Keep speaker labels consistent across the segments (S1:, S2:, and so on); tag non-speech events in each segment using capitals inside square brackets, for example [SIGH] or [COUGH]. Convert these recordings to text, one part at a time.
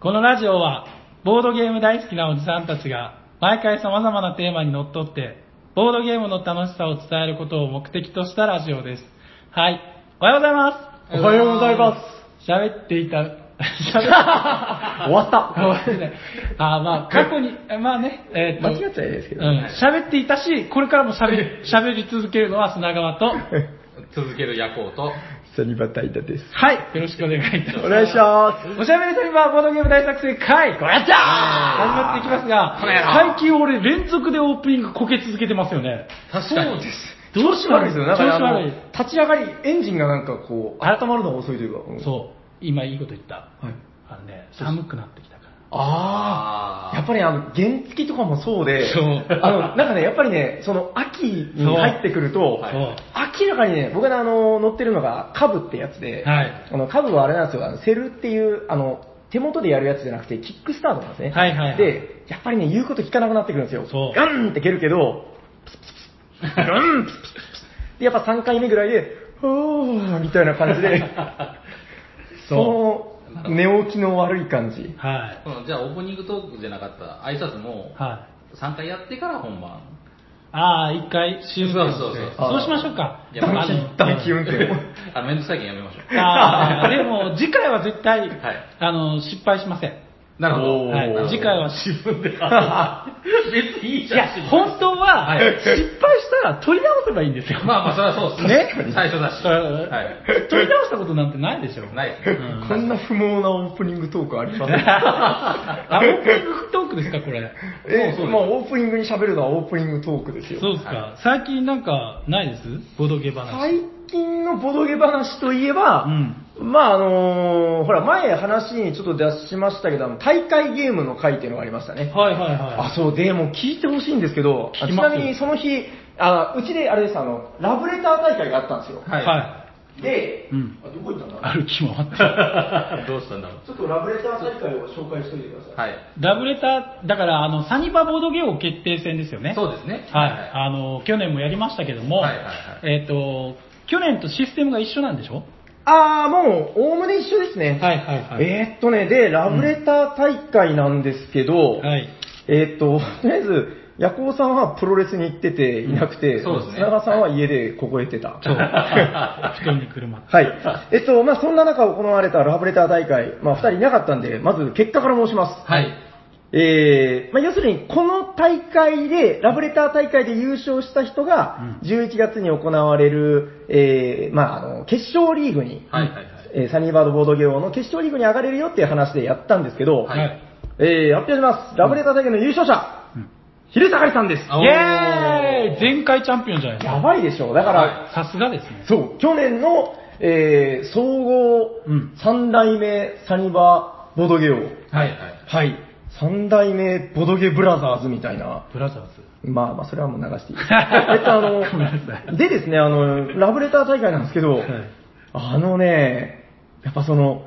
S1: このラジオは、ボードゲーム大好きなおじさんたちが、毎回様々なテーマにのっとって、ボードゲームの楽しさを伝えることを目的としたラジオです。はい。おはようございま。
S2: おはようございます
S1: 喋っていた、 [LAUGHS] 喋っ
S2: 終わ
S1: [LAUGHS]
S2: った
S1: ごめんなさいあー、まあ、過去に、まあね、えーと
S2: 間違っちゃいないですけど
S1: うん。喋っていたし、これからも喋り、喋り続けるのは砂川と、
S3: 続ける夜行と、
S2: サニバタイダです。
S1: はい、よろしくお願いいたします。
S2: お願いします。
S1: おしゃべりサニバーボードゲーム大作戦会こやった始まっていきますが
S3: この野、郎
S1: 最近俺連続でオープニングこけ続けてますよね。
S3: 確かに。そうです。
S1: どうし
S2: 調子悪いですよ。なんかね、
S1: 調
S2: あ
S1: 子悪い
S2: の、立ち上がり、エンジンがなんかこう、温まるのが遅いというか。うん
S1: そう、今いいこと言った。
S2: はい。
S1: あのね、寒くなってきたから。
S2: あ
S3: あ
S2: ー。やっぱりあの、原付とかもそうで、
S1: そう
S2: あの、なんかね、やっぱりね、その、秋に入ってくると、
S3: はい
S1: そう。
S2: 明らかにね、僕があの、乗ってるのが、カブってやつで、
S1: はい
S2: あの、カブはあれなんですよ、あのセルっていう、あの、手元でやるやつじゃなくて、キックスタートなんですね。
S1: はいはいはい
S2: で、やっぱりね、言うこと聞かなくなってくるんですよ。
S1: そう
S2: ガンって蹴るけど、ピッピッピッガンピッピッピッピッで、やっぱ3回目ぐらいで、おーみたいな感じで、
S1: [LAUGHS]
S2: [LAUGHS]
S1: そ
S2: その、寝起きの悪い感じ。
S1: はい。
S3: このじゃあオープニングトークじゃなかった挨拶も
S1: はい。
S3: 3回やってから本番。
S1: ああ、一回収録して。
S3: そうそうそう
S1: そうしましょうか。
S3: いやまあ
S2: 短期運転を。
S3: あ、めんどくさいからやめましょう。
S1: あ
S3: [LAUGHS]
S1: ーでも、次回は絶対、
S3: はい
S1: あの、失敗しません。
S3: なるほど。
S2: おー
S1: はい、次回はし、
S3: 自分で。 [LAUGHS] 別にいい
S1: い
S3: じゃん。
S1: や、本当は、
S3: はい
S1: 失敗したら取り直せばいいんですよ。
S3: まあまあ、それはそうです
S1: ね
S3: 最初だし。
S1: うん
S3: はい。
S1: 取り直したことなんてないでしょ。
S3: ないです
S1: う
S3: ね。
S1: ん
S2: [LAUGHS] こんな不毛なオープニングトークあり
S1: [LAUGHS]
S2: ません
S1: あ、オープニングトークですか、これ。
S2: え
S3: そうそうです
S2: まあオープニングに喋るのはオープニングトークですよ。
S1: そうですか、最近なんか、ないですボドゲ話。
S2: 最近のボドゲ話といえば、
S1: うん
S2: まああのーほら、前話にちょっと出しましたけど、あの大会ゲームの回っていうのがありましたね。
S1: はいはいはい。
S2: あ、そう、でも聞いてほしいんですけど、
S1: 聞
S2: あ
S1: き
S2: ち
S1: ます
S2: なみにその日、あうちであれです、あの、ラブレター大会があったんですよ。
S3: はい。
S1: は
S2: で、
S1: うん
S2: あどこ行ったん
S1: い。
S2: だ
S1: 歩き
S3: [LAUGHS]
S1: 回って。
S3: どうしたんだろう。
S2: ちょっとラブレター大会を紹介しといてください。
S3: はい。
S1: ラブレター、だから、あの、サニバボードゲオ決定戦ですよね。
S3: そうですね。
S1: はい、あの去年もやりましたけども、
S3: はいはいはい
S1: えっ、と去年とシステムが一緒なんでしょ？
S2: あー、もう、おおむね一緒ですね。
S1: はいはいはい
S2: えー、っとね、で、ラブレター大会なんですけど、
S1: はい。
S2: えーっと、とりあえず、ヤコウさんはプロレスに行ってていなくて、
S3: うんそうですね
S2: 砂川さんは家で凍えてた。
S1: [LAUGHS] そう。布団にくるまって。
S2: はい。えっと、まあそんな中行われたラブレター大会、まあ二人いなかったんで、まず結果から申します。
S3: はい。
S2: えー、まあ要するに、この大会で、ラブレター大会で優勝した人が、11月に行われる、えー、まああの、決勝リーグに、
S3: はいはいはい。
S2: えーサニーバードボードゲームの決勝リーグに上がれるよっていう話でやったんですけど、
S3: はい
S2: えー、発表します。ラブレター大会の優勝者、ヒレサカリさんです。
S3: あおー
S1: イエーイ前回チャンピオンじゃないです
S2: やばいでしょ。だから、
S3: は
S1: か。さすがですね。
S2: そう、去年の、えー、総合
S1: うん
S2: 3代目サニバボドゲ王。
S3: はいはい。
S2: はい。3代目ボドゲブラザーズみたいな。
S1: ブラザーズ。
S2: まあまあ、それはもう流してい
S1: [LAUGHS]
S2: い。えっと、あ
S1: ごめんなさ
S2: の、でですね、あの、ラブレター大会なんですけど、
S1: はい
S2: あのね、やっぱその、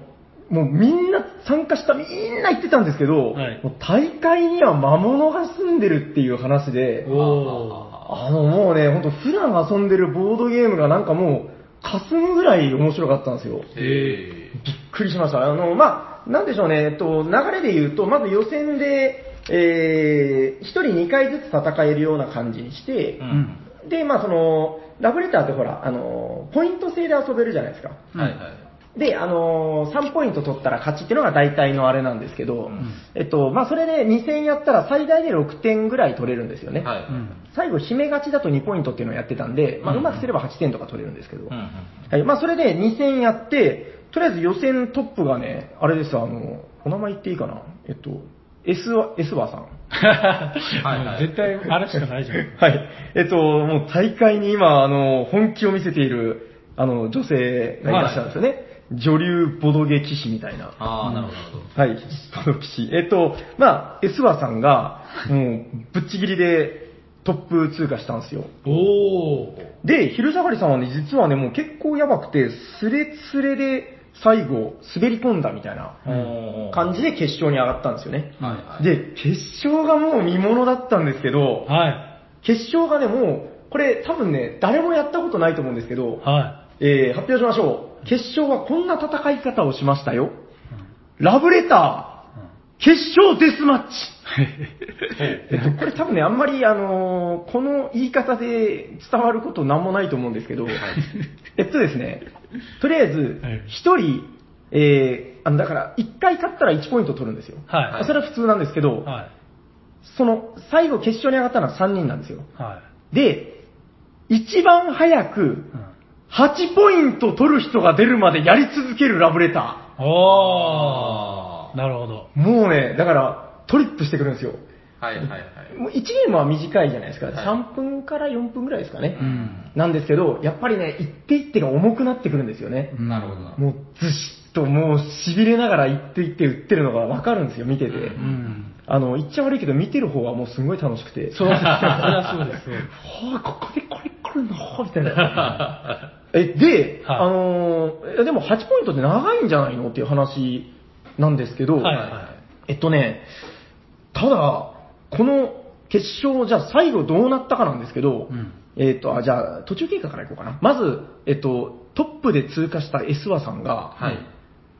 S2: もうみんな参加したみんな言ってたんですけど、
S1: はい
S2: もう大会には魔物が住んでるっていう話で、
S1: お
S2: あのもうね、ほんと普段遊んでるボードゲームがなんかもう、霞むぐらい面白かったんですよ。びっ
S3: えー。
S2: くりしました。あの、まあ、なんでしょうね、えっと、流れで言うと、まず予選で、えー、1人2回ずつ戦えるような感じにして
S1: ー。
S3: う、。
S1: うんん。
S2: で、まあその、ラブレターってほら、あの、ポイント制で遊べるじゃないですか。
S3: はいはい。
S2: で、あのー3ポイント取ったら勝ちっていうのが大体のあれなんですけど、
S3: ん
S2: えっと、まあ、それで2戦やったら最大で6点ぐらい取れるんですよね。
S3: はい。 [LAUGHS]
S1: うん。
S2: 最後、締め勝ちだと2ポイントっていうのをやってたんで、まあ、
S3: うん
S2: うまくすれば8点とか取れるんですけど、
S3: うんうん。
S2: はい、まあ、それで2戦やって、とりあえず予選トップがね、あれですよあの、お名前言っていいかなえっと、エスワ、エスワさん。
S3: はいはい
S1: もう絶対あれしかないじゃん。
S2: [LAUGHS] はい。えっと、もう大会に今、あの、本気を見せている、あの、女性がいらっしゃるんですよね。女流ボドゲ騎士みたいな。
S3: ああ、なるほどなるほど。
S2: はい、 [LAUGHS] ボドゲ騎士。えっと、まあ、エスワさんが、もう、ぶっちぎりでトップ通過したんですよ。
S1: おお。
S2: で、昼下がりさんはね、実はね、もう結構やばくて、スレスレで最後、滑り込んだみたいな
S3: うん
S2: 感じで決勝に上がったんですよね。
S3: はいはい。
S2: で、決勝がもう見物だったんですけど、
S1: は
S2: 決勝がね、もう、これ多分ね、誰もやったことないと思うんですけ
S1: い。
S2: ど、
S1: は
S2: えー、発表しましょう。決勝はこんな戦い方をしましたよ。ラブレター、決勝デスマッチ。 [LAUGHS] えっとこれ多分ね、あんまり、あのーこの言い方で伝わることなんもないと思うんですけど、えっとですね、とりあえず
S1: はい、
S2: 一人、えーあの、だから、一回勝ったら1ポイント取るんですよ。
S1: はい
S2: それは普通なんですけど、
S1: はい。
S2: その、最後決勝に上がったのは3人なんですよ。
S1: は
S2: で、一番早く
S1: い。うん
S2: 8ポイント取る人が出るまでやり続けるラブレタ
S1: おー。なるほど。
S2: ー。もうね、だからトリップしてくるんですよ。
S3: はいはいはい。
S2: もう1ゲームは短いじゃないですか。
S3: はい
S2: 3分から4分ぐらいですかね
S3: う。ん
S2: なんですけど、やっぱりね、一手一手が重くなってくるんですよね。
S3: なるほどな。
S2: もうずしっともう痺れながら一手一手打ってるのがわかるんですよ、見てて。
S1: うん。
S2: あの、言っちゃ悪いけど、見てる方はもうすごい楽しく
S1: そ
S2: て。
S1: うです。それはそうです。そうです
S2: はあ、ここでこれ来るのみた
S1: [LAUGHS]
S2: いな。え、で、
S1: はい
S2: あのーえでも8ポイントって長いんじゃないのっていう話なんですけど、
S1: はいは
S2: えっとね、ただ、この決勝、じゃあ最後どうなったかなんですけど、
S1: うん
S2: えっと、あ、じゃあ途中経過からいこうかな。まず、えっと、トップで通過した S ワさんが、
S3: はい。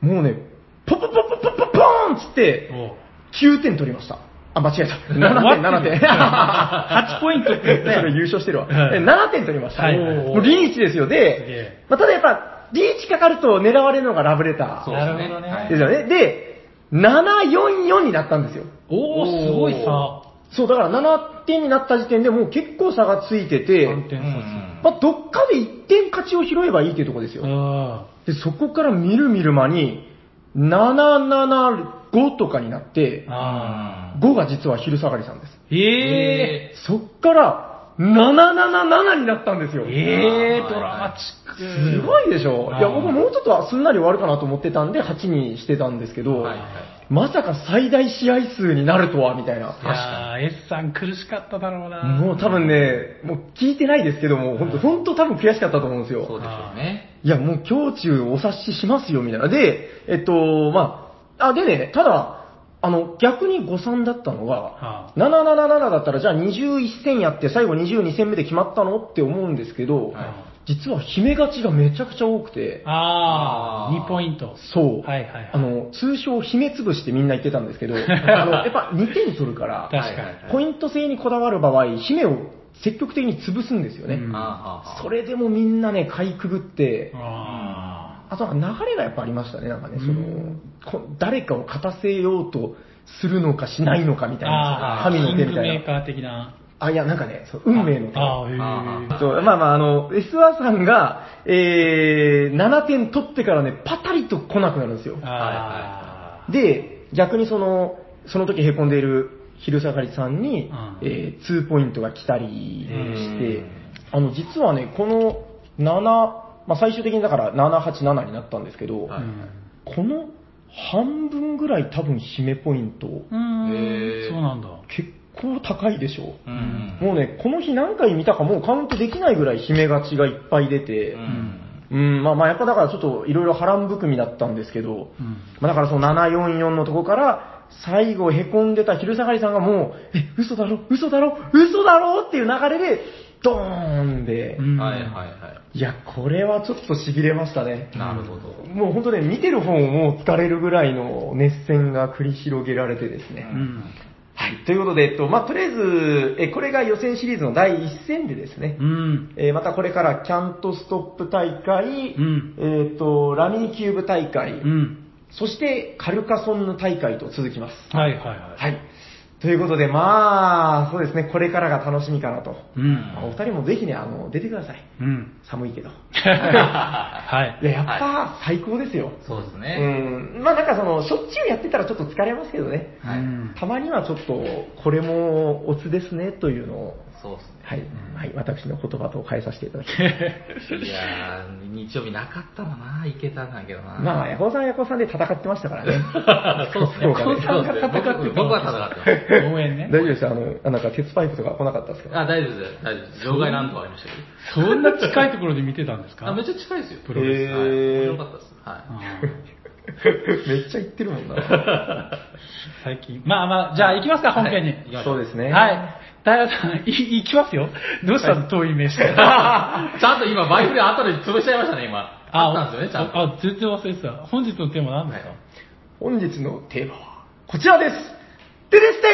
S2: もうね、ポポポポポポポーンっつって、
S1: おう
S2: 9点取りました。あ、間違えた。7点、7
S1: [LAUGHS]
S2: 点。[LAUGHS]
S1: 8ポイントって言ったよ
S2: それ優勝してるわ。
S1: はい
S2: え7点取りました。
S1: はい
S2: もうリーチですよ。
S1: すげ
S2: で
S1: え、
S2: まあ、ただやっぱ、リーチかかると狙われるのがラブレタ
S3: そう
S2: ー
S3: で
S1: なる
S3: す
S1: ほどね
S3: は
S2: ですよね。で、744になったんですよ。
S1: おー、すごい差。
S2: そう、だから7点になった時点でもう結構差がついてて、
S1: 3点差
S3: い。
S2: まあ、どっかで1点勝ちを拾えばいいっていうところです
S1: です。
S2: よ。
S1: うん。
S2: で、そこからみるみる間に、775とかになって、
S1: あ
S2: 5が実は昼下がりさんです。
S1: ー。え
S2: そっから、777になったんですよ。
S1: ー。えー、
S3: あー
S1: ドラマチック。
S2: すごいでしょ、
S1: うん
S2: いや、僕もうちょっとすんなり終わるかなと思ってたんで、8にしてたんですけど、
S3: はいはい
S2: まさか最大試合数になるとは、みたいな。
S1: いやー、S さん苦しかっただろうな。
S2: もう多分ね、もう聞いてないですけども、本当本当多分悔しかったと思うんです
S3: そう
S2: よ。
S3: でしょうね。
S2: いや、もう胸中お察ししますよ、みたいな。で、えっと、まあ、あ、でね、ただ、あの、逆に誤算だったの
S1: は
S2: が、777だったら、じゃあ21戦やって、最後22戦目で決まったのって思うんですけど、
S3: は
S2: 実は姫勝ちがめちゃくちゃ多くて、
S1: あー、
S3: あー
S1: 2ポイント。
S2: そう。
S1: はいはいはい
S2: あの、通称、姫潰しってみんな言ってたんです
S1: [LAUGHS]
S2: けど、あの、やっぱ2点取るか
S1: 確か
S2: ら、
S1: に。
S3: はいはい
S2: ポイント制にこだわる場合、姫を積極的に潰すんですよね。
S1: うん
S3: あーあーあー
S2: それでもみんなね、かいくぐって、
S1: あ
S2: あとなんか流れがやっぱありましたね、なんかね、その
S1: うん、
S2: こ誰かを勝たせようとするのかしないのかみ
S1: ー
S2: たいな、
S1: あー、
S2: 神の
S1: キ
S2: 手み
S1: ング
S2: た
S1: メ
S2: い
S1: ー
S2: な。
S1: カー的な。
S2: あ、いや、なんかね、そう運命の手。
S1: あー、へ
S3: あ
S1: ー。
S2: そうまあまあ、あの、S1 さんが、えー、7点取ってからね、パタリと来なくなるんですよ。
S1: あー。
S2: で、逆にその、その時へこんでいる昼下がりさんに、
S1: うん
S2: えー、2ポイントが来たりして
S3: うん、
S2: あの、実はね、この7、まあ、最終的にだから787になったんですけど、
S3: はい
S2: この半分ぐらい多分姫ポイント、
S1: うん。うーん。
S3: へー
S1: そうなんだ。
S2: 結構高いでしょ
S3: うん
S2: もうね、この日何回見たかもうカウントできないぐらい姫勝ちがいっぱい出て、
S3: うん
S2: うん、まあまあやっぱだからちょっといろいろ波乱含みだったんですけど、
S1: うん
S2: まあだからその744のとこから、最後へこんでた昼下がりさんがもう、え、嘘だろ、嘘だろ、嘘だろっていう流れで、ドーンで、
S1: うん
S3: はいはいはい
S2: や、これはちょっと痺れましたね。
S3: い。なるほど。
S2: もう本当ね、見てる方ももう疲れるぐらいの熱戦が繰り広げられてですね。
S1: うん。
S2: はい、ということで、えっと、まあとりあえず、え、これが予選シリーズの第1戦でですね、
S1: うん。
S2: えーまたこれからキャントストップ大会、
S1: うん
S2: えっ、と、ラミーキューブ大会、
S1: うん。
S2: そしてカルカソンヌ大会と続きます。
S1: はいはいはい。
S2: はい。ということで、まあ、そうですね、これからが楽しみかなと。
S1: うん
S2: まあお二人もぜひね、あの、出てください。
S1: うん。
S2: 寒いけど。い
S1: はい。
S2: [LAUGHS] や、やっぱ最高ですよ。
S3: そうです
S2: う
S3: ね。
S2: ん。まあなんかその、しょっちゅうやってたらちょっと疲れますけどね。
S3: はい
S1: うん
S2: たまにはちょっと、これもおつですね、というのを、
S3: そうですね。
S2: はい、はい、私の言葉と変えさせていただきます。
S3: いやー、日曜日なかったのな、いけたんだけどな。
S2: まあ、ヤコウさんはヤコウさんで戦ってましたからね。
S3: そうですね。
S2: そうかね
S3: そうですね僕僕は戦ってます。
S1: 応援ね
S2: 大。丈夫でしたあの、あなんか鉄パイプとか来なかったですか
S3: あ、大丈夫です。大丈夫です。場外なんとかありましたけど。
S1: そんな近いところで見てたんですか
S3: あ、めっちゃ近いですよ。
S1: プロレ
S2: へ
S1: ス。
S2: ー
S3: はい。面白かったです。は
S1: あー
S2: [LAUGHS] めっちゃ言ってるもんな。
S1: 最近。まあまあ、じゃあ行きますか、本編に。
S3: い
S2: [LAUGHS] そうですね。
S1: はい。平さん、い、行きますよ。どうしたの遠い目して。あ、
S3: い。ちゃんと今、バイクで後で潰しちゃいましたね、今。あったんですよね、ちゃんと。
S1: あ、全然忘れてた。本日のテーマ何ですか
S3: はい
S2: 本日のテーマは、ここちらです。テレステン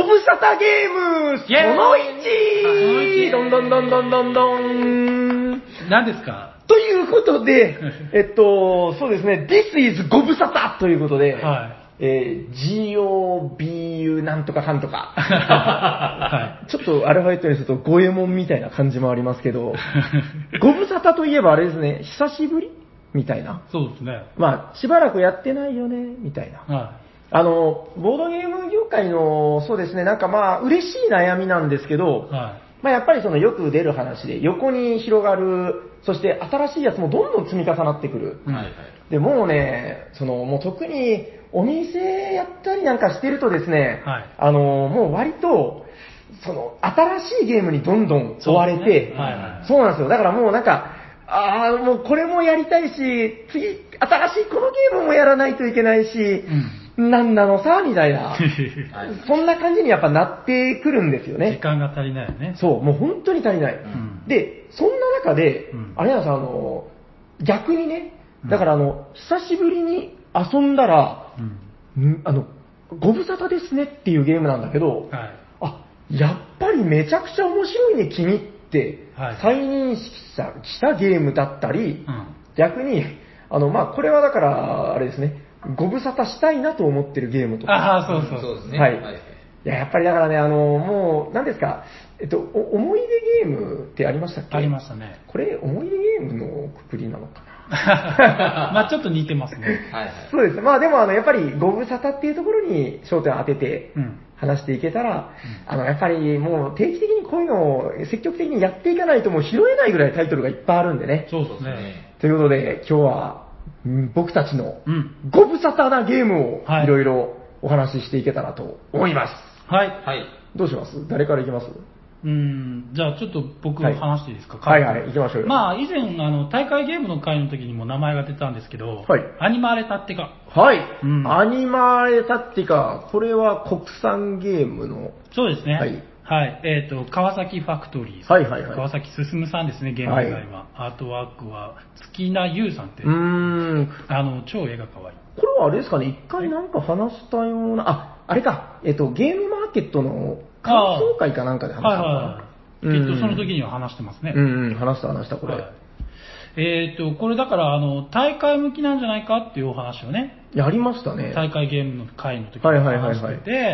S2: ご無沙汰ゲームそ
S1: イェーイあ
S2: の1
S1: そ
S2: ど
S1: の一
S2: んどんどんどんどんどん
S1: 何ですか
S2: ということ [LAUGHS] で、えっと、そうですね、This is ご無沙汰ということで、
S1: は
S2: えー、GOBU なんとかかんとか。 [LAUGHS]
S1: は
S2: ちょっとアルファベットにすると、五右衛門みたいな感じもありますけど、 [LAUGHS] ご無沙汰といえばあれですね、久しぶりみたいな。
S1: そうですね。
S2: まあ、しばらくやってないよね、みたいな。
S1: は
S2: あの、ボードゲーム業界の、そうですね、なんかまあ、嬉しい悩みなんですけど
S1: い。、は
S2: まあやっぱりそのよく出る話で、横に広がる、そして新しいやつもどんどん積み重なってくる。
S1: い。うん
S3: はいはい。
S2: で、もうね、その、もう特にお店やったりなんかしてるとですね、
S1: はい
S2: あの、もう割と、その、新しいゲームにどんどん追われ
S1: そうです
S2: て、
S1: ねはいはい
S2: そうなんですよ。だからもうなんか、ああ、もうこれもやりたいし、次、新しいこのゲームもやらないといけないし、なんなのさ、みた
S1: [LAUGHS]
S2: いな。
S3: はい
S2: そんな感じにやっぱなってくるんですよ
S1: うん。時
S2: ね。
S1: 間が足りないよね。
S2: そう、もう本当に足りない。
S1: ん
S2: で、そんな中で、
S1: うん
S2: あれなんですよあの、逆にね
S1: う、ん
S2: だからあの、久しぶりに遊んだら、
S1: うん。
S2: んあの、ご無沙汰ですねっていうゲームなんだけど、
S1: はい。
S2: あ、やっぱりめちゃくちゃ面白いね、君って
S1: はい、
S2: 再認識したしたゲームだったり
S1: う、ん。
S2: 逆に、あの、まあ、これはだから、あれですね、ご無沙汰したいなと思ってるゲームとか。
S1: ああ、そうそう。
S3: そうですね。
S2: はいいや、やっぱりだからね、あの、もう、何ですか、えっと、お思い出ゲームってありましたっけ
S1: ありました
S2: [LAUGHS]
S1: ね。
S2: これ、思い出ゲームのくくりなのかな
S1: まあちょっと似てますね。
S3: はいはい。
S2: そうですね。まあでも、あの、やっぱり、ご無沙汰っていうところに焦点を当てて
S1: うん、
S2: 話していけたら、あの、やっぱりもう定期的にこういうのを積極的にやっていかないともう拾えないぐらいタイトルがいっぱいあるんでね。
S1: そう
S3: そう
S1: で
S3: ですす
S1: ね。
S3: ね。
S2: ということで、今日は、うん僕たちの
S1: うん。
S2: ご無沙汰なゲームを
S1: はい
S2: いろいろお話ししていけたらと思います。
S1: はい。
S3: はい。
S2: どうします誰からいきます
S1: うん。じゃあちょっと僕
S2: はい
S1: 話していいですか、
S2: はいはい、行きましょうよ。
S1: まあ以前、あの、大会ゲームの会の時にも名前が出たんですけど、
S2: はい
S1: アニマーレタってか。
S2: はい、
S1: うん
S2: アニマレタッティカ、これは国産ゲームの、
S1: そうですね。
S2: は
S1: はいい。えっ、と、川崎ファクトリーさん。
S2: はいはいはい
S1: 川崎進さんですね、ゲームデザインは。アートワークは、月名優さんって
S2: うー、ん、
S1: あの、超絵が可愛い。
S2: これはあれですかね、一回なんか話したような、あ、あれか、えっと、ゲームマーケットの感想会かなんかで話した
S1: はい
S2: のか
S1: はい
S2: な。
S1: はい。
S2: うん
S1: きっとその時には話してますね。
S2: うんうん、話した話した、これ。
S1: はい
S2: い、
S1: えっ、と、これだから、あの、大会向きなんじゃないかっていうお話をね、
S2: やりましたね。
S1: 大会ゲームの会の時に
S2: はいはいはいはい
S1: 話してて、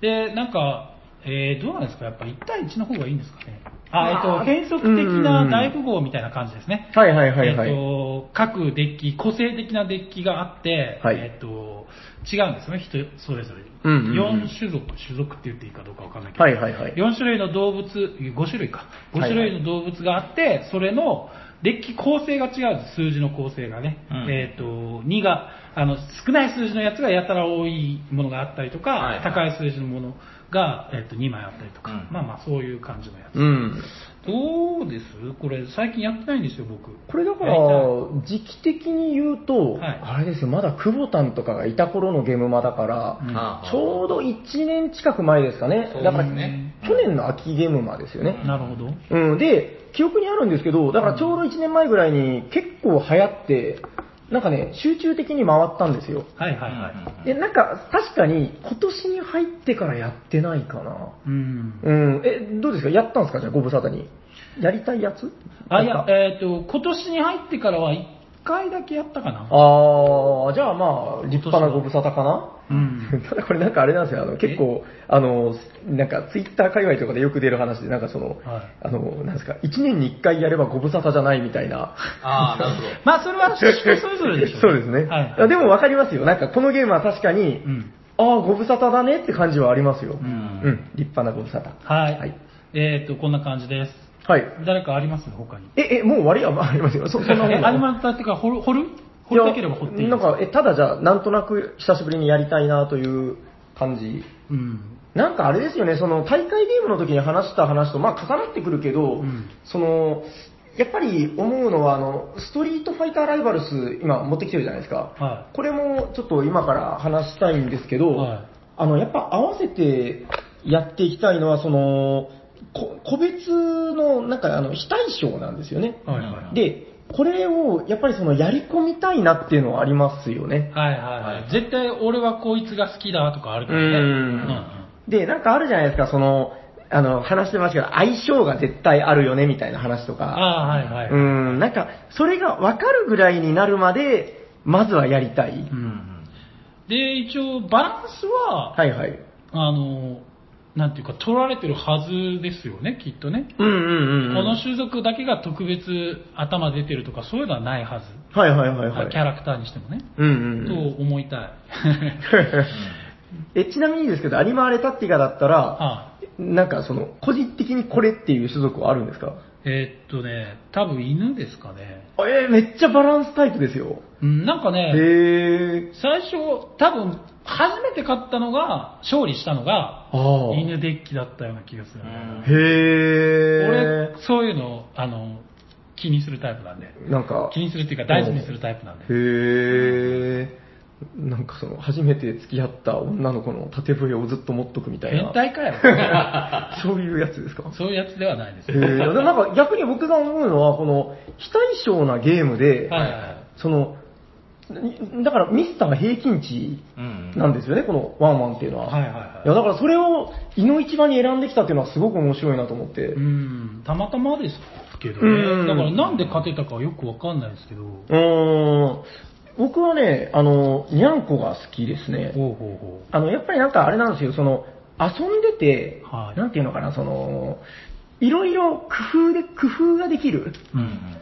S1: で、なんか、えーどうなんですかやっぱ1対1の方がいいんですかねあ、えっ、
S2: まあ
S1: と、変則的な大富豪みたいな感じですね。
S2: はいはいはいはい。
S1: えっ、と、各デッキ、個性的なデッキがあって、
S2: はい
S1: えっ、と、違うんですよね、人それぞれ。
S2: うんうんうん
S1: 4種族、種族って言っていいかどうかわかんないけど、
S2: はいはいはい。
S1: 4種類の動物、5種類か。5種類の動物があって、それのデッキ構成が違うんです、数字の構成がね。
S3: うん
S1: えっ、と、2が、あの、少ない数字のやつがやたら多いものがあったりとか、
S3: はいはい
S1: 高い数字のものが、えっ、と、2枚あったりとか、
S3: うん
S1: まあまあ、そういう感じのやつ。
S2: うん。
S1: どうですこれ、最近やってないんですよ、僕。
S2: これだから
S1: やりたい、
S2: 時期的に言うと、
S1: はい
S2: あれですよ、まだ久保田んとかがいた頃のゲームマだから、
S1: うん
S3: はあはあ
S2: ちょうど1年近く前ですかね。
S3: そう
S2: だから、
S3: ですね
S2: 去年の秋ゲームマですよね。
S1: なるほど。
S2: うん、で、記憶にあるんですけど、だからちょうど1年前ぐらいに結構流行って、なんかね、集中的に回ったんですよ。
S1: はいはいはい。
S2: で、なんか確かに今年に入ってからやってないかな。
S1: うん。
S2: うん、え、どうですかやったんですかじゃあご無沙汰に。やりたいやつ
S1: あ、い
S2: や
S1: や
S2: っ、た
S1: えっ、と、今年に入ってからは1回だけやったかな。
S2: あー、じゃあまあ、立派なご無沙汰かな
S1: [LAUGHS] うん。
S2: ただこれなんかあれなんですよ、あの結構、あの、なんかツイッター界隈とかでよく出る話で、なんかその、
S1: はい
S2: あの、なんですか、1年に1回やればご無沙汰じゃないみたいな、
S3: ああ、なるほど。
S1: まあ、それは人それぞれでしょ
S2: [LAUGHS] そうですね。
S1: はい、
S2: でも分かりますよ。なんかこのゲームは確かに、
S1: うん。
S2: ああ、ご無沙汰だねって感じはありますよ。うんん。立派なご無沙汰。
S1: はい。
S2: はい
S1: えっ、と、こんな感じです。
S2: はい。
S1: 誰かあります他に。
S2: え、え、もう終わりはあありますよ。そそんなもん
S1: え、
S2: なの
S1: アニマルタってか、掘る掘る掘りたければ掘っていい
S2: やなんか、え、ただじゃあ、なんとなく久しぶりにやりたいなという感じ。
S1: うん。
S2: なんかあれですよね、その大会ゲームの時に話した話と、まあ重なってくるけど、
S1: うん
S2: その、やっぱり思うのは、あの、ストリートファイターライバルス、今持ってきてるじゃないですか。
S1: は
S2: これもちょっと今から話したいんですけど、
S1: はい
S2: あの、やっぱ合わせてやっていきたいのは、その、こ個別の、なんかあの、非対称なんですよね。
S1: い。はいはい。
S2: で、これを、やっぱりその、やり込みたいなっていうのはありますよね。
S1: はいはいは。
S3: はいい
S1: 絶対俺はこいつが好きだとかあるか
S2: う
S1: らね。
S2: ん。で、なんかあるじゃないですか、その、あの、話してましたけど、相性が絶対あるよね、みたいな話とか。
S1: ああ、はいはい。
S2: うん、なんか、それがわかるぐらいになるまで、まずはやりたい。
S1: うんで、一応、バランスは、
S2: はいはい。
S1: あの、なんていうか、取られてるはずですよね、きっとね。
S2: うんうんうんうん。
S1: この種族だけが特別頭出てるとか、そういうのはないはず。
S2: はいはいはいはい。
S1: キャラクターにしてもね。
S2: うんうん
S1: と
S2: うん。
S1: 思いた [LAUGHS] い。
S2: [LAUGHS] えちなみにですけど、アニマーレタッティガだったら、
S1: あ
S2: なんかその、個人的にこれっていう種族はあるんですか
S1: えーっとね、多分犬ですかね。
S2: えー、めっちゃバランスタイプですよ。
S1: うん、なんか
S2: へ
S1: ね、
S2: え。
S1: 最初、多分、初めて勝ったのが、勝利したのが、
S2: ああ。
S1: 犬デッキだったような気がするんだよな。
S2: へ
S1: 俺、そういうのを、あの、気にするタイプなんで。
S2: え。なんか、
S1: 気にするっていうか、大事にするタイプなんで。
S2: へえ。なんかその、初めて付き合った女の子の縦笛をずっと持っとくみたいな。
S1: 変態かよ。
S2: そういうやつですか
S1: そういうやつではないです
S2: へ。え。なんか逆に僕が思うのは、この、非対称なゲームで、
S1: はいはいはい
S2: その、にだからミスター平均値
S3: うん
S2: なんですよね、このワンワンっていうのは。
S1: はいはいはい
S2: や、だからそれを、胃の一番に選んできたっていうのはすごく面白いなと思って。
S1: うん、たまたまですけど
S2: う
S1: ね。
S2: ん
S1: だからなんで勝てたかはよくわかんないですけど。
S2: うーん。僕はね、あの、にゃんこが好きですね。
S1: ほうほうほ
S2: あの、やっぱりなんかあれなんですよ、その、遊んでて、
S1: はい
S2: なんていうのかな、その、いろいろ工夫で、工夫ができる
S1: う。う
S3: うん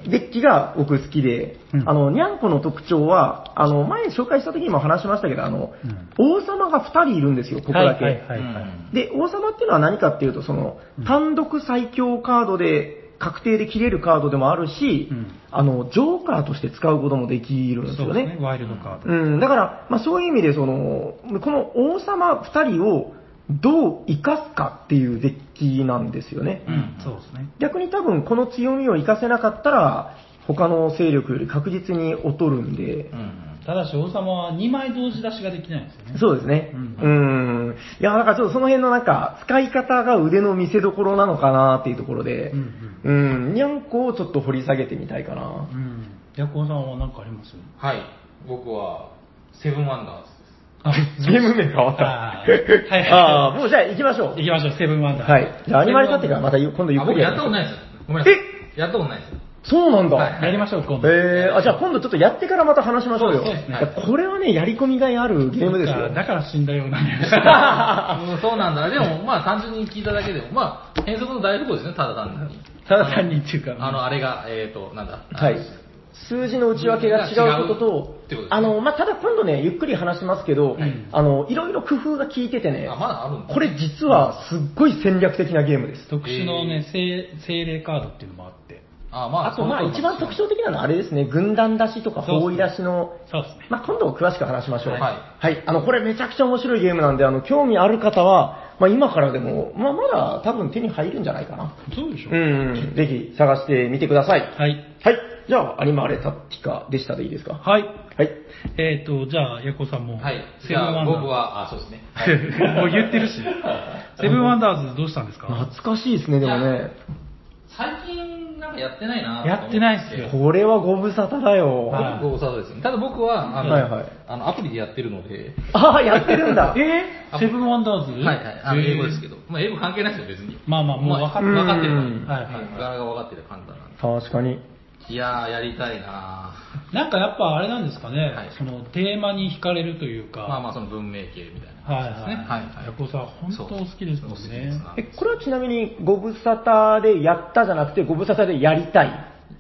S1: ん。
S2: デッキが僕好きで、
S1: うん
S2: あの、にゃんこの特徴は、あの、前紹介した時にも話しましたけど、あの、王様が2人いるんですよ、ここだけ。
S1: はいはいは
S3: う
S1: い
S3: ん
S2: で、王様っていうのは何かっていうと、その
S1: うん、
S2: 単独最強カードで、確定で切れるカードでもあるし、
S1: うん
S2: あの、ジョーカーとして使うこともできるんです
S1: そう
S2: よ
S1: で
S2: ね。
S1: すね、ワイルドカード。
S2: うん、だから、まあ、そういう意味で、その、この王様2人をどう生かすかっていうデッキなんですよね。
S1: うん、そうですね。
S2: 逆に多分、この強みを生かせなかったら、他の勢力より確実に劣るんで、
S3: うん
S1: ただし王様は2枚同時出しができないんですよね。
S2: そうですね。
S1: う
S2: うんん。いや、だからちょっとその辺のなんか、使い方が腕の見せ所なのかなっていうところで
S1: うん、
S2: うん、にゃんこをちょっと掘り下げてみたいかな
S1: う。ん。ヤコウさんは何かあります
S3: はい。僕は、セブンワンダーズ
S1: [LAUGHS]
S3: です。
S1: あ、
S2: ゲーム名変わった。
S1: あーはい
S2: あーもうじゃあ行きましょう
S1: 行。きましょう、セブンワンダー。
S2: はい。じゃあ、アニマルタってからまたゆ今度ゆっ
S3: あ、
S2: く
S3: 僕
S2: り
S3: やっ
S2: り
S3: た
S2: ま
S3: こ
S2: しょ
S3: と
S2: う
S3: ないですよ。ごめんなさい。やったことないですよ。
S2: そうなんだ。
S3: はい
S1: やりましょう、今度。
S2: えー、あ、じゃあ今度ちょっとやってからまた話しましょうよ。
S1: そうですね
S2: いやこれはね、やり込みがいあるゲームです
S1: そ
S2: よ
S1: っか。だから死んだような。
S2: [LAUGHS]
S3: うんそうなんだ。でも、まあ単純に聞いただけでも、まあ変則の大富豪ですね、ただ単に。
S1: ただ単にっていうか。
S3: あの、あれが、えっと、なんだ。
S2: はい。数字の内訳が違うこと
S3: 違う
S2: と、
S3: ってことですね
S2: あの、まあ、ただ今度ね、ゆっくり話しますけど、
S1: ん
S2: あの、いろいろ工夫が効いててね、
S3: あまだあるんだ
S2: これ実はすっごい戦略的なゲームです。
S1: 特殊のね、精精霊カードっていうのもあって。
S3: あ、まあ、
S2: あと、まあ、一番特
S3: 徴
S2: 徴的なのはあれですね、軍団出しとか包囲出しの
S1: そうですね。
S2: まあ、今度詳しく話しましょう。
S3: はい
S2: はい。あの、これめちゃくちゃ面白いゲームなんで、あの、興味ある方は、まあ、今からでも、まあ、まだ多分手に入るんじゃないかな。
S1: そうでしょ
S2: うん。ぜひ探してみてください。はい。
S1: はい。
S2: じゃあ、アニマーレタッティカでしたでいいですか
S1: はい。
S2: はい。
S1: えっ、と、じゃあ、ヤコさんも。
S3: はい。
S1: セ
S3: じ
S1: ブン
S3: ゃ
S1: ワ
S3: あ
S1: ンダー
S3: 僕は、あ、そうですね。
S1: ズ。 [LAUGHS] もう言
S3: [LAUGHS]
S1: ってるし。セブンワンダーズどうしたんですか
S2: 懐かしいですね、でもね。
S3: 最近、なんかやってないなと思
S1: やってないっすよ
S2: これはご無沙汰だよ。
S1: はい
S3: ご無沙汰ですよね。ただ僕は、あの、
S2: はいはい
S3: あのアプリでやってるので、
S2: ああ、やってるんだ。
S1: えー、セブンワンダーズ
S3: はいはい。あの、英語ですけ
S1: ど。
S3: ど。まあ、英語関係ないですよ、別に。
S1: まあまあもう分かって
S2: る
S3: 分かってるから。
S2: うん
S1: はいはいはい
S3: 柄が分かってる簡単なんで。
S2: 確かに。
S3: いやー、やりたいな
S1: なんかやっぱあれなんですかね、
S3: はい
S1: そのテーマに惹かれるというか。
S3: ー。まあまあ、その文明系みたいな
S1: はい
S3: 感じです
S1: はい
S3: ね。
S1: ヤコさん、本当お好きですもん
S3: そう
S1: ね。
S2: え、これはちなみに、ご無沙汰でやったじゃなくて、ご無沙汰でやりたい。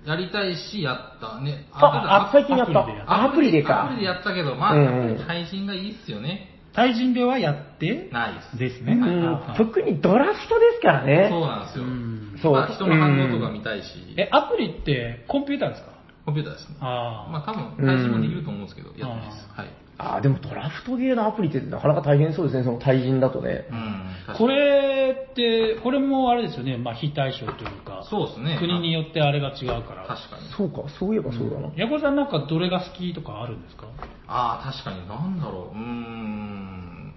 S3: やりたいし、やったね。
S2: あ、あ、最近や
S1: ア
S2: っ。
S1: プリでやった
S2: アプリでか。
S3: アプリでやったけど、まあ、
S2: うん
S3: や
S2: うん
S3: っぱり対人がいいっすよね。
S1: 対人ではやって
S3: ないです。
S1: ですね。
S2: うん特にドラフトですからね。
S3: そうなんですよ。
S1: うん
S2: そう
S3: まあ、人の反応とか見たいし、
S1: え、アプリってコンピューターですか
S3: コンピューターですね。
S1: あ
S3: まあ、多分、対人もできると思うんですけど、やってないです。はい。
S2: あーでもドラフトゲーのアプリってなかなか大変そうですね、その対人だとね
S3: う。ん。確かに
S1: これって、これもあれですよね、まあ、非対称というか、
S3: そうですね。
S1: 国によってあれが違うから。
S3: あ確かに。
S2: そうか、そういえばそうだな。
S1: ヤコさんなんかどれが好きとかあるんですか
S3: ああ、確かに、なんだろう。うーん。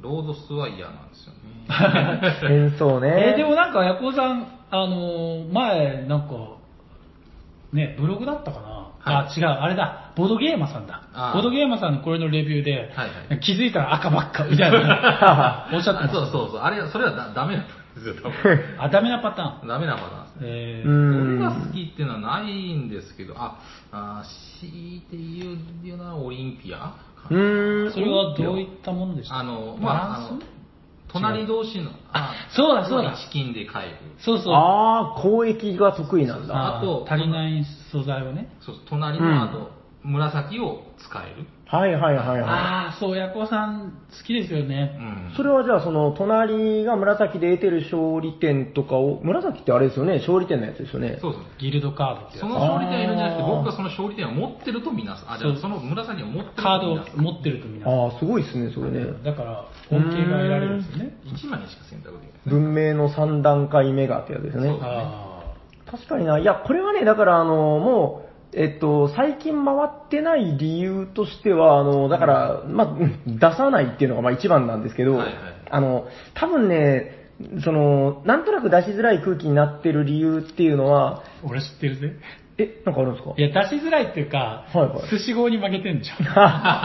S3: ロードスワイヤーなんですよね。
S2: 変そう
S1: え
S2: ね。
S3: [LAUGHS]
S1: ーでもなんかヤコさん、あのー前、なんか、ね、ブログだったかな、
S3: は
S1: あ、違う、あれだ、ボードゲーマーさんだ
S3: あ。ー
S1: ボードゲーマーさんのこれのレビューで、
S3: はい
S1: 気づいたら赤ばっかみたい
S3: [LAUGHS]
S1: な、おっしゃってました
S3: あそうそうそう。あれ、それはだダメなんですよ、
S1: [LAUGHS]
S3: 多分。
S2: う
S1: あ、ダメなパターン。
S3: ダメなパターンですね。
S1: え
S2: う
S1: ー、
S2: ん
S3: 僕が好きっていうのはないんですけど、あ、あ強いて言うようなオリンピアかな
S2: ーん。
S1: それはどういったものでした
S3: あの、まあ、あ
S1: バラン
S3: の
S1: ス、
S3: 隣同士の、あ
S1: そうだそうだ
S3: チキンで帰る。
S1: そうそう。
S2: ああ、交易が得意なんだ。
S1: あ
S3: あと
S1: 足りない素材をね。
S3: そうそう隣
S2: うん
S3: の、あと、紫を使える。
S2: はいはいはいは
S1: ああ、そう、ヤコさん好きですよ
S3: う
S1: ね。
S3: ん
S2: い。それはじゃあ、その、隣が紫で得てる勝利点とかを、紫ってあれですよね、勝利点のやつですよね。
S3: そうですね。
S1: ギルドカードってや
S3: そ
S1: つ。
S3: の勝利点いるんじゃなくて、
S2: あー
S3: 僕がその勝利点を持ってるとみなす。あ、じゃ
S1: そう
S3: あその紫を持ってるとみなす。
S1: カードを持ってるとみんな。
S2: ああ、すごいですね、それね。
S1: だから、恩恵が得られるんですよね。
S3: 1枚にしか選択できない。
S2: 文明の3段階目がってやつですね
S3: そう。
S1: あ
S2: 確かにな。いや、これはね、だから、あの、もう、えっと、最近回ってない理由としては、あの、だから、まあ、うん出さないっていうのが、まあ、一番なんですけど、
S3: はいはい
S2: あの、多分ね、その、なんとなく出しづらい空気になってる理由っていうのは、
S1: あ、俺知ってるぜ。
S2: え、なんかあるんですか
S1: いや、出しづらいっていうか、
S2: はいはい
S1: 寿司号に負けてんでしょ。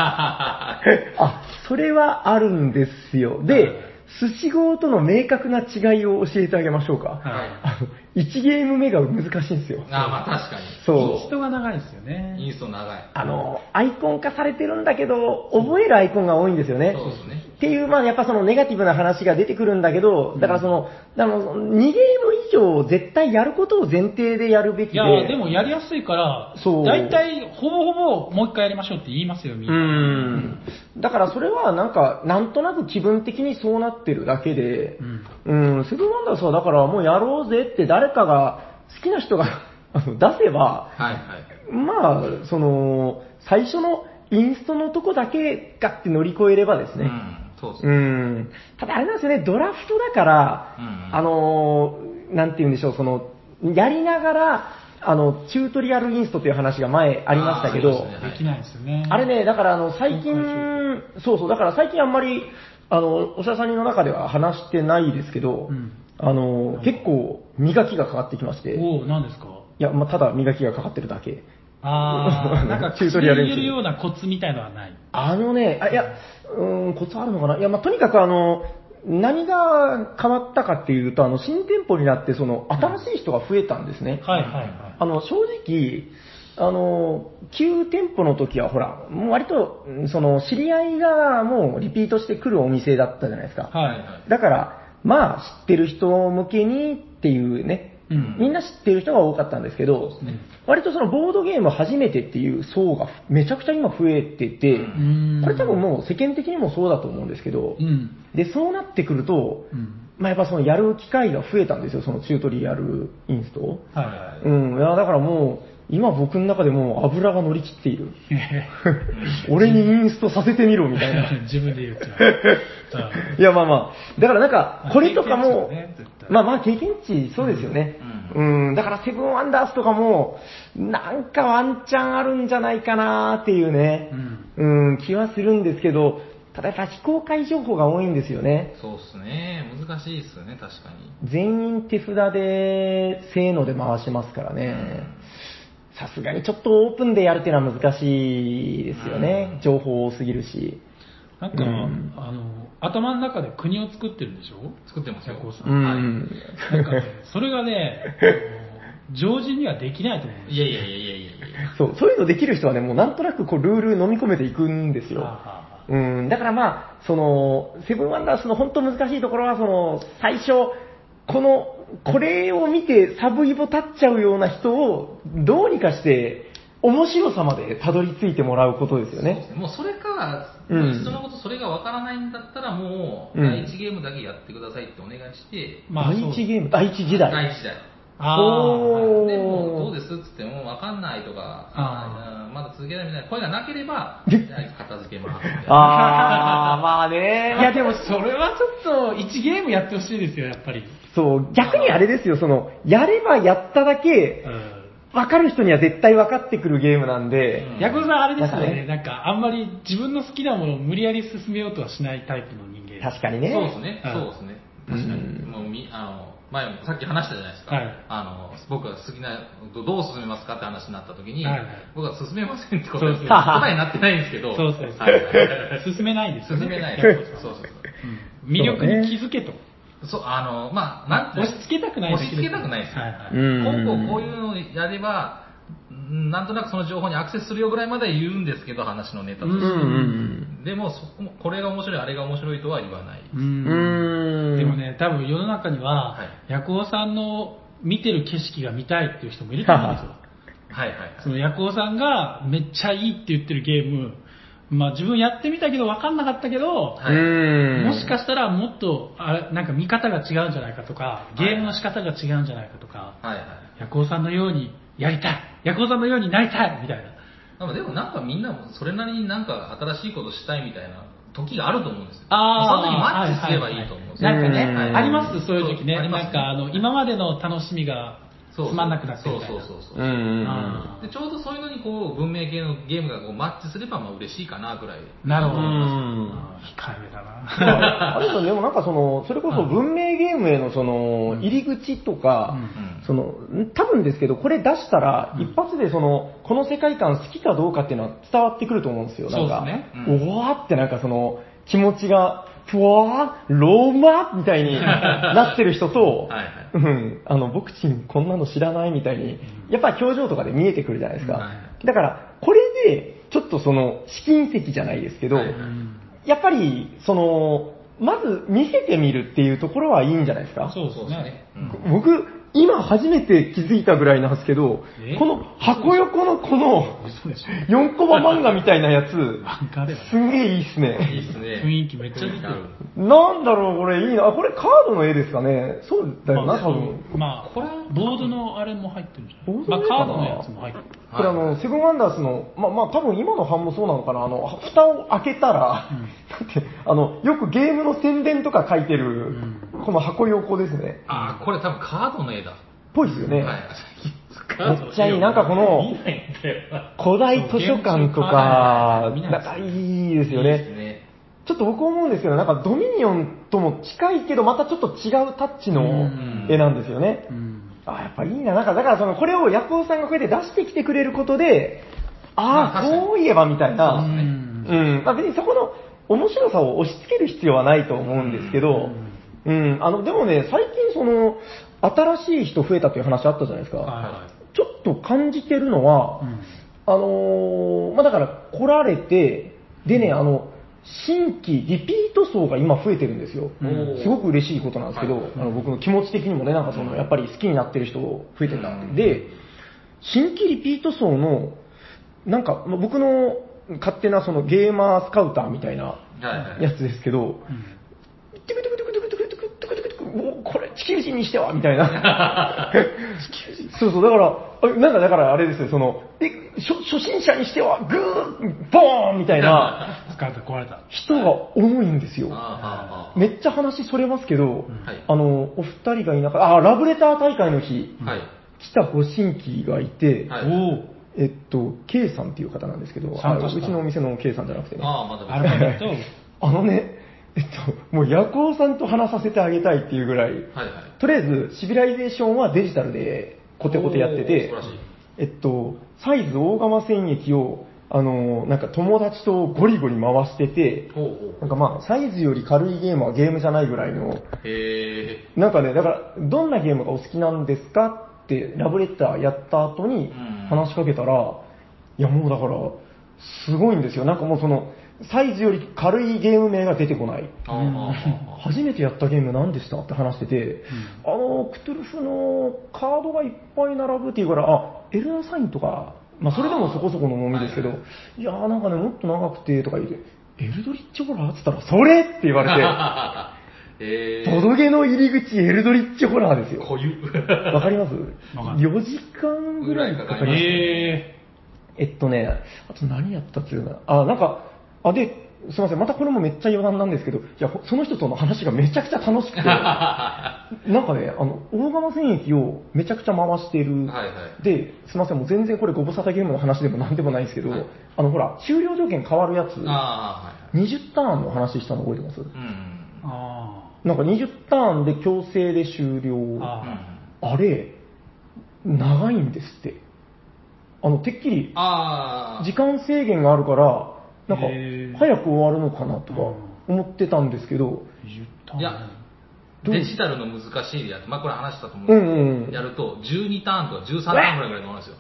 S2: あ、それはあるんですよ。で、寿司号との明確な違いを教えてあげましょうか。
S1: はい
S3: は
S2: [LAUGHS] 1ゲーム目が難しいんですよ
S3: い。。あ、まあ確かに。
S2: そう。
S1: 人が長いですよ
S3: イ
S1: ね。
S3: ンスト長い。
S2: あの、アイコン化されてるんだけど、覚えるアイコンが多いんですよね。
S3: そうですね。
S2: っていう、まあ、やっぱそのネガティブな話が出てくるんだけど、だからその、あの、2ゲーム以上絶対やることを前提でやるべき
S1: い
S2: で。
S1: や、でもやりやすいから、
S2: そう
S1: 大体、ほぼほぼもう一回やりましょうって言いますよ、みん
S2: う
S1: な。
S2: ん。だからそれはなんか、なんとなく気分的にそうなってるだけで、
S1: うん
S2: うん、セブンワンダースはだからもうやろうぜって誰かが、好きな人が [LAUGHS] あの出せば、
S3: はいはい。
S2: まあ、その、最初のインストのとこだけがって乗り越えればです
S3: う
S2: ね、
S3: ん、そうです
S2: う
S3: ね。
S2: ん。ただあれなんですよね、ドラフトだから、
S3: うん
S2: あのー、なんて言うんでしょう、その、やりながら、あの、チュートリアルインストという話が前ありましたけ
S3: あー
S2: ど、
S3: ありましたね
S1: できないですよね。
S2: あれね、だからあの、最近
S1: 公開、
S2: そうそう、だから最近あんまり、あの、おしゃさんの中では話してないですけど、
S1: うん
S2: あの、結構磨きがかかってきまして、い
S1: おお、何ですか
S2: や、まあ、ただ磨きがかかってるだけ。
S1: ああ、なんか、
S2: チュート
S1: 入
S2: リアル
S1: れるようなコツみたいのはない。
S2: あのね、あいや、うーん、コツあるのかないや、まあ、とにかくあの、何が変わったかっていうと、あの、新店舗になって、その、新しい人が増えたんですね。
S1: はいはいはい。
S2: あの、正直、あの、旧店舗の時は、ほら、もう割と、うんその、知り合いがもうリピートしてくるお店だったじゃないですか。
S1: はい
S3: はいはい
S2: だから、まあ、知ってる人向けにっていうね、
S1: うん
S2: みんな知ってる人が多かったんですけど、割とそのボードゲーム初めてっていう層がめちゃくちゃ今増えてて、
S3: う
S1: うーん
S2: これ多分もう世間的にもそうだと思うんですけど、
S1: うん。
S2: で、そうなってくると、
S1: うん。
S2: まあやっぱそのやる機会が増えたんですよ、そのチュートリアルインストを。
S1: はい
S3: は
S1: はい
S2: うん、いやだからもう、今僕の中でもう油が乗り切って
S1: [LAUGHS]
S2: いる。
S1: い。
S2: 俺にインストさせてみろみたいな。
S1: [LAUGHS] 自分で言っちゃ
S2: [LAUGHS]
S1: う。うん
S2: いやまあまあ、だからなんか、これとか
S1: 経験値
S2: も
S1: だね絶、対
S2: まあまあ経験値、そうですよね。う、
S3: うん
S2: だからセブンワンダースとかも、なんかワンチャンあるんじゃないかなっていうね
S1: う、ん。
S2: うん、気はするんですけど、ただやっぱ非公開情報が多いんですよね。
S3: そうですね。難しいですね、確かに。
S2: 全員手札で、せーので回しますからね。さすがにちょっとオープンでやるっていうのは難しいですよ
S3: う
S2: ね
S3: ん。
S2: 情報多すぎるし。
S1: なんか、
S2: うん
S1: あの、頭の中で国を作ってるんでし
S2: [LAUGHS]
S1: ょ
S3: 作ってますよ
S1: ヤ。コさ。
S2: うんん。
S1: なんかね、それがね、あの常人にはできないと思うんです
S3: いやいやいやいやいやいや。
S2: そう、そういうのできる人はね、もうなんとなくこうルール飲み込めていくんです
S1: よ。はあ
S2: よ。
S1: はあは
S2: うん、だからまあ、その、セブンワンダースの本当難しいところは、その、最初、この、これを見てサブイボ立っちゃうような人を、どうにかして、面白さまでたどり着いてもらうことですよ
S3: そうで
S2: ね。
S3: すねもうそれか、
S2: うん
S3: いっそのことそれがわからないんだったら、もう、
S2: うん
S3: 第1ゲームだけやってくださいってお願いして、
S1: まあ
S2: 第一ゲーム、第一時代。
S3: 第1時代。
S1: あ。あ
S2: おー
S3: でもうどうですって言ってもわかんないとか、
S1: あ
S3: あーまだ続けないみたいな声がなければ、
S2: で
S3: 片付け [LAUGHS] ますみたいな。
S2: あー、ま
S1: [LAUGHS]
S2: あね。
S1: あ。いやでもそれはちょっと1ゲームやってほしいですよ、やっぱり。
S2: そう、逆にあれですよ、その、やればやっただけ、
S1: うん。
S2: わかる人には絶対わかってくるゲームなんで、
S3: うん
S1: ヤコさんあれですよ
S2: なんか
S1: ね、
S2: ね
S1: なんかあんまり自分の好きなものを無理やり進めようとはしないタイプの人間。
S2: 確かに
S3: そう
S2: ね。
S3: ですね
S1: う、ん
S3: そうですね。確かに。
S2: うん
S3: もうみあの前もさっき話したじゃないですか、
S1: はい
S3: あの僕が好きなどどう進めますかって話になった時に、
S1: はいはい
S3: 僕は進めませんってこ
S1: そ
S3: と
S1: う
S3: で
S1: そう
S3: 答えになってないんですけど
S1: そうそうそう
S3: はいはいはい
S1: 進めないですよね
S3: 進めない
S1: そう
S3: そうそうそう
S1: うん魅力に気づけと、
S3: そうあのまあなんて
S1: 押し付けたくないだ
S3: 押
S1: け
S3: し
S1: です
S3: 付けたくないですよ、
S1: はいはい
S2: うん
S3: こうこうこういうのをやればうんなんとなくその情報にアクセスするよぐらいまでは言うんですけど話のネタ
S2: う
S3: として、
S2: ん
S3: でもそこもこれが面白いあれが面白いとは言わない、
S1: うん
S2: うんうん。
S1: でも。ね、多分世の中には
S3: はい、
S1: ヤクオさんの見てる景色が見たいっていう人もいると思うんですよ。
S3: はいはいはい
S1: そのヤクオさんがめっちゃいいって言ってるゲーム、まあ自分やってみたけど分かんなかったけど、
S3: はい
S2: うん。
S1: もしかしたらもっとあなんか見方が違うんじゃないかとか、ゲームの仕方が違うんじゃないかとか、
S3: はいはい
S1: ヤクオさんのようにやりたい、ヤクオさんのようになりたいみたいな。
S3: でもでもなんかみんなもそれなりになんか新しいことしたいみたいな時があると思うんですよ。まあその時にマッチすればいいと思うんですよ。
S1: はははなんか
S2: う
S1: ね、
S2: ん
S1: あります、そういう時ね。
S3: そうあります
S1: なんかあの、今までの楽しみがつ
S3: そう
S1: まんなくなってみたいな。
S3: そうそうそう
S2: う
S3: そうん
S2: うんうん。
S1: あー
S3: でちょうどそういうのにこう文明系のゲームがこうマッチすればまあ嬉しいかなぐらい。
S1: なるほど。
S2: うん
S1: 控えめだな。
S2: あれですよねでもなんかその、それこそ文明ゲームへのその、入り口とか、
S3: うん
S2: その、多分ですけど、これ出したら、
S1: うん
S2: 一発でその、この世界観好きかどうかっていうのは伝わってくると思うんですよ。なんか、
S1: そうですね
S3: うん
S2: おわーってなんかその、気持ちが、ふわー、ローマみたい
S3: [LAUGHS]
S2: になってる人と、
S3: はいはい
S2: うん、あの、僕ちんこんなの知らないみたいに、やっぱ表情とかで見えてくるじゃないですか。
S1: うんは
S2: だから、これで、ちょっとその、試金石じゃないですけど、
S3: はいはい
S2: やっぱり、その、まず見せてみるっていうところはいいんじゃないですか
S1: そうですね。
S3: うん
S2: 僕、今初めて気づいたぐらいなんですけど
S1: え、
S2: この箱横のこの
S1: 嘘でしょ。
S2: 4コマ漫画みたいなやつ、
S1: 漫画では
S2: すんげえいいっす
S3: い
S2: ね。
S3: いですね。
S1: 雰囲気めっちゃ似てる
S3: 雰囲気ある。
S2: なんだろう、これいいな。あこれカードの絵ですかねそうだよな、多分。
S1: まあ、
S3: これ
S1: ボードのあれも入ってるんじゃない
S2: ボードの絵
S1: まあ、
S2: かな
S1: カードのやつも入ってる。
S2: これあの、セブンワンダースの、まあまあ多分今の版もそうなのかな、あの、蓋を開けたら、だって、あの、よくゲームの宣伝とか書いてる、この箱横ですね。
S3: ああ、これ多分カードの絵だ。
S2: ぽいですよね。
S3: はい。
S2: めっちゃいい。なんかこの、古代図書館とか、
S1: そう
S2: なんかいいですよね。
S3: ね。
S2: ちょっと僕思うんですけど、なんかドミニオンとも近いけど、またちょっと違うタッチの
S1: ん
S2: 絵なんですよね。
S1: うん。
S2: あ、やっぱいいな。なんか、だからその、これをヤクオさんがこうやって出してきてくれることで、あ
S3: まあ
S2: あ、
S3: 確かに
S2: そういえばみたいな。
S3: そうですね
S2: うん。まあ別にそこの面白さを押し付ける必要はないと思うんですけど、うん。あの、でもね、最近その、新しい人増えたという話あったじゃないですか。
S1: は
S2: ちょっと感じてるのは、
S1: いはい。
S2: あのーまあ、だから来られて、でね、あの、新規リピート層が今増えてるんですよ。
S1: うん
S2: すごく嬉しいことなんですけど、
S3: はい
S2: あの僕の気持ち的にもね、なんかその、やっぱり好きになってる人増えてたんで、で、新規リピート層の、なんか、まあ僕の勝手なそのゲーマースカウターみたいな
S3: はいはい。
S2: やつですけど、
S1: うん。
S2: トゥクトゥクトゥクトゥクトゥクトゥクトゥクトゥクトゥクおーこれ地球人にしてはみたいな。そうそう、だから、あなんかだからあれですよ、その、え、初初心者にしてはグー、ボーンみたいな
S1: スカート壊れた。
S2: 人が多いんです
S3: ああ
S2: よ。
S3: あああ
S2: めっちゃ話それますけど、
S1: ん
S3: はい
S2: あの、お二人がいなかった、あ、ラブレター大会の日、
S3: あはい。
S2: 来たご新規がいて、
S3: はい
S1: おお。
S2: えっと、K さんっていう方なんですけど、あ
S1: 参
S2: の
S1: 加
S2: う
S1: した
S2: ちのお店の K さんじゃなくてね。
S3: ああ、まだ
S1: アルファベットを。
S2: あのね、えっと、もう夜行さんと話させてあげたいっていうぐらい、
S3: はいはい。
S2: とりあえずシビライゼーションはデジタルでコテコテやってて
S3: おー素晴らしい、
S2: えっと、サイズ大釜戦役を、あの、なんか友達とゴリゴリ回してて、
S3: ほう
S2: な
S3: ほ
S2: ん
S3: う。
S2: かまあ、サイズより軽いゲームはゲームじゃないぐらいの、
S3: へえ。
S2: なんかね、だから、どんなゲームがお好きなんですかって、ラブレターやった後に
S3: ん
S2: 話しかけたら、いやもうだから、すごいんですよ。なんかもうその、サイズより軽いゲーム名が出てこない。
S3: ああああああ
S2: 初めてやったゲーム何でしたって話してて、あの、クトゥルフのカードがいっぱい並ぶっていうから、あ、エルダーサインとか、まあそれでもそこそこの重みですけど、
S3: はい
S2: いやーなんかね、もっと長くてとか言って、エルドリッチホラーって言ったら、それって言われ
S3: [LAUGHS]
S1: [LAUGHS]
S3: え
S2: て、
S3: ー、
S2: ボドゲの入り口エルドリッチホラーですよ。
S3: こゆ。
S2: わかります
S1: わかんない
S2: ?4 時間ぐらいかかりましたね。
S1: え
S2: えっとね、あと何やったっつうのあ、なんか、あ、で、すみません、またこれもめっちゃ余談なんですけど、いや、ほその人との話がめちゃくちゃ楽
S3: [LAUGHS]
S2: しくて、なんかね、あの、大釜戦役をめちゃくちゃ回してる。
S3: [LAUGHS] はいは
S2: で、すみません、もう全然これご無沙汰ゲームの話でもなんでもないんですけど、
S3: はい
S2: あの、ほら、終了条件変わるやつ、
S3: ああ、はいはい。
S2: 20ターンの話したの覚えてます
S3: うん。
S1: ー。あ
S2: なんか20ターンで強制で終了。
S1: あ
S2: あれ、長いんですって。あの、てっきり
S3: ああ。
S2: 時間制限があるから、なんか
S1: へー
S2: 早く終わるのかなとか思ってたんですけど、
S1: 20ターン
S3: いや
S2: どう
S3: デジタルの難しいでやって、まあこれ話したと思うん
S2: うん
S3: ですけど、
S2: うんうん。
S3: やると12ターンとか13ターンぐらいまで回るんですよ。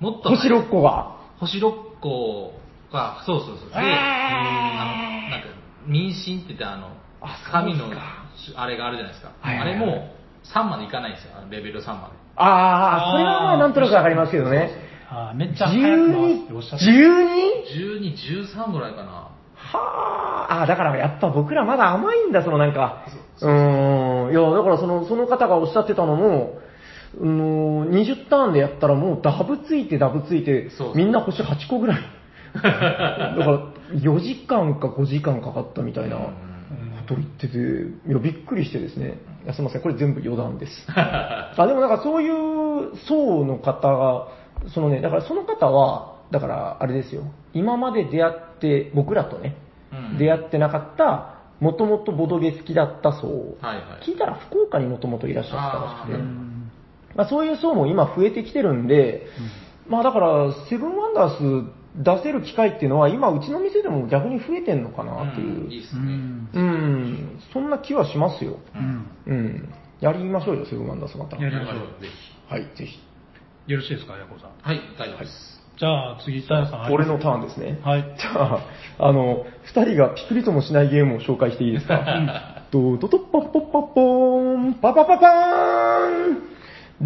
S3: もっと
S2: 星6個が。
S3: 星6個が、そうそうそう。
S2: えー
S3: で、あの、なんか、民進って言ってあの
S2: あ、そうで
S3: 神
S2: す
S3: の
S2: か
S3: あれがあるじゃないですか。
S2: はい
S3: あ
S2: はいはい
S3: れも3までいかないんですよ、あのレベル3まで。
S2: あ
S1: あー
S2: あ、それはまあなんとなくわかりますけどね。
S1: あーめっちゃ早く回すっ
S2: 12
S1: ておっしゃってた
S2: ?12?
S3: 12、13ぐらいかな。
S2: はあ、あだからやっぱ僕らまだ甘いんだ、そのなんか。うーん。いや、だからその、その方がおっしゃってたのも、うーん、20ターンでやったらもうダブついてダブついて
S3: そうそ、う
S2: みんな星8個ぐ [LAUGHS] らい。だから、4時間か5時間かかったみたいなこ
S3: うん
S2: と言ってて、いや、びっくりしてですね。いやすいません、これ全部余談です。
S3: [LAUGHS]
S2: あでもなんかそういう層の方が、そのね、だからその方は、だからあれですよ、今まで出会って、僕らとね、
S3: うん
S2: 出会ってなかった、もともとボドゲ好きだった層、
S3: はいはい。
S2: 聞いたら福岡にもともといらっしゃってた
S1: う
S2: らしくて、
S1: ん
S2: まあ、そういう層も今増えてきてるんで、まあだから、セブンワンダース出せる機会っていうのは、今うちの店でも逆に増えてんのかなっていう
S3: うんいいっ
S2: う、
S3: すね。
S2: うん、そんな気はしますよ。
S1: う
S3: うんん
S2: うん、やりましょうよ、セブンワンダースまた。
S1: や
S3: や
S1: り
S3: り
S1: まし
S3: まし
S1: ょ
S3: ょ
S1: う
S3: う、ぜひ。
S2: はい、ぜひ。
S1: よろしいですかヤコウさん
S3: はい、大丈夫です。
S1: じゃあ次タヤさんありま
S2: 俺
S1: す
S2: のターンですね。
S1: はい
S2: じゃあ、あの、二人がピクリともしないゲームを紹介していいですかドドドッパッポッパッポーン、パパパパーン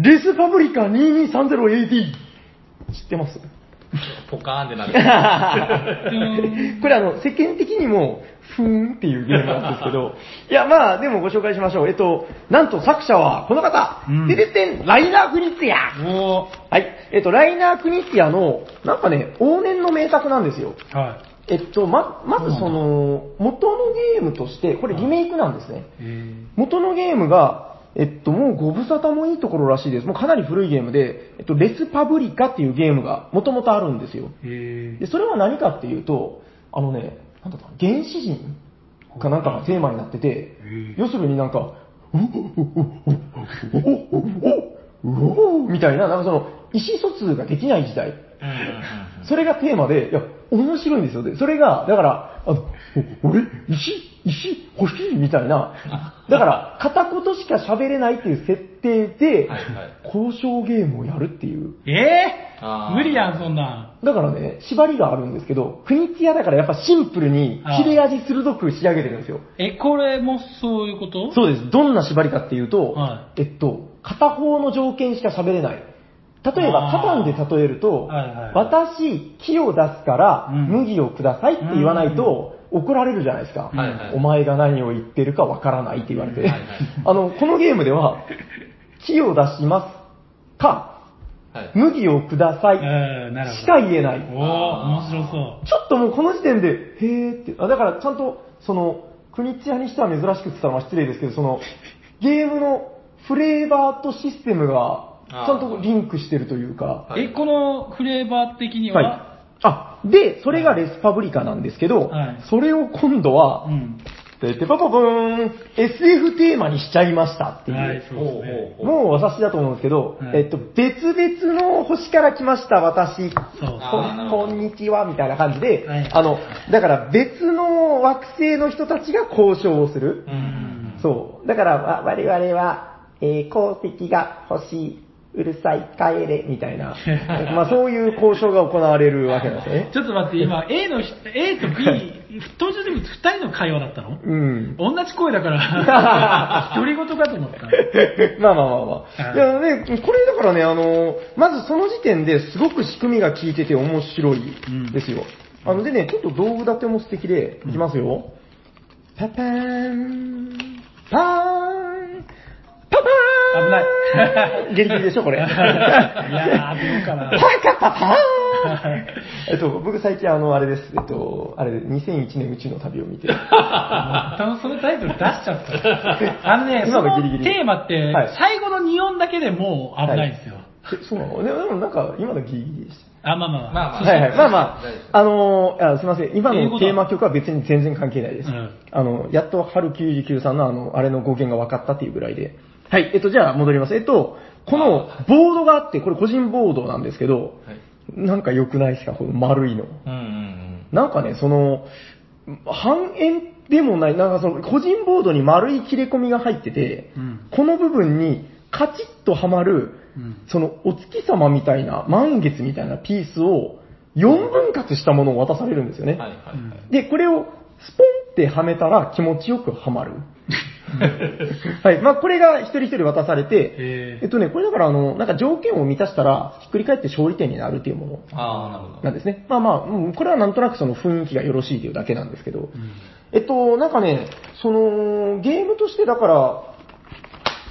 S2: レスパブリカ 2230AD! 知ってます
S3: ポカーンってなる。
S2: [LAUGHS] これあの、世間的にも、ふーんっていうゲームなんです
S1: [LAUGHS]
S2: けど、いや、まあ、でもご紹介しましょう。えっと、なんと作者はこの方、
S1: うん
S2: てててん、ライナー・グニッツヤ
S1: おお
S2: はい、えっと、ライナー・クニッティアの、なんかね、往年の名作なんですよ。
S1: は
S2: えっと、ま、まずその、元のゲームとして、これリメイクなんですね。
S1: いえ
S2: 元のゲームが、えっと、もうご無沙汰もいいところらしいです。もうかなり古いゲームで、えっと、レスパブリカっていうゲームがもともとあるんですよ。
S1: ー、え
S2: で、それは何かっていうと、あのね、なんだったかな原始人かなんかがテーマになってて
S1: へえ、
S2: 要するになんか、うおおおおおおおおみたいな、なんかその、意思疎通ができない時代。
S3: うんうんうん
S2: それがテーマで、いや、面白いんですよ。で、それが、だから、あの、お俺、石、石欲しいみたいな。だから、片言しか喋れないっていう設定で
S3: はいは、
S2: 交渉ゲームをやるっていう。
S1: ー、え
S3: あ
S1: ー、
S3: ー
S1: 無理やんそんなん
S2: だからね、縛りがあるんですけど、クニティアだからやっぱシンプルに
S1: あー
S2: 切れ味鋭く仕上げてるんですよ。
S1: えこれもそういうこと
S2: そうです。どんな縛りかっていうと、
S1: は
S2: えっと、片方の条件しか喋れない。例えば、カタ
S1: あ
S2: ン
S1: ー
S2: で例えると、
S1: はいはいはい
S2: 私、木を出すから、
S1: うん
S2: 麦をくださいって言わないと、怒られるじゃないですか、
S3: はいはい
S2: お前が何を言ってるかわからないって言われて、
S3: はいはい
S2: [LAUGHS] あの、このゲームでは、木を出しますか、
S3: はい。
S2: 麦をください
S1: えー、なるほど
S2: しか言えない。
S1: おお面白そう
S2: ちょっともうこの時点で、へーって、あだからちゃんと、その、国チアにしては珍しくって言ったらまあ失礼ですけど、その、ゲームのフレーバーとシステムが、ち
S3: あー
S2: ゃんとリンクしてるというか、
S3: はい
S1: え、このフレーバー的には、
S2: はい。あ、で、それがレスパブリカなんですけど、
S1: はい
S2: それを今度は
S1: う、ん。
S2: ててぱぱぷーん、SF テーマにしちゃいましたっていう。
S1: はい、そうですね。
S3: おうおうおう
S2: もう私だと思うんですけど、
S1: はい
S2: えっと、別々の星から来ました、私。
S1: そう
S2: こ
S3: あーな
S2: ん
S3: るほど
S2: こんにちは、みたいな感じで、
S1: はい
S2: あの、だから別の惑星の人たちが交渉をする。
S3: うんうん
S2: そう。だから、わ我々は、えー鉱石が欲しい、うるさい、帰れ、みた
S1: [LAUGHS]
S2: いな。まあそういう交渉が行われるわけなんですよね。
S1: ちょっと待って、今、A の人、A と B、登場人物2人の会話だったの
S2: うん。
S1: 同じ声だ [LAUGHS] から、独り言かと思った。
S2: [LAUGHS] まあまあまあまあ。いやね、これだからね、あの、まずその時点ですごく仕組みが効いてて面白いですよ。あのでね、ちょっと道具立ても素敵で、いきますよ。パパーン、パーン、パパーン
S1: 危ない
S2: [LAUGHS] い。ギリギリでしょ、これ。
S1: いやーどうかな
S2: [LAUGHS] パカパパーンえっと、僕最近あの、あれです。えっと、あれ、2001年宇宙の旅を
S1: [LAUGHS]
S2: 見て。
S1: 多分そのタイトル出しちゃった。あのね、
S2: 今
S1: そ
S2: の
S1: の
S2: ギリギリ
S1: テーマって
S2: はい、
S1: 最後の2音だけでもう危ないんですよ。
S2: えそうなのでもでもなんか、今のギリギリでした。
S1: あ、まあまあまあ。
S3: まあ
S2: はいはい。まあま
S3: 大丈夫です
S2: あ、あのーあすみません。今
S1: っていうこ
S2: の
S1: と
S2: テーマ曲は別に全然関係ないです。
S1: うん
S2: あの、やっと春99さんのあの、あれの語源が分かったっていうぐらいで。はい。えっと、じゃあ戻ります。えっと、このボードがあって、これ個人ボードなんですけど、
S3: はい。
S2: なんか良くないですかこの丸いの。
S3: うんうん
S2: なんかね、その、半円でもない、なんかその、個人ボードに丸い切れ込みが入ってて、
S1: うん
S2: この部分にカチッとはまる、
S1: うん
S2: そのお月様みたいな、満月みたいなピースを4分割したものを渡されるんですよ
S3: う
S2: ね
S3: ん。。はいはいはい。
S2: で、これをスポンってはめたら気持ちよく
S1: [LAUGHS]
S2: はまる。はい。まあ、これが一人一人渡されて、
S1: え
S2: えっとね、これだからあの、なんか条件を満たしたらひっくり返って勝利点になるっていうもの
S3: ああ、なるほ
S2: な
S3: ど。
S2: んですね。まあまあ、うんこれはなんとなくその雰囲気がよろしいというだけなんですけど
S1: ー。うん
S2: えっと、なんかね、その、ゲームとしてだから、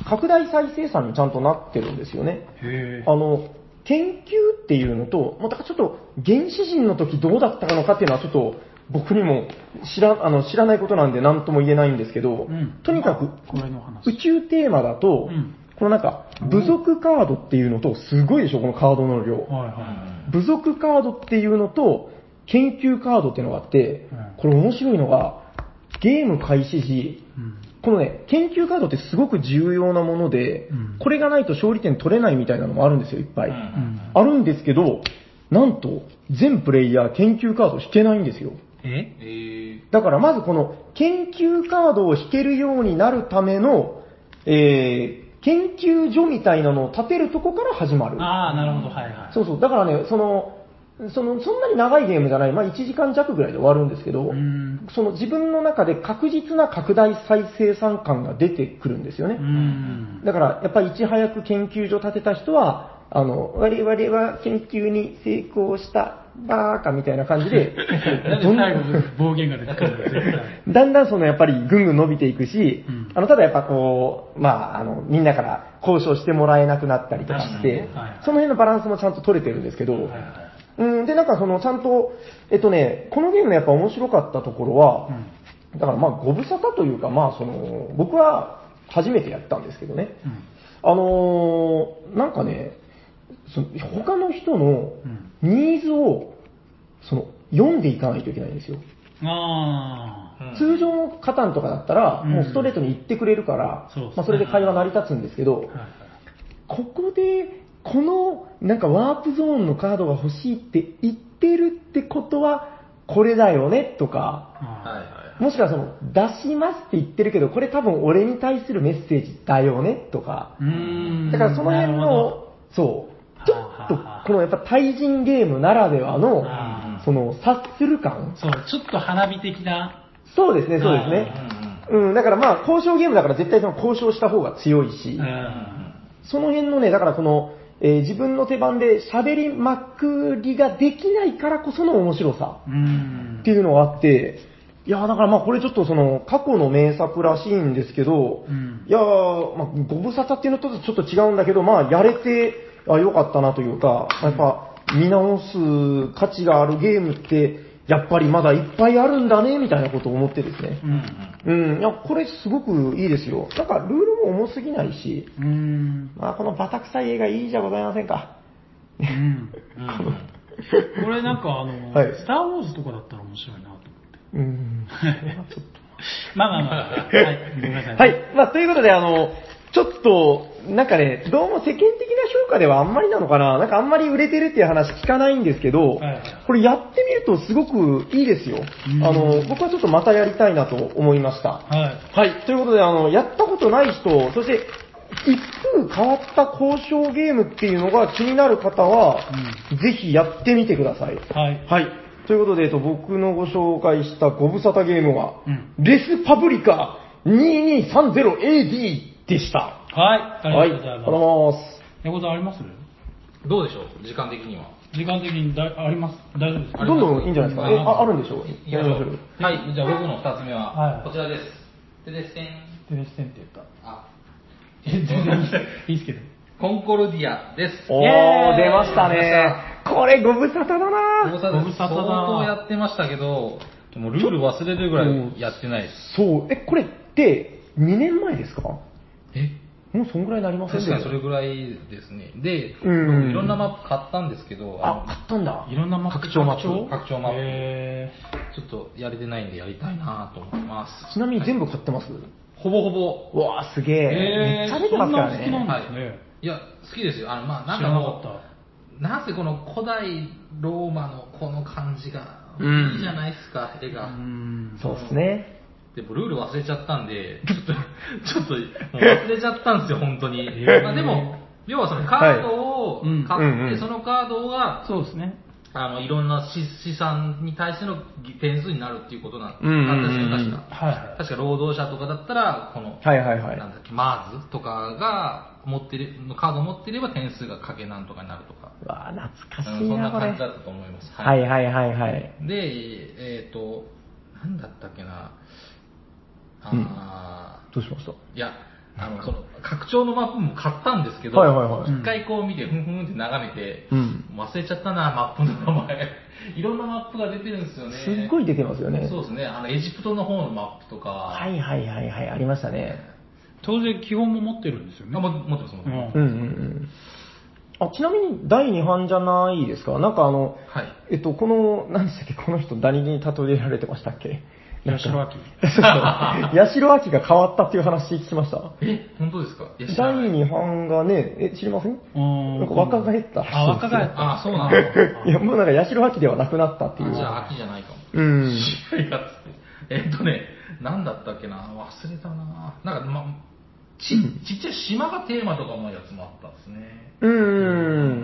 S2: 拡大再生産にちゃんとなってるんですよね。
S1: へー
S2: あの、研究っていうのと、まあだからちょっと原始人の時どうだったのかっていうのはちょっと僕にも知らあの知らないことなんで何とも言えないんですけど、
S1: うん
S2: とにか
S1: まあこれの
S2: く
S1: 話
S2: 宇宙テーマだと、
S1: うん
S2: このなんか部族カードっていうのと、すごいでしょ、このカードの
S1: は
S2: 量。
S1: い
S3: うん
S1: は
S2: 部族カードっていうのと、研究カードっていうのがあって
S1: うん、
S2: これ面白いのが、ゲーム開始時、
S1: い。うん
S2: このね、研究カードってすごく重要なもので、
S1: うん
S2: これがないと勝利点取れないみたいなのもあるんですよ、いっぱい。
S3: うん
S1: うん
S2: あるんですけど、なんと、全プレイヤー研究カード引けないんですよ。
S1: え
S3: え
S2: だからまずこの研究カードを引けるようになるための、えー、研究所みたいなのを建てるとこから始まる。
S1: ああ、なるほど、はいはい。
S2: そうそう。だからね、その、その、そんなに長いゲームじゃない、まあ1時間弱ぐらいで終わるんですけど、
S1: うん
S2: その自分の中で確実な拡大再生産感が出てくるんですよね。
S1: うん。
S2: だから、やっぱりいち早く研究所建てた人は、あの、我々は研究に成功した、バーカみたいな感じで
S1: [LAUGHS] なん、で
S2: どん
S1: 最後、暴言が出てくるんだ絶対
S2: だんだんそのやっぱりぐんぐん伸びていくし、
S1: うん
S2: あの、ただやっぱこう、まあ、あの、みんなから交渉してもらえなくなったりとかし
S1: 確かにね
S2: て、
S1: はいはい
S2: その辺のバランスもちゃんと取れてるんですけど、
S1: [LAUGHS] はいはい
S2: うん、で、なんかその、ちゃんと、えっとね、このゲームのやっぱ面白かったところは、
S1: うん
S2: だからまあ、ご無沙汰というか、まあ、その、僕は初めてやったんですけどね、
S1: うん
S2: あのーなんかね、その他の人の
S1: うん
S2: ニーズを、その、読んでいかないといけないんですよ。
S1: ああ。
S3: ー。
S2: 通常のカタンとかだったら、
S1: うん
S2: もうストレートに言ってくれるから、
S1: そうそう
S2: まあ、それで会話成り立つんですけど、
S1: はいはい
S2: ここで、この、なんかワープゾーンのカードが欲しいって言ってるってことは、これだよね、とか、
S3: はいは
S1: あ
S3: いはい。
S2: もしくはその、出しますって言ってるけど、これ多分俺に対するメッセージだよね、とか
S1: ーう、ん。
S2: だからその辺
S1: なるほど、
S2: の、そう、ちょっと
S1: はあはあ、
S2: このやっぱ対人ゲームならではの
S1: あ、
S3: ー
S2: その、察する感
S1: そう、ちょっと花火的な、
S2: そうですね、そうです
S1: は
S2: ね
S1: い。
S2: うん、だからまあ、交渉ゲームだから絶対その交渉した方が強いし、
S1: うん。
S2: その辺のね、だからこの、えー自分の手番で喋りまくりができないからこその面白さ
S1: うん
S2: っていうのがあって、いやーだからまあこれちょっとその過去の名作らしいんですけど、
S1: うん
S2: いやー、まあ、ご無沙汰っていうのとちょっと違うんだけど、まあやれて、あ、よかったなというか、まあやっぱ見直す価値があるゲームって、やっぱりまだいっぱいあるんだね、みたいなことを思ってですね。
S1: うん。
S2: うん、いや、これすごくいいですよ。なんかルールも重すぎないし、
S1: うん。
S2: まあ、このバタ臭い映画いいじゃございませんか。
S1: うん。
S3: うんうんうん
S1: これなんかあの、
S2: はい
S1: スター・ウォーズとかだったら面白いなと思って。
S2: うん。
S1: まあまあまあ。はい。ごめんなさい。
S2: は。い。まあ、ということで、あの、ちょっと、なんかね、どうも世間的な評価ではあんまりなのかな。なんかあんまり売れてるっていう話聞かないんですけど
S1: はい、
S2: これやってみるとすごくいいですよ。
S1: うん
S2: あの、僕はちょっとまたやりたいなと思いました。
S1: はい。
S2: はい。ということで、あの、やったことない人、そして、一風変わった交渉ゲームっていうのが気になる方は、ぜひやってみてください。
S1: はい。
S2: はい。ということで、えっと、僕のご紹介したご無沙汰ゲームは、
S1: うん
S2: レスパブリカ 2230AD でした。
S1: はい。ありがとう
S2: ありがとう
S1: ございます。猫
S2: ございます。
S1: さんあります
S3: どうでしょう時間的には。
S1: 時間的にだあります大丈夫ですか
S3: あり
S2: どん
S3: がとう
S2: どん
S3: ございます
S2: いいんじゃないですか。
S1: うん
S2: え、ああるんでしょう
S3: いきましょ
S2: やりましょ
S3: う。はい。じゃあ僕の二つ目
S1: は、
S3: はいこちらです。でですね
S1: テレステンって言った。
S3: あ、
S1: 全然いいですけど。
S3: コンコルディアです。
S2: うお
S1: イエー
S2: ー、
S1: イ
S2: 出ましたね。これご無沙汰だ
S3: ご無
S2: な
S3: 沙汰です
S1: ご無沙汰だ
S3: 相当やってましたけど、もうルール忘れるぐらいやってないです。
S2: そう、え、これって、2年前ですか
S3: え
S2: もうそんぐらいになりません
S3: 確
S2: で
S3: かにそれぐらいですね。で、
S2: うん
S3: いろんなマップ買ったんですけど、
S2: あ、
S3: の
S2: 買ったんだ。
S1: いろんなマップ
S3: 拡張マップ
S1: 拡
S3: 拡
S1: 張
S3: 張
S1: マ
S3: マ
S1: ッ
S3: ッ
S1: プ
S3: プ
S1: へ
S3: ちょっとやれてないんでやりたいなと思ってます。
S2: ちなみに全部買ってます、
S3: ほぼほ
S2: う
S3: ぼ。
S2: わあすげえ
S1: ー。
S2: めっちゃ出てますから
S1: そんなお好き
S2: ね。
S1: なんですね。
S3: いや、好きですよ。あの、まあ、なん
S1: 知
S3: から
S1: な
S3: も
S1: かった。
S3: う、なぜこの古代ローマのこの感じが、
S2: うん
S3: いいじゃないですか、絵が。
S1: ん
S2: そうですね。
S3: でもルール忘れちゃったん
S2: [LAUGHS]
S3: で、ちょっと、ちょっと、もう忘れちゃったんですよ、本当に。
S1: ー
S3: まあでも、要はそのカードを
S1: はいうん
S3: 買
S2: うんう
S3: っ
S2: ん
S3: て、そのカードが、
S1: そうですね。
S3: あの、いろんな資資産に対しての点数になるっていうことなん
S2: うんうんうん
S3: なんですよ、確か。
S1: はいはい。
S3: 確か労働者とかだったら、この、
S2: はいはいはい
S3: な。んだっけ、マーズとかが、持ってる、カードを持ってれば点数がかけなんとかになるとか、
S2: うわあ懐
S3: う
S2: か
S3: ん
S2: しい
S3: そん
S2: な、
S3: な
S2: これ。
S3: 感じだ
S2: は
S3: ったと思います。
S2: いはいはいはい。
S3: で、えっ、と、なんだったっけな、あ
S2: どうしました
S3: ーいや、あの、その、拡張のマップも買ったんですけど、
S2: はいはいはい
S3: 一回こう見て、ふんふんって眺めて、
S2: うん
S3: 忘れちゃったな、マップの名前。 [LAUGHS] いろんなマップが出てるんですよね。
S2: すっごい出てますよね。
S3: そうですね、あの、エジプトの方のマップとか、
S2: はいはいはいはい、ありましたね。
S1: 当然、基本も持ってるんですよ
S3: あ
S1: ね。
S3: も持ってます、持ってま
S2: う
S3: す。
S1: う
S2: んうん
S1: ん
S2: うん。あ、ちなみに第2版じゃないですかなんかあの、
S3: はい。
S2: えっと、この、何でしたっけこの人、誰に例えられてましたっけ
S1: 八代亜紀。
S2: ヤシロアキが変わったっていう話聞きました。
S3: え、本当ですかいや知ら
S2: 第
S3: ない
S2: 2版がね、え、知りません
S1: うん
S2: なんか若返ったらしいですよ
S1: あ、若返った。
S3: あ、そう
S2: [LAUGHS]
S3: なの。
S2: いや、もうなんか八代亜紀ではなくなったっていう。
S3: あじゃあ、秋じゃないかも。
S2: うん。
S3: いやいやつってえっとね、なんだったっけな、忘れたな。なんか、ま、ちちっちゃい島がテーマとかのやつもあったんですね。
S2: う。
S3: うん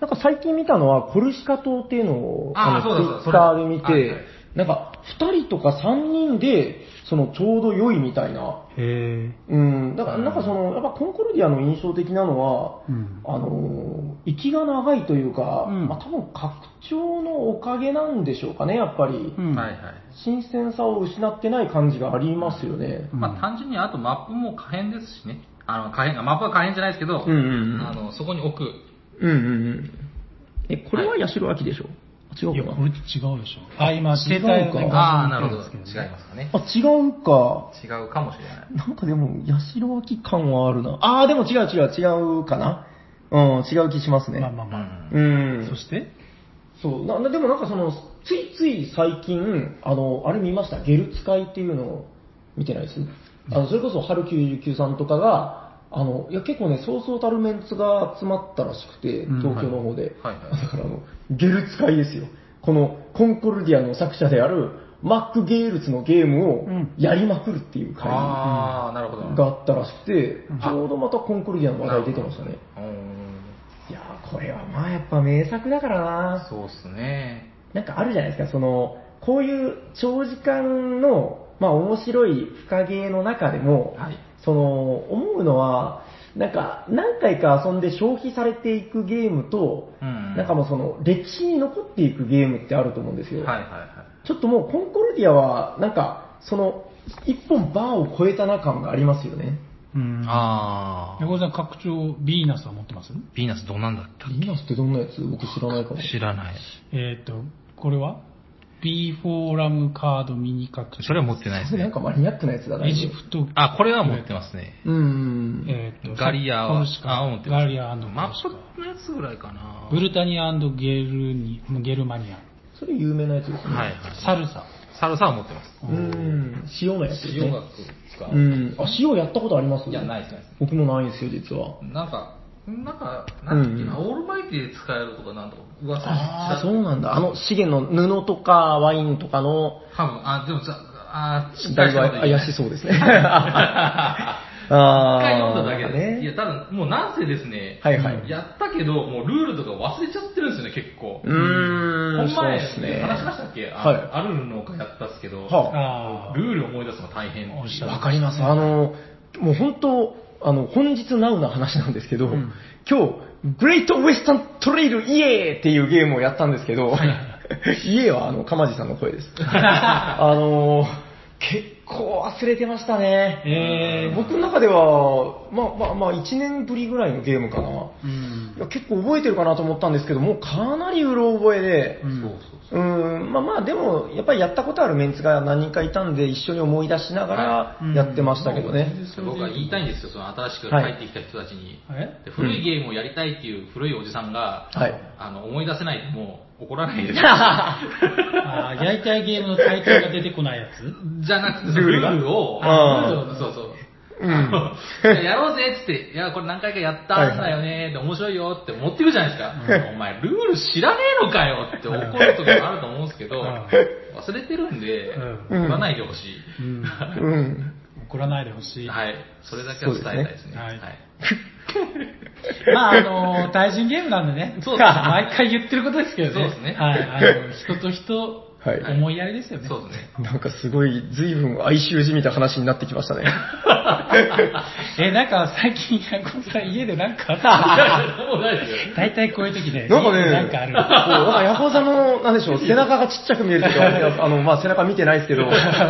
S2: なんか最近見たのは、コルシカ島っていうのを、
S3: あ
S2: の、
S3: そうだそうだ
S2: ツイッターで見
S3: それはいは
S2: て
S3: い、
S2: なんか、二人とか三人で、その、ちょうど良いみたいな。
S1: へえ。
S2: うん。だから、なんかその、やっぱコンコルディアの印象的なのは、
S1: うん。
S2: あのー、息が長いというか、
S1: うん
S2: まあ多分拡張のおかげなんでしょうかね、やっぱり。
S1: うん
S3: はいはい。
S2: 新鮮さを失ってない感じがありますよね。
S3: まあ単純にあとマップも可変ですしね。あの、可変、マップは可変じゃないですけど、
S2: うんうんうん
S3: あの、そこに置く。
S2: うんうんうん。え、これは八代亜紀でしょ、
S1: い
S2: 違
S1: や、
S2: うか
S1: こ
S2: な
S1: れって違うでしょ。あ、今、
S2: 違うか
S3: ああ、なるほど。違います
S1: ね
S3: かね。
S2: あ、違うか。
S3: 違うかもしれな
S2: な
S3: い。
S2: んかでも、八代亜紀感はあるな。あー、でも違う違う違うかな。うん、違う気しますね。
S1: まあまあまあ。
S3: うん
S2: うん。
S1: そして
S2: そうななでもなんかその、ついつい最近、あの、あれ見ました、ゲルツ会っていうのを見てないですあの、それこそ春99さんとかが、あの、いや結構ね、そうそうたるメンツが集まったらしくて、
S1: うん
S2: 東京の方で。
S3: はいはいはい
S2: だからあの、ゲルツ会ですよ。この、コンコルディアの作者である、マック・ゲールツのゲームを
S1: うん
S2: やりまくるっていう会が
S3: ああ、なるほど。
S2: あったらしくて
S1: うん、
S2: ちょうどまたコンコルディアの話題出てましたね。
S3: うん
S2: いやー、これはまあやっぱ名作だからな
S3: そうっすね。
S2: なんかあるじゃないですか、その、こういう長時間の、まあ面白い深芸の中でも、
S3: はい。
S2: その、思うのは、なんか、何回か遊んで消費されていくゲームと、
S3: うん
S2: なんかもうその、歴史に残っていくゲームってあると思うんですよ。
S3: はいはいはい。
S2: ちょっともうコンコルディアは、なんか、その、一本バーを超えたな感がありますよね。
S1: うん。
S3: ああ。
S1: 横尾さん、拡張、ビーナスは持ってます
S3: ヴィーナスどうなんだった
S2: ビーナスってどんなやつ僕知らないかも。
S3: 知らない。
S1: えっと、これは ?B4 ラムカードミニ拡張。
S3: それは持ってないです
S2: それなん
S3: ね。
S2: かマニアックなやつだな。
S1: エジプト、
S3: あ、これは持ってますね。
S2: うんうんうん。
S1: えっと、
S3: ガリアは
S1: コルシ、カ
S3: あ、持ってます。
S1: ガリア
S3: マ
S1: コルシカ
S3: ップのやつぐらいかな。
S1: ブルタニアゲルニ、ゲルマニア。
S2: それ有名なやつですね。
S3: はいはい。
S1: サルサ。
S3: サルサは持ってます。
S2: うん、塩のやつですね。
S3: 塩がか。
S2: うん。あ、塩やったことあります
S3: いや、ないですね。
S2: 僕もないんですよ、実は。
S3: なんか、なんか、なんだっけな、
S2: う
S3: オールマイティで使えるとかなんとか、噂
S2: ああ、そ
S3: 多
S2: うなんだ。あの、資源の布とかワインとかの、
S3: 分、あ、でもさ、あー、しっ
S2: だ
S3: かり
S2: いぶ
S3: したこと言
S2: 怪
S3: え [LAUGHS] ない
S2: しそうですね。ああ
S3: 一回飲んだだけです。い
S2: ね。
S3: や、ただ、もうなんせですね、
S2: はいはい
S3: やったけど、もうルールとか忘れちゃってるんですよね、結構。
S2: うーん、
S3: この前、
S2: そうですね。
S3: 話しましたっけあ
S2: はい
S3: アルルの丘やったっすけど、
S2: は
S1: あ
S3: ルール思い出すのが大変。
S1: おっしゃ
S2: あ、
S1: る
S2: わかります。あの、もう本当、あの、本日ナウな話なんですけど、
S1: ん
S2: 今日、グレートウェスタントレイルイエーっていうゲームをやったんですけど、イエーはあの、かまじさんの声です。あの、結構忘れてましたね。
S1: えー
S2: 僕の中では、まあまあまあ1年ぶりぐらいのゲームかな。
S1: うん
S2: いや結構覚えてるかなと思ったんですけど、もうかなりうろ覚えで、
S1: うん
S3: そうそう
S2: うーん、まあまあでも、やっぱりやったことあるメンツが何人かいたんで、一緒に思い出しなが
S1: はい
S2: らやってましたけどね。
S3: そう。僕は言いたいんですよ、その新しく入ってきた人たちに。
S1: え
S3: で古いゲームをやりたいっていう古いおじさんが、
S2: はい。
S3: あの思い出せないともう怒らないです。
S1: あーやりたいゲームのタイトルが出てこないやつ
S3: じゃなくて、
S2: ルール
S3: ル
S2: が
S3: ールを、
S1: ー
S2: あ
S3: ルールをそうそう。
S2: うん
S3: あのやろうぜっつって、いや、これ何回かやったんだよね、で面白いよって持ってくじゃないですか。お前、ルール知らねえのかよって怒るとかもあると思うんですけど、
S1: うん
S3: 忘れてるんで、
S1: う
S3: 怒
S2: ん
S3: らないでほし
S1: う
S3: い。
S1: ん
S2: うん。
S1: 怒らないでほしい。
S3: はい。それだけは伝えたいです
S1: そうです
S3: ね。
S1: ね
S3: はい
S1: まあ、あの、対人ゲームなんでね。
S3: そうですね
S1: 毎回言ってることですけどね。
S3: そうですね
S1: はい。あの、人と人、
S2: はい
S1: 思いやりですよね。
S3: そうですね。
S2: なんかすごい、随分哀愁じみた話に [LAUGHS] なってきましたね。
S1: え、なんか最近、ヤコブさん家でなんかあっ
S3: もうないですよ
S1: た大体こういう時ね、
S2: なんかね、
S1: なんかある。
S2: そうなんかヤコウさんの、なんでしょう、背中がちっちゃく見えると
S1: [LAUGHS]
S2: か、あの、まあ背中見てないですけど、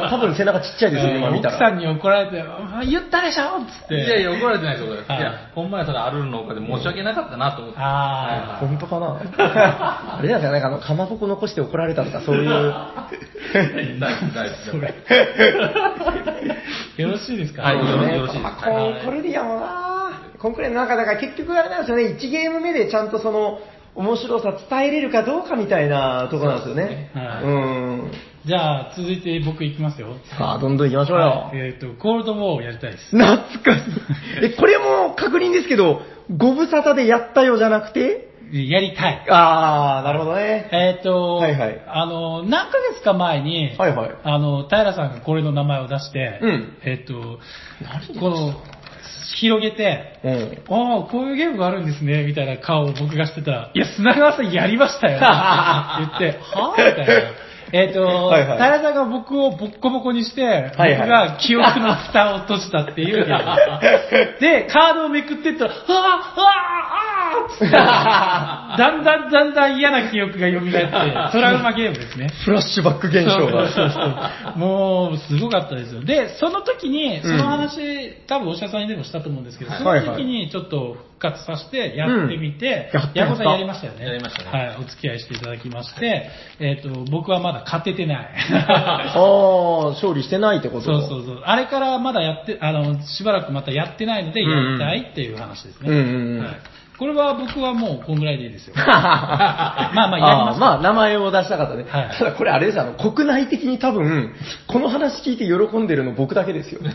S2: 多分背中ちっ [LAUGHS] ちゃいですよ、今見た
S1: 奥さ
S2: ら。
S1: んに怒られて、あ言ったでしょっつっ
S3: い
S1: て。
S3: やいや、怒られてないですよ、これ。
S1: はい
S3: いや、ほんまやそれあるのかで申し訳なかったなと思って。
S1: あ
S2: 本当か
S1: [LAUGHS]
S2: なあれなんじゃないかな、かまぼこ残して怒られたとか、そういう。
S3: ないです、ないです。
S2: [LAUGHS]
S1: あ、よろしいですか
S3: はい
S2: そうね
S3: よろしいです
S2: まあコンコルディアもなコンコルディアもなんか、だから結局あれなんですよね、1ゲーム目でちゃんとその、面白さ伝えれるかどうかみたいなとこなんですよね。
S1: そうですね
S2: うん。
S1: じゃあ、続いて僕行きますよ。
S2: さあ、どんどん行きましょうよ。
S1: はいえっ、と、コールドウォーをやりたいです。
S2: 懐か
S1: [LAUGHS]
S2: しい。え、これも確認ですけど、ご無沙汰でやったよじゃなくて
S1: やりたい。
S2: あー、なるほどね。
S1: えっ、と、
S2: はいはい
S1: あの、何ヶ月か前に、
S2: はいはい。
S1: あの、平さんがこれの名前を出して、
S2: うん
S1: えっ、と、この、広げて、
S2: うん。
S1: ああ、こういうゲームがあるんですね、みたいな顔を僕がしてたら、いや、砂川さんやりましたよ、って言って、はぁみたいな。えっ、と、
S2: はいはい
S1: 平さんが僕をボッコボコにして、
S2: はい
S1: 僕が記憶の蓋を閉じたっていうゲー [LAUGHS] ム。で、カードをめくってったら、はぁはぁはぁ [LAUGHS] だんだんだんだん嫌な記憶が蘇って、トラウマゲームですね。
S2: フラッシュバック現象
S1: そうそう
S2: が。
S1: そうもう、すごかったですよ。で、その時に、その話、多分お医者さんにでもしたと思うんですけど、その時にちょっと復活させて、やってみて、
S2: うん
S1: ヤコさん
S2: や
S1: や
S2: った
S1: りましたよね。
S3: やりましたね
S1: はい、お付き合いしていただきまして、えっ、と、僕はまだ勝ててない。
S2: [LAUGHS] [LAUGHS] あー、勝利してないってこと
S1: そう
S2: [LAUGHS]
S1: そうそう。あれからまだやって、あの、しばらくまたやってないので、やりたいっていう話ですね。
S2: うんうんうん
S1: はいこれは僕はもう、こんぐらいでいいです
S2: [LAUGHS]
S1: よ。まあ
S2: ま
S1: まあ、やります
S2: あーまあ、名前を出したかったね。
S1: はい
S2: ただこれあれですよあの、国内的に多分、この話聞いて喜んでるの僕だけです
S1: [LAUGHS]
S2: よ。いや、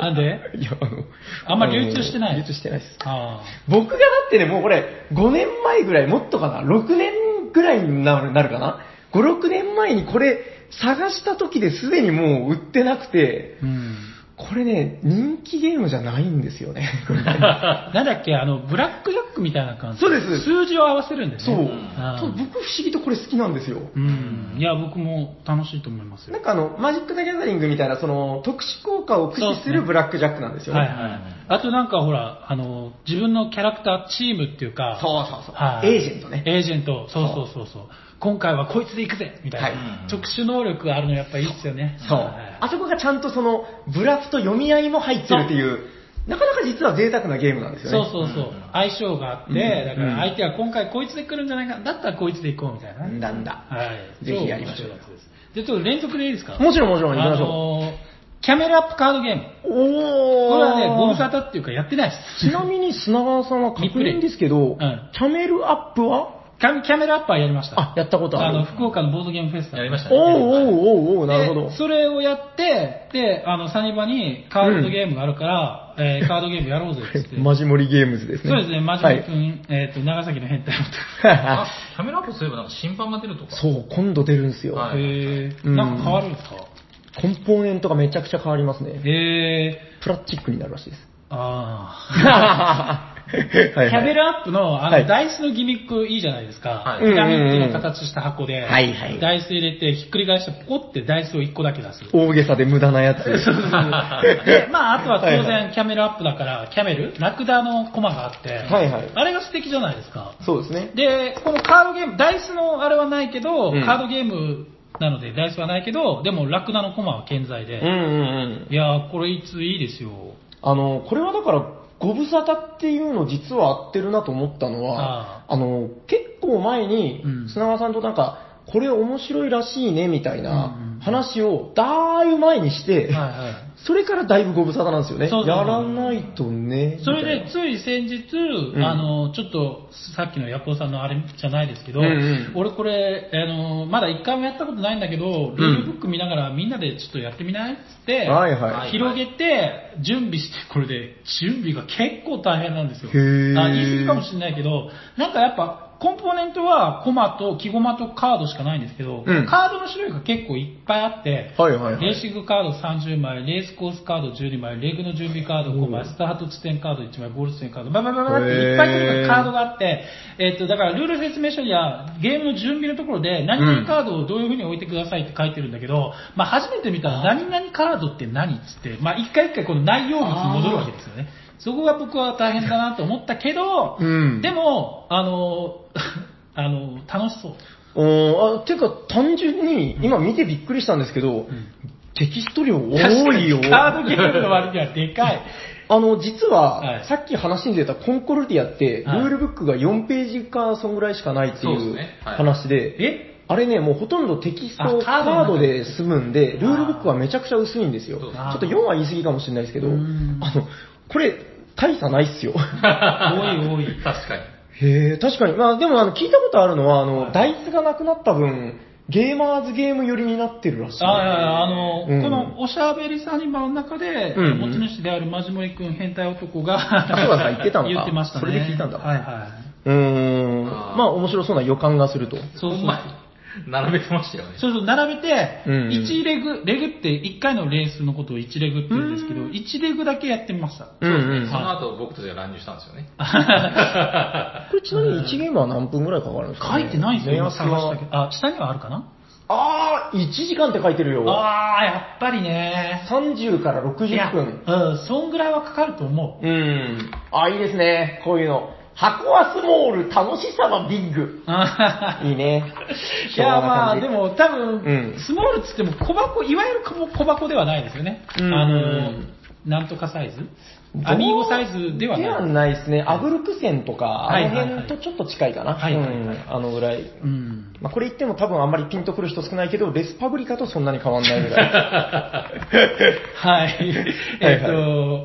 S1: なんで
S2: あの、
S1: あんま流通してない
S2: 流通してないです。
S1: あ
S2: 僕がだってね、もうこれ、5年前ぐらい、もっとかな、6年ぐらいになるなるかな。5、6年前にこれ、探した時ですでにもう売ってなくて
S1: あ。、うん。
S2: これね、人気ゲームじゃないんです
S1: [LAUGHS]
S2: よね。
S1: なんだっけ、あの、ブラックジャックみたいな感じ。
S2: そうです
S1: 数字を合わせるんだよね。
S2: そう。
S1: あー
S2: そう僕不思議とこれ好きなんですよ。
S1: うん。いや、僕も楽しいと思います
S2: な
S1: よ。
S2: んかあの、マジック・ザ・ギャザリングみたいな、その、特殊効果を駆使す
S1: そうです
S2: る
S1: ね
S2: ブラックジャックなんですよね。
S1: はいはい。あとなんかほら、あの、自分のキャラクター、チームっていうか、
S2: そうそうそう。
S1: はい
S2: エージェントね。
S1: エージェント、そうそうそうそう。今回はこいつで行くぜみたいな、
S2: はい
S1: 特殊能力があるのやっぱいいっすよね。
S2: そう。
S1: はい
S2: あそこがちゃんとその、ブラフと読み合いも入ってるっていう、なかなか実は贅沢なゲームなんですよ
S1: そう
S2: ね。
S1: そうそう。相性があって、
S2: うん
S1: だから相手は今回こいつで来るんじゃないか、だったらこいつで行こうみたいな。
S2: なんだ。
S1: はい。
S2: ぜひやりましょ
S1: 超面白
S2: う
S1: いやつです。で、ちょっと連続でいいですか
S2: もちろんもちろん、行き
S1: あ
S2: ましょ
S1: のーキャメラアップカードゲーム。
S2: う。おー。
S1: これはね、ご無沙汰っていうかやってないです。
S2: ちなみに砂川さんは確認ですけど、
S1: リプレイうん
S2: キャメルアップは
S1: キャキャメラアップはやりました。
S2: あ、やったことあ
S1: あの、
S2: る。
S1: 福岡のボードゲームフェスタ。
S3: やりました
S2: お
S3: ね
S2: ー
S3: はい
S2: おーおーおー、なるほど
S1: で、。それをやって、で、あの、サニバにカードゲームがあるから、えーカードゲームやろうぜって言って。
S2: [LAUGHS] マジモリゲームズですね。
S1: そうですね、マジック
S2: はい
S1: 君、えっ、と、長崎の変態
S3: あキャメラアップすればなんか審判が出るとか。
S2: そう、今度出るんですよ。
S3: は
S1: 男。
S3: い
S1: へ
S2: う
S1: ー、
S2: ん
S1: なんか変わるんですか
S2: コンポーネントがめちゃくちゃ変わりますね。
S1: へー、
S2: プラスチックになるらしいです。
S1: あ
S2: はいは
S1: ー。
S2: い
S1: キャメラアップの、あの、
S2: はい
S1: ダイスのギミックいいじゃないですか。
S3: はい
S1: ピラミッドの形した箱で、
S2: はいはい
S1: ダイス入れて、ひっくり返して、ポコってダイスを1個だけ出す。
S2: 大げさで無駄なやつ。
S1: で、まあ、あとは当
S2: はい
S1: 然、キャメルアップだから、キャメル、ラクダのコマがあって、
S2: はいはい
S1: あれが素敵じゃないですか。
S2: そうですね。
S1: で、このカードゲーム、ダイスのあれはないけど、
S2: うん
S1: カードゲームなので、ダイスはないけど、でも、ラクダのコマは健在で。
S2: うんうんうん。
S1: いやー、これいついいですよ。
S2: あの、これはだから、ご無沙汰っていうの実は合ってるなと思ったの
S1: あ
S2: は、あの、結構前に
S1: うん、
S2: 砂川さんとなんか、これ面白いらしいね、みたい
S1: うんうん
S2: な話を、だいぶ前にし
S1: はい
S2: て、
S1: はい。
S2: それからだいぶご無沙汰なんですよね。
S1: そうそうそう
S2: やらないとね。
S1: それで、
S2: み
S1: つい先日、
S2: ん
S1: あの、ちょっと、さっきのヤコウさんのあれじゃないですけど、
S2: うんうん
S1: 俺これ、あの、まだ一回もやったことないんだけど、ルールブック見ながらみんなでちょっとやってみないっつって、
S2: はいはい
S1: 広げて、準備して、これで、準備が結構大変なんですよ。
S2: へー
S1: あ言い過ぎかもしれないけど、なんかやっぱ、コンポーネントはコマと木ゴマとカードしかないんですけど、
S2: うん
S1: カードの種類が結構いっぱいあって、
S2: たいなはいはいは
S1: レー
S2: い。
S1: シングカード30枚、レースコースカード12枚、レグの準備カード5枚、スタート地点カード1枚、ゴール地点カード、バババババっていっぱいとにかくカードがあって、えっと、だからルール説明書やゲームの準備のところで、何々カードをどういうふうに置いてくださいって書いてるんだけど、まあ初めて見たら何々カードって何っつって、まあ一回一回この内容物に戻るわけですよね。そこが僕は大変だなと思ったけど、
S2: うん
S1: でも、あの、 [LAUGHS] あの、楽しそう。
S2: うん、あ、てか単純に、今見てびっくりしたんですけど、テキスト量多いよ。
S1: 確かにカードゲームの割にはでかい。
S2: あの、実
S1: はい
S2: は、さっき話に出たコンコルディアって、ル
S1: はい
S2: ールブックが4ページか、そんぐらいしかないってい
S3: そうです
S2: う
S3: ねはい
S2: 話で、 [LAUGHS]
S1: え
S2: あれね、もうほとんどテキスト、
S1: あカード
S2: カードで済むんで、
S1: ー
S2: ルールブックはめちゃくちゃ薄いんですよ。ち
S3: そう
S2: ょ
S3: です
S1: ね
S2: っと4は言い過ぎかもしれないですけど、あ
S1: う
S2: の
S1: ん、
S2: これ、大差ないっすよ。
S1: 多い多い。
S3: 確かに。
S2: へえ、確かに。まあでもあの、聞いたことあるのは、あ
S1: はい
S2: の、ダイスがなくなった分、ゲーマーズゲーム寄りになってるらしい。
S1: ああの、
S2: うん
S1: このおしゃべりサニバーの中で、
S2: うんうん
S1: 持ち主であるマジモリ君変態男が、
S2: そうだ言ってたのか
S1: 言ってましたね。
S2: それで聞いたんだ
S1: はいはい。
S2: うーん。
S3: あー
S2: まあ面白そうな予感がすると。
S1: そうそう
S3: ほんまに並べてましたよね。
S1: そうそう、並べて、
S2: うんうん
S1: 1レグ、レグって1回のレースのことを1レグって言うんですけど、
S2: うん
S1: 1レグだけやってみました。
S2: うんう
S3: そ
S2: ん。
S3: の後僕たちが乱入したんですよね。
S2: これちなみに1ゲームは何分ぐらいかかるんです
S1: 書
S2: か、
S1: いてないんですよ、
S2: 目
S1: 今
S2: 安
S1: 探したけ
S2: は。
S1: ど。あ、下にはあるかな
S2: あー、1時間って書いてるよ。
S1: ああ、やっぱりね。
S2: 30から
S1: いや
S2: 60分。
S1: うん、そんぐらいはかかると
S2: [LAUGHS]
S1: 思う。
S2: うん。あ、いいですね。こういうの。箱はスモール、楽しさはビッグ。いいね。
S1: いや
S2: 昭和な
S1: まあ
S2: 感じ
S1: で、も多分、
S2: うん
S1: スモールっつっても小箱、いわゆる小箱ではないですよね。
S2: うん
S1: あの、なんとかサイズアミーゴサイズでは
S2: では
S1: ない。
S2: ないですね。アブルク線とか、
S1: は
S2: あ
S1: いはい
S2: の
S1: はい
S2: 辺とちょっと近いかな。
S1: はいはいはい
S2: うんあのぐらい。
S1: うん。
S2: まあ、これ言っても多分あんまりピンとくる人少ないけど、レスパブリカとそんなに変わんない
S1: [LAUGHS]
S2: ぐらい。
S1: はい。えっ、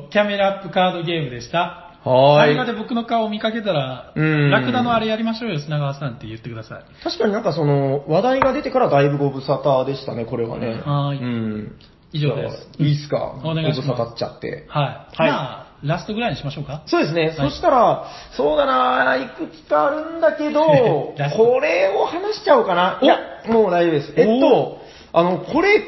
S1: と、キャメラアップカードゲームでした。
S2: は
S1: 映画で僕の顔を見かけたら、
S2: うん
S1: ラクダのあれやりましょうよ、砂川さんって言ってください。
S2: 確かになんかその、話題が出てからだいぶご無沙汰でしたね、これはね。
S1: はい
S2: うん。
S1: 以上です。
S2: いいっすか
S1: お願いします
S2: ご無沙汰っちゃって。
S1: はい。
S2: は
S1: ま
S2: い
S1: あ、ラストぐらいにしましょうか。
S2: そうですね。
S1: はい、
S2: そしたら、そうだないくつかあるんだけど
S1: [LAUGHS] ラスト
S2: これを話しちゃおうかな。いや、もう大丈夫です。えっと、あの、これ、え、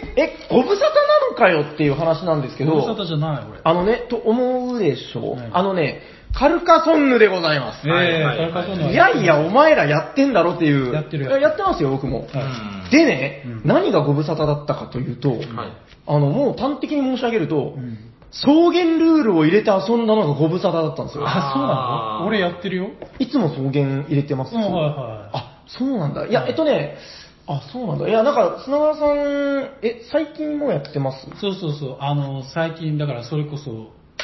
S2: ご無沙汰なのかよっていう話なんですけ
S1: ご無沙汰
S2: ど、
S1: じゃない、俺。
S2: あのね、と思うでしょう
S1: はい。
S2: あのね、カルカソンヌでございます。
S1: ええ
S3: はいはい
S1: これからそうなん
S2: い
S1: だ
S2: やいや、お前らやってんだろっていう。
S1: やってる
S2: いややってますよ、僕も。
S1: はい
S3: うん
S2: でね、
S1: うん
S2: 何がご無沙汰だったかというと、
S3: はい
S2: あの、もう端的に申し上げると、
S1: うん
S2: 草原ルールを入れて遊んだのがご無沙汰だったんですよ。
S1: あ、そうな
S3: あー
S1: の俺やってるよ。
S2: いつも草原入れてます。
S1: うん、はいはい。
S2: あ、そうなんだ。いや、えっとね、あ、そうなんだ。いや、なんか、砂川さん、え、最近もやってます
S1: そうそうそう、あの、最近、だからそれこそ、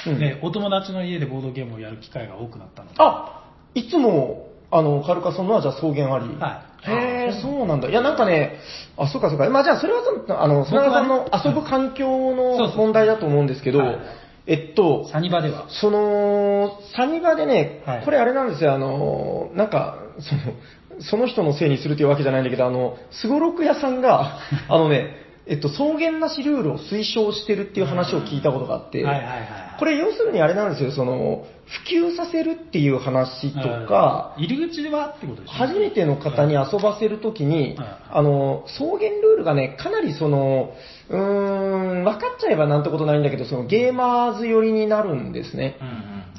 S2: うん
S1: ね、お友達の家でボードゲームをやる機会が多くなったので。
S2: あ、いつも、あの、カルカソンのはじゃあ草原あり。
S1: は
S2: へえ、そうなんだ。いや、なんかね、あ、そうかそうか。まあじゃあ、それはその、あの、砂川さんの
S1: 僕はね
S2: 遊ぶ環境
S1: そう
S2: の
S1: そう
S2: 問題だと思うんですけど
S1: はい、
S2: えっと、
S1: サニバでは。
S2: その、サニバでね
S1: はい、
S2: これあれなんですよ、あの、なんか、その、その人のせいにするというわけじゃないんだけど、あの、スゴロク屋さん
S1: [LAUGHS]
S2: が、あのね、えっと、草原なしルールを推奨してるっていう話を聞いたことがあって、
S1: はいはいはい。
S2: これ要するにあれなんですよ、その、普及させるっていう話とか
S1: あ、ー、入り口ではってことでしょ
S2: 初めての方に遊ばせるときに、
S1: はい
S2: あの、草原ルールがね、かなりその、うーん、分かっちゃえばなんてことないんだけど、そのゲーマーズ寄りになるんですね。
S3: うん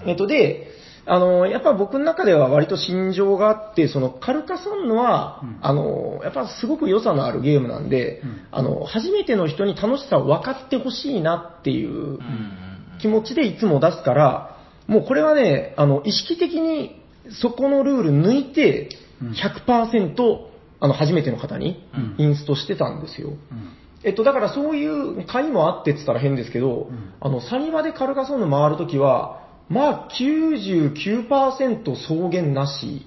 S3: うん
S2: えっと、で、あの、やっぱ僕の中では割と心情があって、そのカルカソンヌは、
S1: うん
S2: あの、やっぱすごく良さのあるゲームなんで、
S1: うん
S2: あの、初めての人に楽しさを分かってほしいなっていう
S3: うんうん
S2: 気持ちでいつも出すから、もうこれはね、あの、意識的にそこのルール抜いて
S1: うん
S2: 100、あの、初めての方に
S1: うん
S2: インストしてたんですよ。
S1: うん
S2: えっと、だからそういう会もあってって言ったら変ですけど、
S1: うん
S2: あの、サニバでカルカソンヌ回るときは、まあ、99%草原なし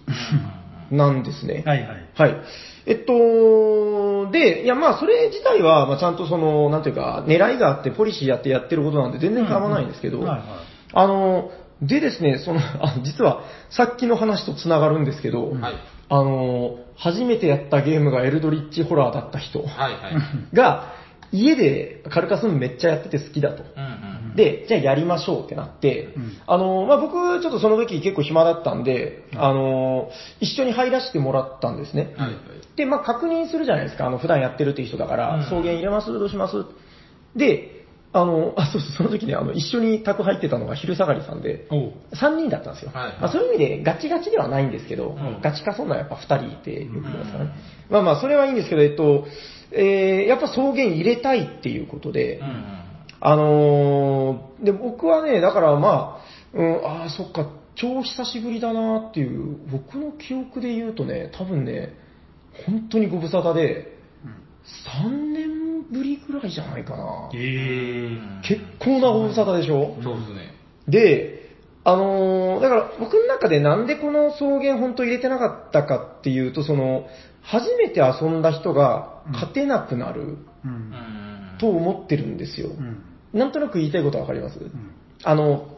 S2: なんですね。
S1: はいはい。
S2: はい。えっと、で、いや、まあ、それ自体は、まあ、ちゃんとその、なんていうか、狙いがあって、ポリシーやってやってることなんで、全然構わないんですけど、
S1: はいは
S2: あの、でですね、その、あ実は、さっきの話と繋がるんですけど、
S1: うん
S3: はい。
S2: あの、初めてやったゲームがエルドリッチホラーだった人
S3: はいはい。
S2: が、家でカルカスンヌめっちゃやってて好きだと。
S3: うんうん。
S2: で、じゃあやりましょうってなって、
S1: うん
S2: あの、まあ、僕、ちょっとその時結構暇だったんで、あの、一緒に入らせてもらったんですね。
S3: はいはい。
S2: で、まあ、確認するじゃないですか。あの、普段やってるっていう人だから、
S3: うん
S2: 草原入れますどうしますで、あの、あ、そうそう、その時ね、あの、一緒に宅入ってたのが昼下がりさんで、
S1: おう。
S2: 3人だったんですよ。
S3: はい
S2: まあ、そういう意味でガチガチではないんですけど、
S3: ん
S2: ガチかそんなやっぱ2人いて、よく言いますからね。まあまあ、それはいいんですけど、えっと、えー、やっぱ草原入れたいっていうことで、
S3: うんうん。
S2: あのーで、僕はね、だからまあ、うん、ああ、そっか、超久しぶりだなっていう、僕の記憶で言うとね、多分ね、本当にご無沙汰で、3年ぶりぐらいじゃないかな。
S1: ええ。
S2: 結構なご無沙汰でしょ、
S3: そうですね。
S2: で、あのーだから僕の中でなんでこの草原本当入れてなかったかっていうと、その、初めて遊んだ人が勝てなくなる
S1: う。
S3: うんん。
S2: と思ってるんです
S1: う
S2: よ。
S1: ん。
S2: なんとなく言いたいことはわかります、
S1: うん。
S2: あの、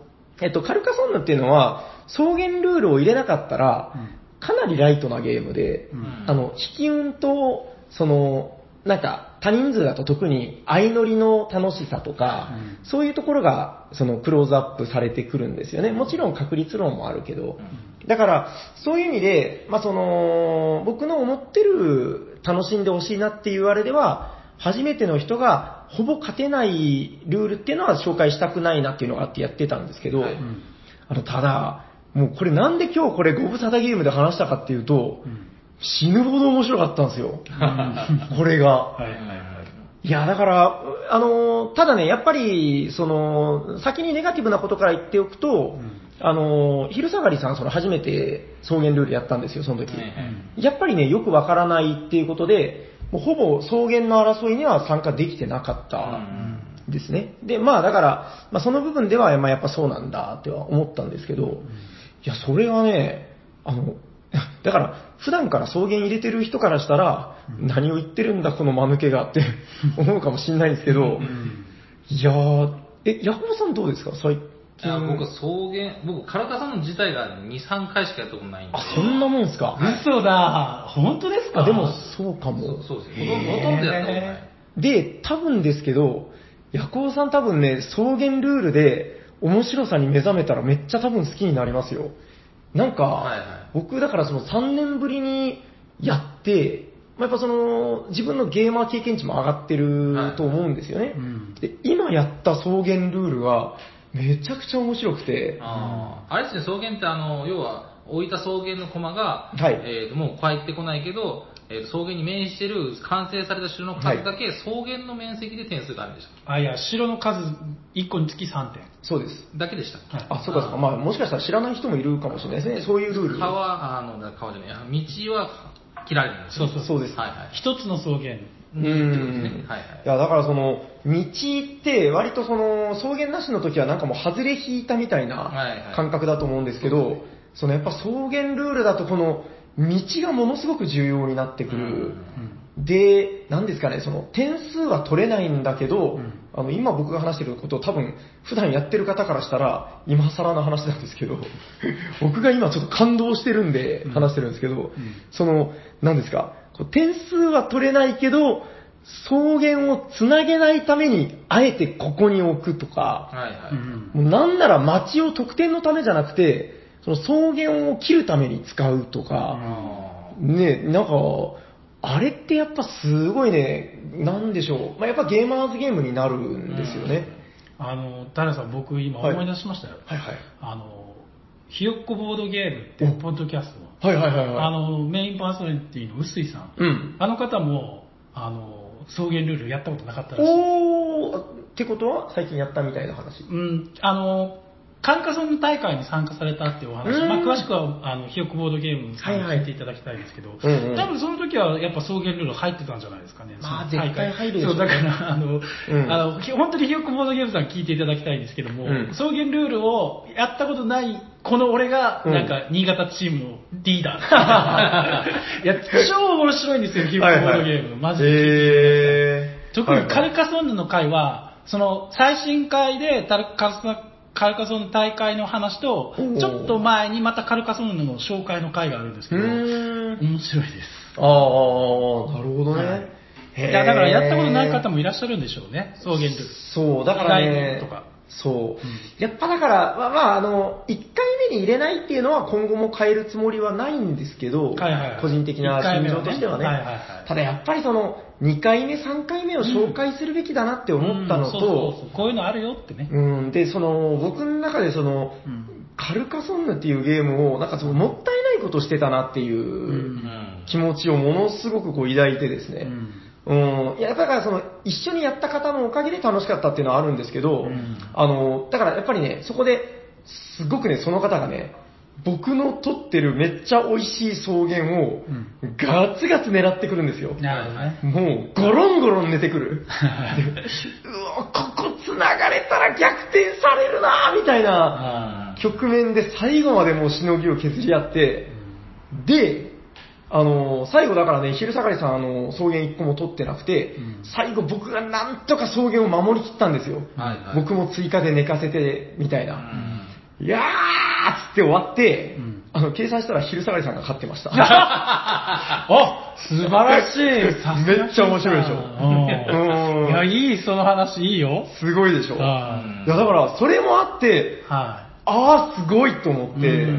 S2: えっと、カルカソンヌっていうのは、草原ルールを入れなかったら、かなりライトなゲームで
S1: う、ん。
S2: あの、引き運と、その、なんか、多人数だと特に相乗りの楽しさとか、
S1: うん
S2: そういうところが、その、クローズアップされてくるんですよね。もちろん確率論もあるけど
S3: う、ん
S2: だから、そういう意味で、まあ、その、僕の思ってる楽しんでほしいなっていうあれでは、初めての人がほぼ勝てないルールっていうのは紹介したくないなっていうのがあってやってたんですけど、
S3: はい
S1: うん。
S2: あの、ただ、もうこれなんで今日これご無沙汰ゲームで話したかっていうと、
S1: うん。
S2: 死ぬほど面白かったんですよ。 [LAUGHS] これが。
S1: はいはいはい。
S2: いや、だから、あの、ただね、やっぱり、その、先にネガティブなことから言っておく
S1: う
S2: と、
S1: ん
S2: あの、昼下がりさん、その初めて草原ルールやったんですよ、その時。
S3: はいはい
S2: やっぱりね、よくわからないっていうことで、もうほぼ草原の争いには参加できてなかっ
S3: う
S2: た
S3: ん
S2: ですね。で、まあだから、まあ、その部分では、まあ、やっぱそうなんだっては思ったんですけど、いや、それがね、あの、 [LAUGHS] だから、普段から草原入れてる人からしたら、何を言ってるんだ、この間抜けがって思うかもしれないんですけど、いやー、え、ヤコブさんどうですか最
S3: いや、
S2: 近。
S3: 僕、草原、僕、カルカさん自体が2、3回しかやったことないんで。
S2: あ、そんなもんですか
S1: 嘘だ。本当ですか
S2: あでも、そうかも。
S3: そうそうですね。ほとんどほとんどやったことない。
S2: で、多分ですけど、ヤコウさん多分ね、草原ルールで面白さに目覚めたらめっちゃ多分好きになりますよ。なんか、
S3: はいはい
S2: 僕だからその3年ぶりにやって、まあ、やっぱその自分のゲーマー経験値も上がってると思うんですよね。
S1: うん。
S2: で、今やった草原ルールがめちゃくちゃ面白くて、
S3: あーあれですね、草原ってあの、要は、置いた草原の駒が、
S2: はい
S3: えーと、もう帰ってこないけど、えーと草原に面してる完成された城の数だけ、草原の面積で点数があるんでしたっ
S1: あ、いや、白の数1個につき3点。
S2: そうです。
S3: けだけでしたっけ
S2: あ、そうかそうか。まあもしかしたら知らない人もいるかもしれないですね。そういうルール。
S3: 川、あの、だ川じゃないあ、道は切られるんです
S1: そう
S3: ね
S1: そう
S2: そうです
S3: はいはい。
S1: 一つの草原。
S2: う
S3: そうです
S2: ん
S3: ね。はい
S2: いや、だからその、道って割とその、草原なしの時はなんかもう外れ引いたみたい
S3: はいは
S2: ない感覚だと思うんですけど、そのやっぱ草原ルールだとこの、道がものすごく重要になってくる。で、なんですかね、その点数は取れないんだけど、
S1: うん
S2: あの、今僕が話してることを多分、普段やってる方からしたら、今更の話なんですけど、 [LAUGHS] 僕が今ちょっと感動してるんで
S1: うん
S2: 話してるんですけど、その、なんですか、こう点数は取れないけど、草原をつなげないために、あえてここに置くとか、
S3: はいはい。
S1: うん。
S2: もうなんなら街を得点のためじゃなくて、その草原を切るために使うとか、
S3: あ
S2: ね、なんか、あれってやっぱすごいね、なんでしょう、まあ、やっぱゲーマーズゲームになるんですよね。
S1: あの、平さん、僕今
S2: はい
S1: 思い出しましたよ。
S2: はいはい。
S1: あの、ひよっこボードゲームっていうポッドキャストの、
S2: はいはいはい
S1: あ
S2: はい。
S1: の、メインパーソナリティの臼井さん。
S2: うん。
S1: あの方も、あの、草原ルールやったことなかったらしい。
S2: おー、ってことは最近やったみたいな話。
S1: うん、あの、カンカソン大会に参加されたっていうお話、
S2: うん
S1: まあ、詳しくはあのひよこボードゲームに参加していただきたいんですけど、
S2: うんうん
S1: 多分その時はやっぱ草原ルール入ってたんじゃないですかね、
S2: まあ
S1: その大会
S2: 絶対入るでしょう
S1: そうだからあの、
S2: ん
S1: あの、ひ本当にひよこボードゲームさん聞いていただきたいんですけども、
S2: うん
S1: 草原ルールをやったことない、この俺が、
S2: うん
S1: なんか新潟チームのリーダ
S2: [LAUGHS]
S1: ー。いや、超面白いんですよ、ひよこボードゲーム、マジで。
S2: へー
S1: 特にカル
S2: はい
S1: カソンヌの会は、その最新回でタルカソカルカソンヌ大会の話と、
S2: おー
S1: ちょっと前にまたカルカソンヌの紹介の会があるんですけ
S2: う
S1: ど、面
S2: ーん。
S1: 白いです。
S2: ああ、なるほどね。
S1: はいい
S2: へー
S1: やだからやったことない方もいらっしゃるんでしょうね、草原ルール。
S2: そう、だからね
S1: 来年とか、
S2: そう、
S1: うん
S2: やっぱだから、まあ、まあ、あの、1回目に入れないっていうのは今後も変えるつもりはないんですけど、
S1: はいはいはい
S2: 個人的な
S1: 一回
S2: 心
S1: 目はね
S2: 情としてはね、
S1: はいはいはい
S2: ただやっぱりその、2回目、3回目を紹介するべきだなって思ったの
S1: うんそうそう
S2: と、
S1: そうこういうのあるよってね。
S2: うん、で、その、僕の中でその、
S1: うん
S2: カルカソンヌっていうゲームを、なんかその、もったいないことしてたなって
S1: う
S2: いうん
S3: ん
S2: 気持ちをものすごくこう抱いてですね、
S1: うん
S2: うん、いや、だからその、一緒にやった方のおかげで楽しかったっていうのはあるんですけど、
S1: うん
S2: あの、だからやっぱりね、そこで、すごくね、その方がね、僕の撮ってるめっちゃ美味しい草原を
S1: う、
S2: ガツガツ狙ってくるんですよ。
S1: なるほどね。
S2: もう、ゴロンゴロン寝て
S1: [LAUGHS]
S2: くる。でうわ、ここ繋がれたら逆転されるなみたいな
S3: あー
S2: 局面で最後までもうしのぎを削り合って、で、あのー最後だからね、昼下がりさん、あのー草原一個も取ってなくて、
S1: うん
S2: 最後僕がなんとか草原を守りきったんですよ。
S3: はいはい
S2: 僕も追加で寝かせて、みたい
S3: うん
S2: な。いやーっつって終わって、
S1: うん
S2: あの、計算したら昼下がりさんが勝ってました。
S1: [LAUGHS] あ素晴らしいさすが
S2: めっちゃ面白いでしょ
S1: うん
S2: うん
S1: いや、いい、その話、いいよ。
S2: すごいでしょ。いや、
S1: あ
S2: だから、それもあって、
S1: ーはい。
S2: あーすごいと思って、
S1: うん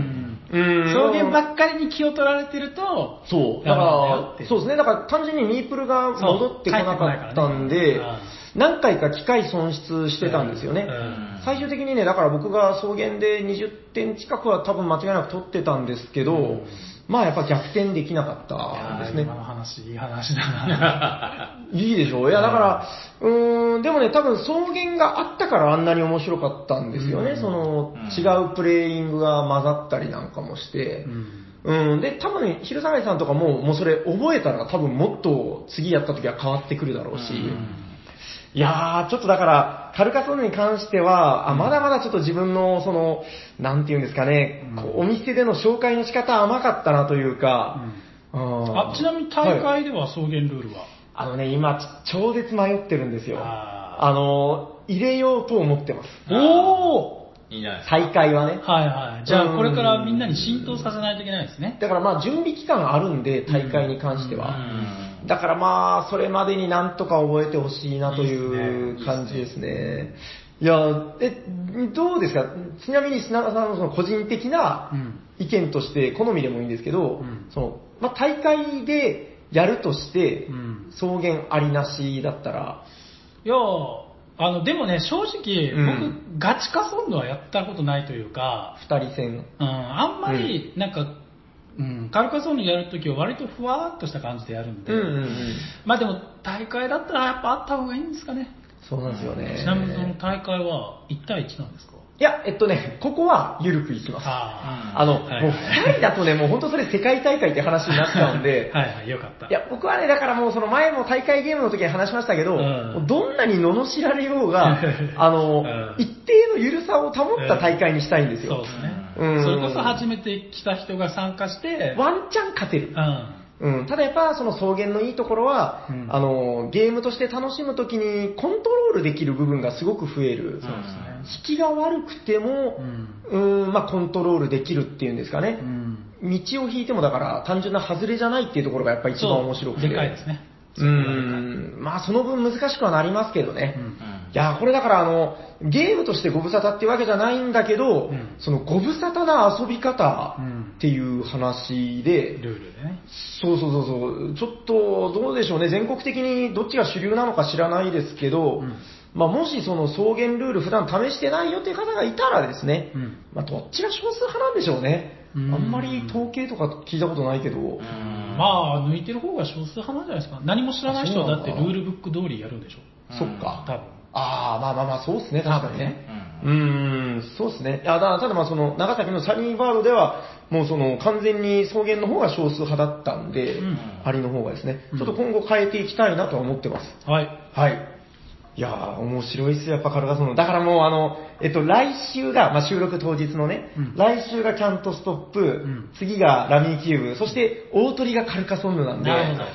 S2: うん
S1: 草原ばっかりに気を取られてると、
S2: そう。だ
S1: や
S2: か
S1: ばいんだよ
S2: ら
S1: っ、て
S2: そうですね。だから単純にミープルが戻ってこなかったんで、
S1: そう帰ってこないからね
S2: 何回か機械損失してたんですよね。
S1: うん
S2: 最終的にね、だから僕が草原で20点近くは多分間違いなく取ってたんですけど、
S1: うん
S2: まあやっぱ逆転できなかったですね。
S1: 今の話、いい話だ
S2: [LAUGHS]
S1: な。
S2: いいでしょういや、だから、うーん、でもね、多分草原があったからあんなに面白かったんですよね。その、違うプレイイングが混ざったりなんかもして。
S1: うん
S2: うん、で、多分、昼下がりさんとかも、もうそれ覚えたら多分もっと次やった時は変わってくるだろうし、いやー、ちょっとだから、カルカソンヌに関しては、あまだまだちょっと自分の、その、なんていうんですかね、
S1: うん
S2: こうお店での紹介の仕方甘かったなというか、
S1: あちなみに大会では草原ルールは、
S2: あのね、今、超絶迷ってるんですよ。
S1: あ
S2: あの、入れようと思ってます。
S3: あー
S2: お
S3: いいんじゃないですか。
S2: 大会はね。
S1: はいはい。じゃ
S2: う
S1: あ
S2: ん
S1: これからみんなに浸透させないといけないですね。
S2: だからまあ、準備期間あるんで、大会に関しては。
S3: うん
S2: だからまあ、それまでになんとか覚えてほしいなとい
S3: いいっす
S2: う
S3: ね
S2: 感じですね。いや、え、どうですかちなみに砂川さんのその個人的な
S1: うん
S2: 意見として、好みでもいいんですけど、
S1: うん
S2: その、まあ大会でやるとして、
S1: うん
S2: 草原ありなしだったら、
S1: いやあの、でもね、正直、
S2: うん
S1: 僕、ガチカソンヌはやったことないというか、
S2: 二人戦。
S1: うん、あんまり、なんか、うん、カルカソンヌやるときは割とふわーっとした感じでやるんで、
S2: うんうんうん。
S1: まあでも、大会だったらやっぱあった方がいいんですかね。
S2: そうなんですよね。
S1: ちなみにその大会は1対1なんですか
S2: いや、えっとね、ここは緩くいきます。
S1: あ
S2: あの、
S1: はい
S2: もう二人だとね、もう本当それ世界大会って話になっちゃう
S1: [LAUGHS]
S2: んで、
S1: はいはい、よかった。
S2: いや、僕はね、だからもうその前も大会ゲームの時に話しましたけ
S1: う
S2: ど、
S1: ん
S2: どんなに罵られよ
S1: [LAUGHS]
S2: うが、あの、
S1: うん
S2: 一定の緩さを保った大会にしたいんです
S1: そう
S2: よ
S1: で。すね。
S2: うん
S1: それこそ初めて来た人が参加して、
S2: ワンチャン勝てる。
S1: うん。
S2: うん、ただやっぱその草原のいいところは、
S1: うん
S2: あの、ゲームとして楽しむ時にコントロールできる部分がすごく増える。
S1: そうですね。
S2: 引きが悪くても
S1: う、ん。
S2: うん、まあコントロールできるっていうんですかね。
S1: うん。
S2: 道を引いてもだから単純な外れじゃないっていうところがやっぱり一番面白くて。
S1: そうでかいですね。
S2: うん。まあその分難しくはなりますけどね。
S1: う。
S3: うんん
S2: いやーこれだからあの、ゲームとしてご無沙汰っていうわけじゃないんだけど、
S1: うん
S2: そのご無沙汰な遊び方
S1: うん
S2: っていう話で、
S1: ルールでね。
S2: そうそうそうそう、ちょっとどうでしょうね、全国的にどっちが主流なのか知らないですけど、
S1: うん
S2: まあもしその草原ルール普段試してないよっていう方がいたらですね、
S1: うん。
S2: まあ、どっちが少数派なんでしょうね。
S1: う
S2: あ
S1: ん
S2: んまり統計とか聞いたことないけど。
S3: うん
S1: まあ、抜いてる方が少数派なんじゃないですか。何も知らない人はだってルールブック通りやるんでしょ。
S2: そっか。
S1: 多分。
S2: ああ、まあまあまあ、そうっすね、確かにね。
S3: う
S2: う
S3: ん
S2: ーん、そうですね。あだからただまあその、長崎のサニーバードでは、もうその、完全に草原の方が少数派だったんで、
S1: うん
S2: アリの方がですね、
S1: う
S2: ち
S1: ん
S2: ょっと今後変えていきたいなとは思ってます。
S1: はい。
S2: はい。いやー、面白いっすよ、やっぱカルガソンの。だからもうあの、えっと、来週が、まあ、収録当日のね、
S1: うん
S2: 来週がキャントストップ、
S1: ん
S2: 次がラミーキューブ、そして大鳥がカルカソンヌなんで、
S1: なるほど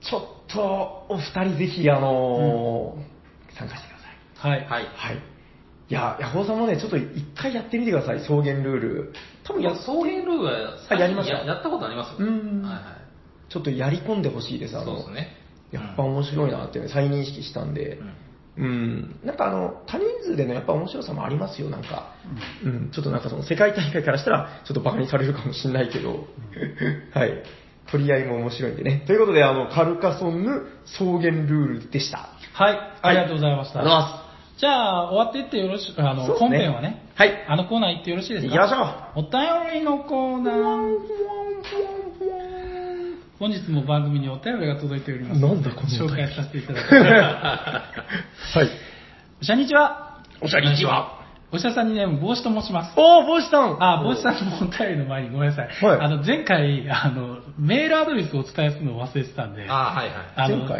S2: ちょっと、お二人ぜひ、あのー参加してください。
S1: はい。
S3: はい。
S2: はい。いや、ヤホーさんもね、ちょっと一回やってみてください、草原ルール。多分
S3: い
S2: や
S3: や、草原ルールは
S2: あやりました
S3: やったことあります
S2: う
S3: よ。
S2: ん
S3: はい
S2: ちょっとやり込んでほしいです、
S3: は
S2: あ
S3: い。そう
S2: の、
S3: ですね。
S2: やっぱ面白いなって、ね、再認識したんで
S3: う、
S2: う
S3: ん
S2: ん、なんかあの、多人数でのやっぱ面白さもありますよ、なんか。
S1: うん
S2: うん、ちょっとなんかその世界大会からしたら、ちょっとバカにされるかもしれないけど、 [LAUGHS] はい。取り合いも面白いんでね。ということで、あの、カルカソンヌ草原ルールでした。
S1: はい。ありがとうございました。
S2: ありがとうございま
S1: じゃあ、終わっていってよろし、あの、
S2: そうですね
S1: 本編はね、
S2: はい
S1: あのコーナー行ってよろしいですか
S2: 行きま
S1: お便りのコーナー。本日も番組にお便りが届いておりますので。
S2: なんだこのお
S1: 紹
S2: 便り
S1: 介させていただきます。
S2: す。はい。
S1: おしゃにちは。
S2: おしゃにちは。
S1: おしゃさんにね、帽子と申します。
S2: おー、帽子さん
S1: あ、帽子さんのお便りの前にごめんなさい。
S2: はい
S1: あの、前回、あの、メールアドレスをお伝えするのを忘れてたんで、
S3: あーはいはい。
S1: あの
S2: 前回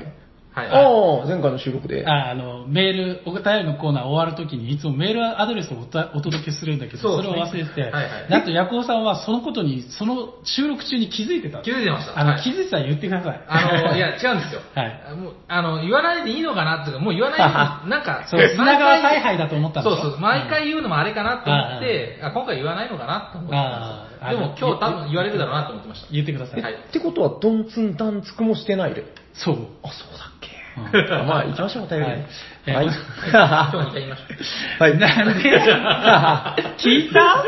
S3: はいはい。
S2: ああ、前回の収録で。
S1: ああの、メール、お便りのコーナー終わるときに、いつもメールアドレスをおたお届けするんだけど、そう
S3: そです
S1: れ
S3: ね
S1: を忘れてて、
S3: はいはい
S1: なんと、ヤコウさんはそのことに、その収録中に気づいてたんで
S3: 気
S1: す
S3: づいてました。
S1: あの、
S3: はい
S1: 気づいてたら言ってください。
S3: あの、いや、違うんですよ。
S1: はい
S3: もう、あの、言わないでいいのかなっていうか、もう言わないで、なんか、
S1: そう、
S3: 毎回
S1: 砂川采配だと思ったん
S3: そ
S1: で
S3: う
S1: す
S3: そう、毎回言うのもあれかなと思って、あ今回言わないのかなと思ってたんです
S1: あー
S3: よ。でも
S1: あ
S3: 今日多分言われるだろうなと思ってました。
S1: [LAUGHS] 言ってください。
S2: え
S3: はい
S2: ってことは、どんつんだんつくもしてないで。
S1: そう。
S2: あ、そうだっけ
S1: うん
S2: まあ、行きましょう、お便り
S1: はい
S2: に。 [LAUGHS] はい。
S3: 今日2回言いました。
S2: は
S1: [LAUGHS]
S2: い。
S1: なんで聞いた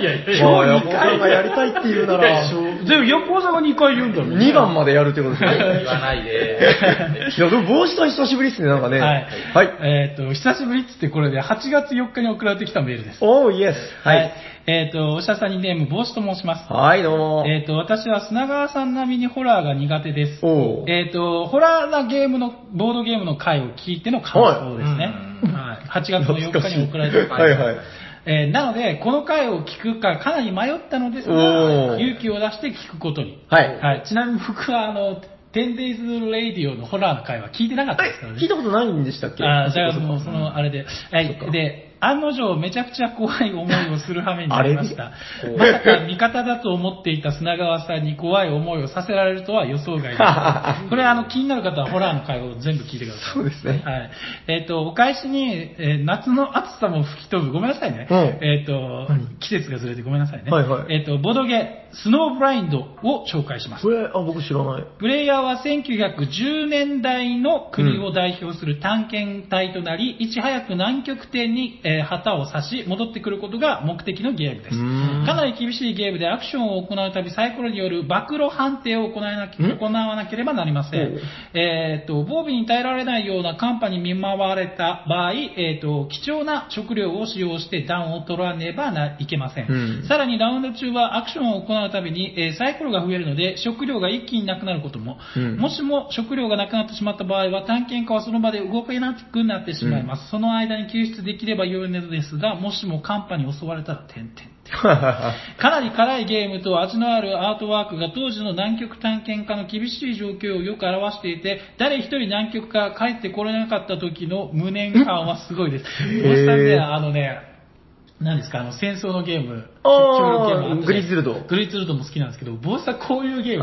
S1: いやい
S2: 今日
S1: 今日
S2: 横山がやりたいって言うなら、
S1: でも、横尾さんが2回言うんだもん。
S2: 2番までやるってことですね。 [LAUGHS]
S3: 言わないで。
S2: いや、でも帽子と久しぶりっすね、なんかね。
S1: はい。
S2: はい。
S1: えっ、と、久しぶりっつってこれで8月4日に送られてきたメールです。
S2: おー、イエス。はい。。
S1: えっ、と、おしゃさんにネーム、帽子と申します。
S2: はい、どうも。
S1: えっ、と、私は砂川さん並みにホラーが苦手です。
S2: おー。
S1: えっ、と、ホラーなゲームの、ボードゲームの回を聞いての感想ですね。はい。8月の4日に送られてきた
S2: はいはい。
S1: えーなので、この回を聞くかかなり迷ったのです
S2: お
S1: が、
S2: ー
S1: 勇気を出して聞くことに。
S2: はい。
S1: はい、ちなみに僕はあの、10 days radio のホラーの回は聞いてなかったですからね。
S2: 聞いたことないんでしたっけ
S1: あーじゃあ
S2: そっかそっか
S1: もうそのあれで。は
S2: そっか
S1: い。で、案の定めちゃくちゃ怖い思いをする羽目になりまし
S2: あ
S1: た
S2: れ。
S1: まさか味方だと思っていた砂川さんに怖い思いをさせられるとは予想外で
S2: [LAUGHS]
S1: した。これあの気になる方はホラーの回を全部聞いてください。
S2: そうですね
S1: はい。えっ、と、お返しに、えー夏の暑さも吹き飛ぶ。ごめんなさいね。
S2: うん
S1: えっ、と
S2: 何、
S1: 季節がずれてごめんなさいね。
S2: はいはい
S1: えっ、と、ボドゲ、スノーブラインドを紹介します
S2: こ。れ、あ、僕知
S1: [LAUGHS]
S2: らない。
S1: プレイヤーは1910年代の国を代表する探検隊となり、いち早く南極点に、えー旗を差し、戻ってくることが目的のゲームです。
S2: うーん
S1: かなり厳しいゲームでアクションを行うたびサイコロによる暴露判定を行わなき
S2: ん
S1: 行わなければなりませ
S2: お
S1: ん
S2: う。
S1: えーっと、防備に耐えられないような寒波に見舞われた場合、えーっと、貴重な食料を使用して暖を取らねばないけません。
S2: うん
S1: さらにラウンド中はアクションを行うたびに、えーサイコロが増えるので食料が一気になくなることも、
S2: うん
S1: もしも食料がなくなってしまった場合は探検家はその場で動けなくなってしまいます。その間に救出できれば良いのですが、もしも寒波に襲われたら点々。かなり辛いゲームと味のあるアートワークが当時の南極探検家の厳しい状況をよく表していて、誰一人南極から帰ってこれなかった時の無念感はすごいです。
S2: ー
S1: おじさんね、あのね、何ですか、あの戦争のゲーム、
S2: あー
S1: 協力ゲームったじゃない
S2: グリズルド
S1: グリズルドも好きなんですけど、坊主さんこういうゲーム好き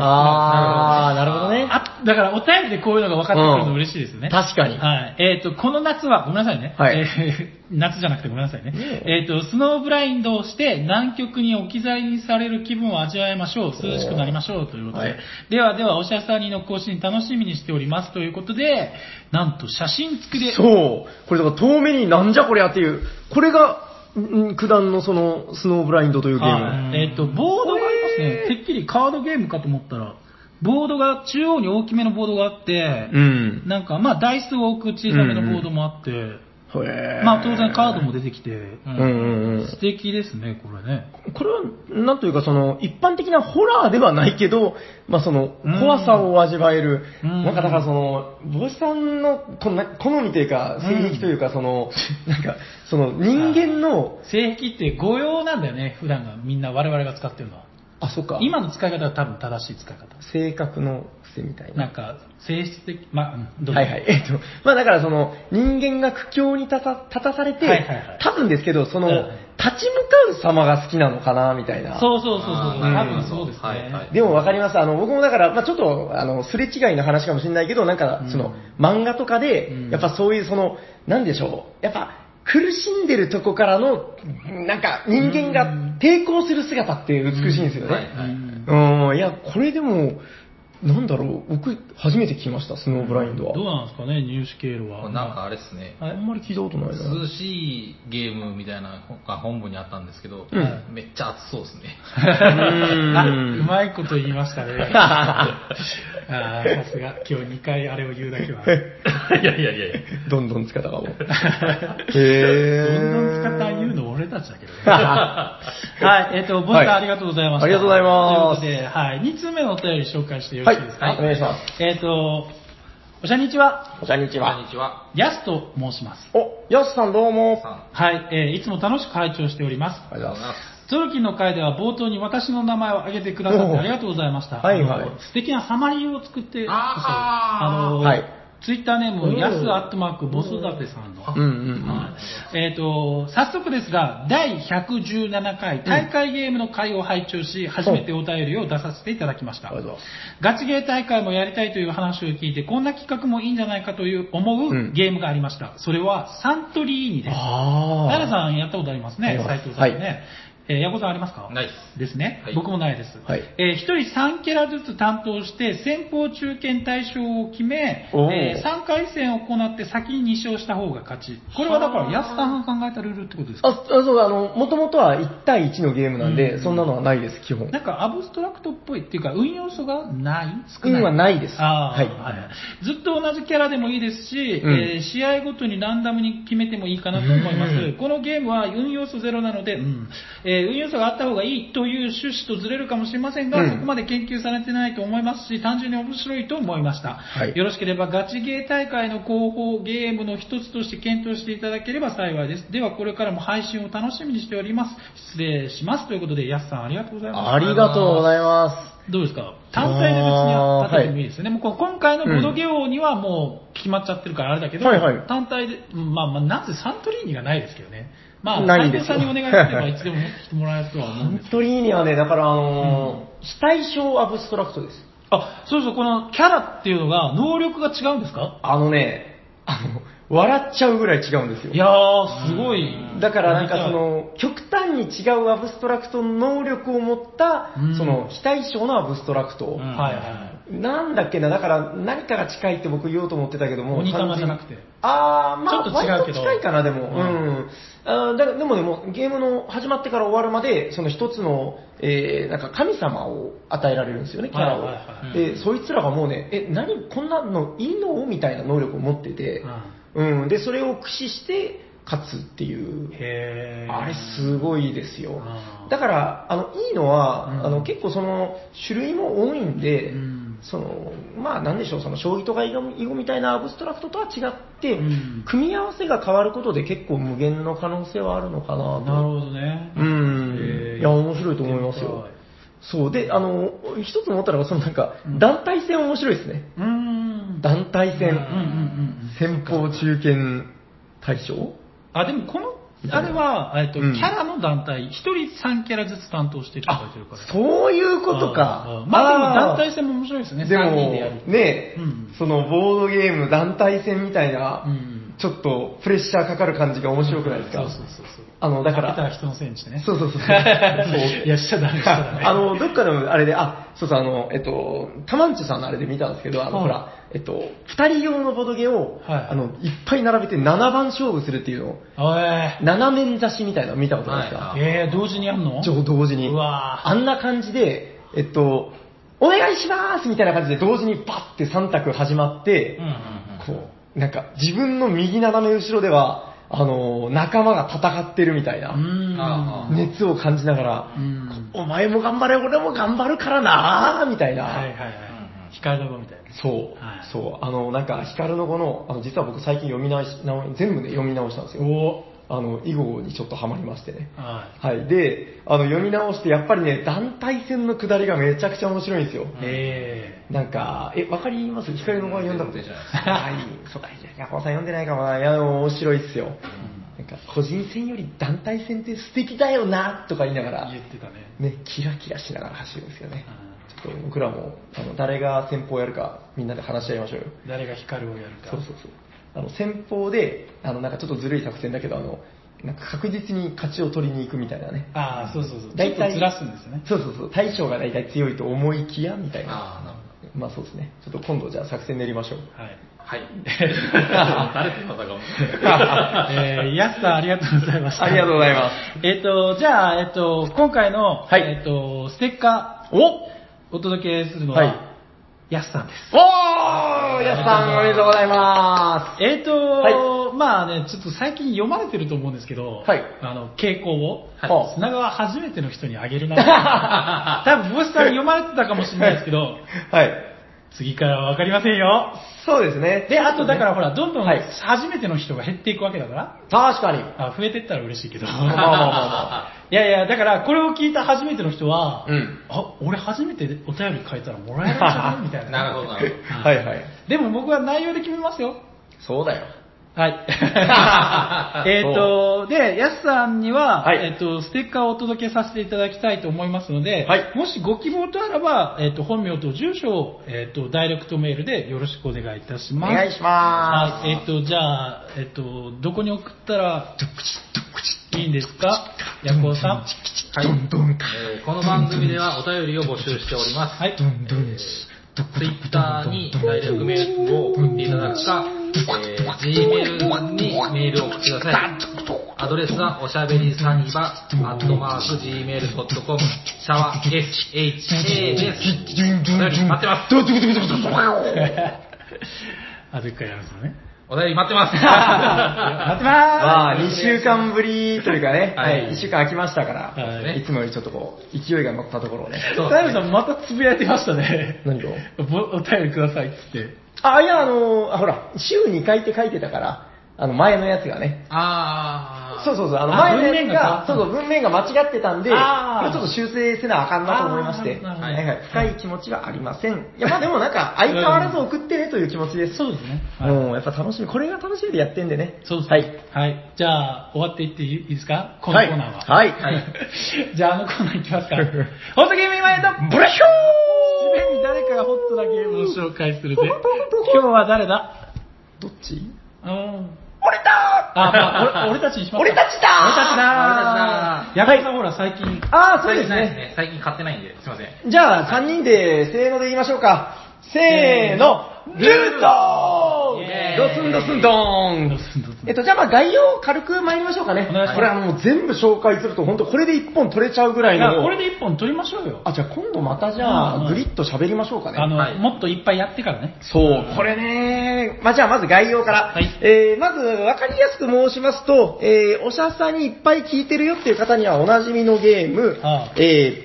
S1: な
S2: あー、
S1: んです
S2: なるほどね。
S1: あだからお便りでこういうのが分かってくるの嬉しいですよね。
S2: 確かに。
S1: はい。えっ、と、この夏は、ごめんなさいね。
S2: はい
S1: えー夏じゃなくてごめんなさいね。
S2: ね
S1: えっ、と、スノーブラインドをして南極に置き去りにされる気分を味わいましょう。涼しくなりましょうということで。
S2: はい
S1: ではでは、おしゃさにの更新楽しみにしておりますということで、なんと写真付きで。
S2: そう。これだから遠目になんじゃこりゃっていう、これが、ん九段のその、スノーブラインドというゲーム。
S1: はいえっ、と、ボードがありますね。てっきりカードゲームかと思ったら、ボードが、中央に大きめのボードがあって、
S2: うん。
S1: なんか、まあ、台数を置く小さめのボードもあって、
S2: へー
S1: まあ当然カードも出てきて、
S2: うんうんうん
S1: 素敵ですね、これね。
S2: これは、なんというか、その、一般的なホラーではないけど、まあ、その、怖さを味わえる。
S1: うん
S2: なんか、だからその、帽子さんの、こんな、好みというか、性癖というか、その、なんか、その、人間の、
S1: 性癖って誤用なんだよね、普段がみんな我々が使ってるのは。
S2: あ、そっか、
S1: 今の使い方は多分正しい使い方。
S2: 性格の癖みたい
S1: な
S2: な。
S1: んか、性質的、まあうん、どうぞ
S2: はいはい。えっと、まあ、だからその、人間が苦境に立た立たされて、
S1: はいはいはい
S2: 立つんですけど、その、
S1: うん
S2: 立ち向かう様が好きなのかな、みたいな。
S1: そうそうそうそう、
S3: あー
S1: 多
S2: なるほど
S1: 分そうですね。
S3: はいはい
S2: でも分かります。あの、僕もだから、まあちょっと、あの、すれ違いの話かもしれないけど、なんか
S1: う、ん
S2: その、漫画とかで
S1: うん、
S2: やっぱそういう、その、なんでしょう。やっぱ、苦しんでるとこからの、なんか、人間
S1: うん
S2: が抵抗する姿って美しいんですよ
S3: はい
S2: ね。
S3: はい
S1: うん
S2: うん、いや、これでも、なんだろう、僕、初めて聞きました、スノーブラインド
S1: どう
S2: は。
S1: なんですかね、入手経路
S3: こ
S1: は。
S3: れなんかあれですね、
S2: あんまり聞いたことないな。
S3: 涼しいゲームみたいなのが本部にあったんですけど、
S2: うん
S3: めっちゃ熱そうですね。
S1: [LAUGHS] あ
S2: う
S1: うんまいこと言いました
S2: [LAUGHS]
S1: ね。あーさすが、今日2回あれを言うだけ
S2: [LAUGHS]
S1: は。
S3: いやいやいやいや。
S2: どんどん使ったか
S1: [LAUGHS]
S2: も。へ
S1: ど
S2: ー
S1: んどん使った言う
S2: [LAUGHS]
S1: の俺たちだけどね。はい、えっ、と、ボンさん、
S2: はい
S1: ありがとうございました。
S2: ありがとうございます
S1: ということで、はい、2通目のお便り紹介してよろ
S2: は
S1: しいですか、
S2: い、お願いします。
S1: えっ、と、おしゃにちは、
S2: こんにち
S3: こん
S2: は。
S3: にちは。
S1: ヤスと申します。
S2: お、ヤスさんどうも。
S3: さん。
S1: はい、えーいつも楽しく拝聴しております。
S2: ありがとうございま
S1: ゾルキンの会では冒頭に私の名前を挙げてくださってありがとうございました。
S2: はいはい
S1: あの素敵なサマリーを作ってほしいです。
S3: あー
S1: あの、
S2: はい
S1: ツイッターネーム、ヤスアットマーク、ボスダペさんの。
S2: す。うんうん
S1: はいえっ、と、早速ですが、第117回大会ゲームの会を拝聴し、初めてお便りを出させていただきました。
S2: ありがとうございま
S1: ガ
S2: す
S1: チゲー大会もやりたいという話を聞いて、こんな企画もいいんじゃないかという思ううんゲームがありました。それはサントリーニです。
S2: あ
S1: 奈良さんやったことあります
S2: あり
S1: ね、
S2: ます
S1: 斉藤さんね。えー、矢子さんありますか
S3: ないっす
S1: ですね、
S3: はい
S1: 僕もないです。
S2: はい
S1: えー一人3キャラずつ担当して、先方、中堅、大将を決め、
S2: おー
S1: え3回戦を行って先に2勝した方が勝ち。これはだから、安さんが考えたルールってことですか
S2: あ、あそう、あの、もともとは1対1のゲームなんで、
S1: うん
S2: そんなのはないです、基本。
S1: なんかアブストラクトっぽいっていうか、運要素がない少ない
S2: 運はないです。
S1: あー
S2: はい。
S1: はいずっと同じキャラでもいいですし、
S2: うん
S1: えー試合ごとにランダムに決めてもいいかなと思います。
S2: うん
S1: このゲームは運要素ゼロなので、うんえー運要素があった方がいいという趣旨とずれるかもしれませんが、
S2: うん
S1: そこまで研究されてないと思いますし、単純に面白いと思いました。
S2: はい
S1: よろしければガチゲー大会の広報ゲームの一つとして検討していただければ幸いです。ではこれからも配信を楽しみにしております。失礼します。ということで、やすさんありがとうございます。
S2: ありがとうございま
S1: どうですか単体で別に立ててもいいですよね。もうこう今回のボドゲ王にはもう決まっちゃってるからあれだけど、
S2: はいはい
S1: 単体で、うんまあまあ、なぜサントリーニがないですけどね。まあ、
S2: ない
S1: 斉
S2: んで
S1: 藤
S2: すよ
S1: さんにお願いすればいつでも持ってきてもらえるとは
S2: す。
S1: 思うん
S2: サ
S1: です
S2: ン [LAUGHS]
S1: けど。
S2: トリーニはね、だから、あのー、非対称アブストラクトです。
S1: あ、そうそう、このキャラっていうのが能力が違うんですか
S2: あのね、あの、笑っちゃうぐらい違うんですよ
S1: い。やー、すごい。
S2: だからなんかそ、の、極端に違うアブストラクトの能力を持った、
S1: うん
S2: その、非対称のアブストラクト。
S3: うん
S1: はいはい。
S2: なんだっけな、だから何かが近いって僕言おうと思ってたけども、
S1: 鬼玉じゃなくて
S2: 完全にあー、まあ、
S1: ちょっと違うけど
S2: 割と近いかな、でも。
S1: う
S2: うんん。あーだからでもでも、ゲームの始まってから終わるまで、その一つの、えー、なんか神様を与えられるんですよね、キャラを。
S1: はいはい
S3: はい
S2: で、そいつらがもうね、え、何、こんなのいいのみたいな能力を持ってて、うん。で、それを駆使して勝つっていう。
S1: へー。
S2: あれすごいですよ
S1: あー。
S2: だから、あの、いいのは、
S1: うん
S2: あの、結構その、種類も多いんで、
S1: うん
S2: その、まあ、なんでしょう、その、将棋とか囲碁囲碁みたいなアブストラクトとは違って、
S1: うん
S2: 組み合わせが変わることで結構無限の可能性はあるのかなと。
S1: なるほどね。
S2: うん
S1: へー。
S2: いや、面白いと思いますよ。そう。で、あの、一つ思ったのが、そのなんか
S1: うん、
S2: 団体戦面白いですね。
S1: うーん。
S2: 団体戦。
S3: うん
S1: うんうんうんうん。
S2: 先方中堅大将
S1: あ、でもこの、あれは、えっと、キ
S2: うん
S1: ャラの団体、一人3キャラずつ担当してって書いてるから。
S2: そういうこと
S1: あ
S2: か
S1: ー。まあでも団
S2: あ
S1: 体
S2: ー
S1: 戦も面白いですね、
S2: で
S1: 3人でやる
S2: も、。ね、
S1: うん
S2: そのボードゲーム団体戦みたいな、
S1: うん
S2: ちょっとプレッシャーかかる感じが面白くないですか、
S1: そうそうそうそう。
S2: あの、だか
S1: 負けたら
S2: ら、
S1: 人のせいにしてね。
S2: そうそう
S1: [LAUGHS]
S2: そう。
S1: いや、しちゃダメ、しちゃダメ。
S2: あの、どっかでもあれで、あ、そうそう、あの、えっと、タマンチュさんのあれで見たんですけど、あの、
S1: はい
S2: ほら、えっと、二人用のボードゲを、
S1: はい
S2: あの、いっぱい並べて7番勝負するっていうのを、
S1: おい
S2: 7面差しみたいなの見たことないですか、
S3: はい
S1: えー、同時にやるの
S2: ちょ同時に。
S1: うわー
S2: あんな感じで、えっと、お願いしますみたいな感じで同時にバッて3択始まって、
S3: うんうんうん。
S2: こう、なんか自分の右斜め後ろでは、あの、仲間が戦ってるみたいな。
S1: うん
S3: ああ
S2: 熱を感じながら、
S1: うん
S2: お前も頑張れ、俺も頑張るからなーみたいな。
S1: はいはいはい
S3: うん。
S1: 光の子みたいな。
S2: そう、
S1: はい
S2: そう、あの、なんか、ヒカルの子の、あの、実は僕最近読み直し、な全部ね、読み直したんですよ。
S1: お
S2: あの、囲碁にちょっとハマりましてね。
S1: は
S2: はい。で、あの、読み直して、やっぱりね、団体戦の下りがめちゃくちゃ面白いんですよ。
S1: い。え
S2: なんか、え、わかりますヒカルの子は読んだこと
S3: 全然じ
S2: はい。そうか、いや、ヤコウさん読んでないかもな。いや、でも面白いっすよ。なんか、個人戦より団体戦って素敵だよな、とか言いながら
S1: ー、言、ってたね。
S2: ね、キラキラしながら走るんですよね。
S1: うん
S2: ちょっと僕らも、あの、誰が先方やるか、みんなで話し合いましょうよ。
S1: 誰が光をやるか。
S2: そうそうそう。あの、先方で、あの、なんかちょっとずるい作戦だけど、あの、なんか確実に勝ちを取りに行くみたいなね。
S1: ああ、そうそうそう。ちょ
S2: 大
S1: っと
S2: 体
S1: ずらすんですね。
S2: そうそうそう。大将が大体強いと思いきや、みたい
S3: あ
S2: な。
S3: あ、なる
S2: まあそうですね。ちょっと今度じゃあ作戦練りましょう。
S1: はい。
S3: ほど。はい。誰と戦うの
S1: [LAUGHS] えー、安さんありがとうございました。。
S2: ありがとうございます
S1: えっ、と、じゃあ、えっ、と、今回の、
S2: はい
S1: えっ、と、ステッカ
S2: お
S1: ーお届けするの
S2: はい
S1: は、やす安さんです。
S2: おーやすさん、おめでとうございま
S1: えっ、と、
S2: は
S1: まあね、ちょっと最近読まれてると思うんですけど、
S2: はい
S1: あの、傾向を、
S2: はい
S1: 砂川初めての人にあげる
S2: [LAUGHS]
S1: な多分、帽子さん読まれてたかもしれないですけど、
S2: す。はい。
S1: 次からはわかりませんよ。
S2: そうですね。
S1: で、あとだからほら、どんどん
S2: はい
S1: 初めての人が減っていくわけだから、
S2: 確かに。
S1: あ増えてったら嬉しいけど。
S2: [LAUGHS] まあまあまあ
S1: いやいや、だからこれを聞いた初めての人は、
S2: うん
S1: あ、俺初めてお便り書いたらもらえるんじゃな
S2: [LAUGHS]
S1: いみたいな。
S3: なるほど、なるほど。
S2: まあ。はいはい。
S1: でも僕は内容で決めますよ。
S2: そうだよ。
S1: [LAUGHS] はい。えっと、で、やすさんには、
S2: はい
S1: えっと、ステッカーをお届けさせていただきたいと思いますので、
S2: はい
S1: もしご希望とあらば、えっと、本名と住所を、えっと、ダイレクトメールでよろしくお願いいたし
S2: お
S1: ます。
S2: 願いしま
S1: はい、えっ、と、じゃあ、えっ、と、どこに送ったら、いいんですかヤコウさん。
S2: す。はい、どんか。
S3: えーこの番組ではお便りを募集しております。
S1: はい。
S3: ツイッターにダイレクトメールを送っていただくか、えー Gmail にメールを送ってください。アドレスはおしゃべりサニバ、アットマーク Gmail.com、シャワー SHA です。お便り待ってます。
S1: あ、どっかやるんですよね。
S3: お便り待っ
S2: [LAUGHS]
S3: てます。
S1: 待ってま
S2: まあ、2週間ぶりというかね、
S3: は
S2: はいい、1週間空きましたか
S1: はい
S2: ら、いつもよりちょっとこう、勢いが乗ったところをね。
S1: すタイムさんまたつぶやいてましたね。
S2: 何を
S1: ぼお便りくださいっつって。
S2: あ、いや、あの、あほら、週2回って書いてたから、あの、前のやつがね。
S3: あー。
S2: そうそうそう、あの、
S1: あ
S2: 前のやつが、
S1: 文面が変わった
S2: そうそう、文面が間違ってたんで、これち
S1: あー
S2: ょっと修正せなあかんなと思いまして、
S1: あー
S2: は
S1: なるほど
S2: いはい、深い気持ちはありません。いや、まあでもなんか、相変わらず送ってねという気持ちです。
S1: そうですね。
S2: もう、やっぱ楽しみ、これが楽しみでやってんでね。
S1: そうです
S2: は
S1: ね
S2: い。。
S1: はい。じゃあ、終わっていっていいですかこのコーナーは。
S2: はい。はい。
S1: じゃあ、あのコーナーいきますか。ホットゲーム今へと、
S2: ブレッシュ
S1: すでに誰かがホットなゲームを紹介するぜ。今日は誰だ
S2: ーどっち
S1: うん。
S2: 俺だ
S1: あ、まあ、俺俺たちにしますか
S2: 俺たちだ
S1: 俺たちだ
S3: 俺たちだ
S1: ヤコウさんほら、最近。
S2: ああ、そう
S3: 最
S2: で
S3: 近
S2: す
S3: ないです
S2: ね。
S3: ね。最近買ってないんで、すいません。
S2: じゃあ、3人で、せーので言いましょうか。せーの、ルート
S1: イエーイ
S2: ドスンドスンドーンえっと、じゃあまあ概要を軽く参りましょうかね。
S1: お願いします
S2: これあの、もう全部紹介すると、本当これで1本取れちゃうぐらい
S1: いや
S2: の。
S1: これで一本取りましょうよ。
S2: あ、じゃあ今度またじゃ
S1: うんう
S2: あ、
S1: ん
S2: ぐりっと喋りましょうかね。
S1: あの、
S3: はい
S1: もっといっぱいやってからね。
S2: そう、これね、まあ、じゃあまず概要から。
S1: はい
S2: えー、まず分かりやすく申しますと、えー、おしゃさんにいっぱい聞いてるよっていう方にはおなじみのゲーム、
S1: ああ
S2: えー、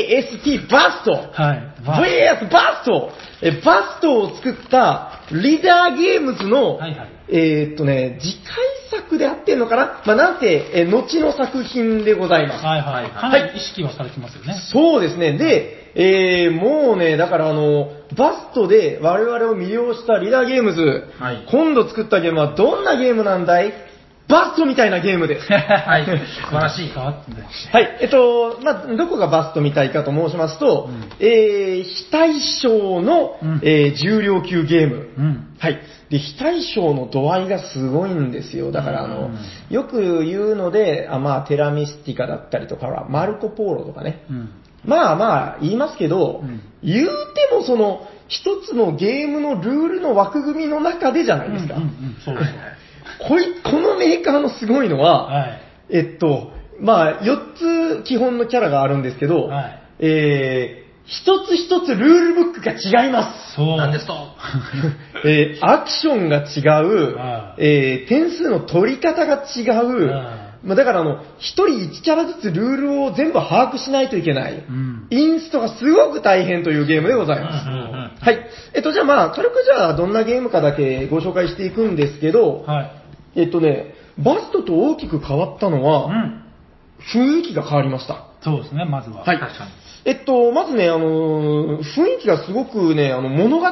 S2: VAST バスト。
S1: はい。わ
S2: VAS バストえーバストを作ったリーダーゲームズの、
S1: はいはい
S2: えーっとね、次回作であってんのかなまあ、なんて、えー後の作品でございます。
S1: はいはい。かなり意識はされてますよね。
S2: そうですね。で、えー、もうね、だからあの、バストで我々を魅了したリーダーゲームズ、
S3: はい
S2: 今度作ったゲームはどんなゲームなんだいバストみたいなゲーム
S1: [LAUGHS]
S2: です。
S3: はい。素晴らしい。
S1: 変わってない
S2: はい、えっと、まあ、どこがバストみたいかと申しますと、
S1: うん
S2: えー、非対称の、
S1: うん
S2: えー重量級ゲーム。
S1: うん。
S2: はい。で、非対称の度合いがすごいんですよ。だから、あ
S1: う
S2: の
S1: ん、
S2: よく言うので、あまあ、テラミスティカだったりとかは、マルコ・ポーロとかね、
S1: うん。
S2: まあまあ言いますけど、
S1: うん
S2: 言うてもその一つのゲームのルールの枠組みの中でじゃな
S1: う
S2: い
S1: ん。う
S2: です
S1: ん。
S2: か。
S1: うんそうそう。
S2: こいこのメーカーのすごいのは、
S1: はい。
S2: えっと、まあ4つ基本のキャラがあるんですけど、
S1: はい
S2: え一つ一つルールブックが違い
S1: [LAUGHS]
S2: ます。
S1: そう。
S3: なんですと。
S2: えーアクションが違う
S1: ああ、
S2: えー点数の取り方が違う
S1: ああ、
S2: まあ、だからあの、一人一キャラずつルールを全部把握しないといけない。
S1: うん。
S2: インストがすごく大変というゲームでございます。
S1: うんうんうん
S2: はい。えっと、じゃあまあ、軽くじゃあ、どんなゲームかだけご紹介していくんですけど、
S1: はい。
S2: えっとね、バストと大きく変わったの
S1: う
S2: は、
S1: ん。
S2: 雰囲気が変わりました。
S1: そうですね、まずは。
S2: はい
S3: 確かに。
S2: えっと、まずね、あのー、雰囲気がすごくね、あの、物語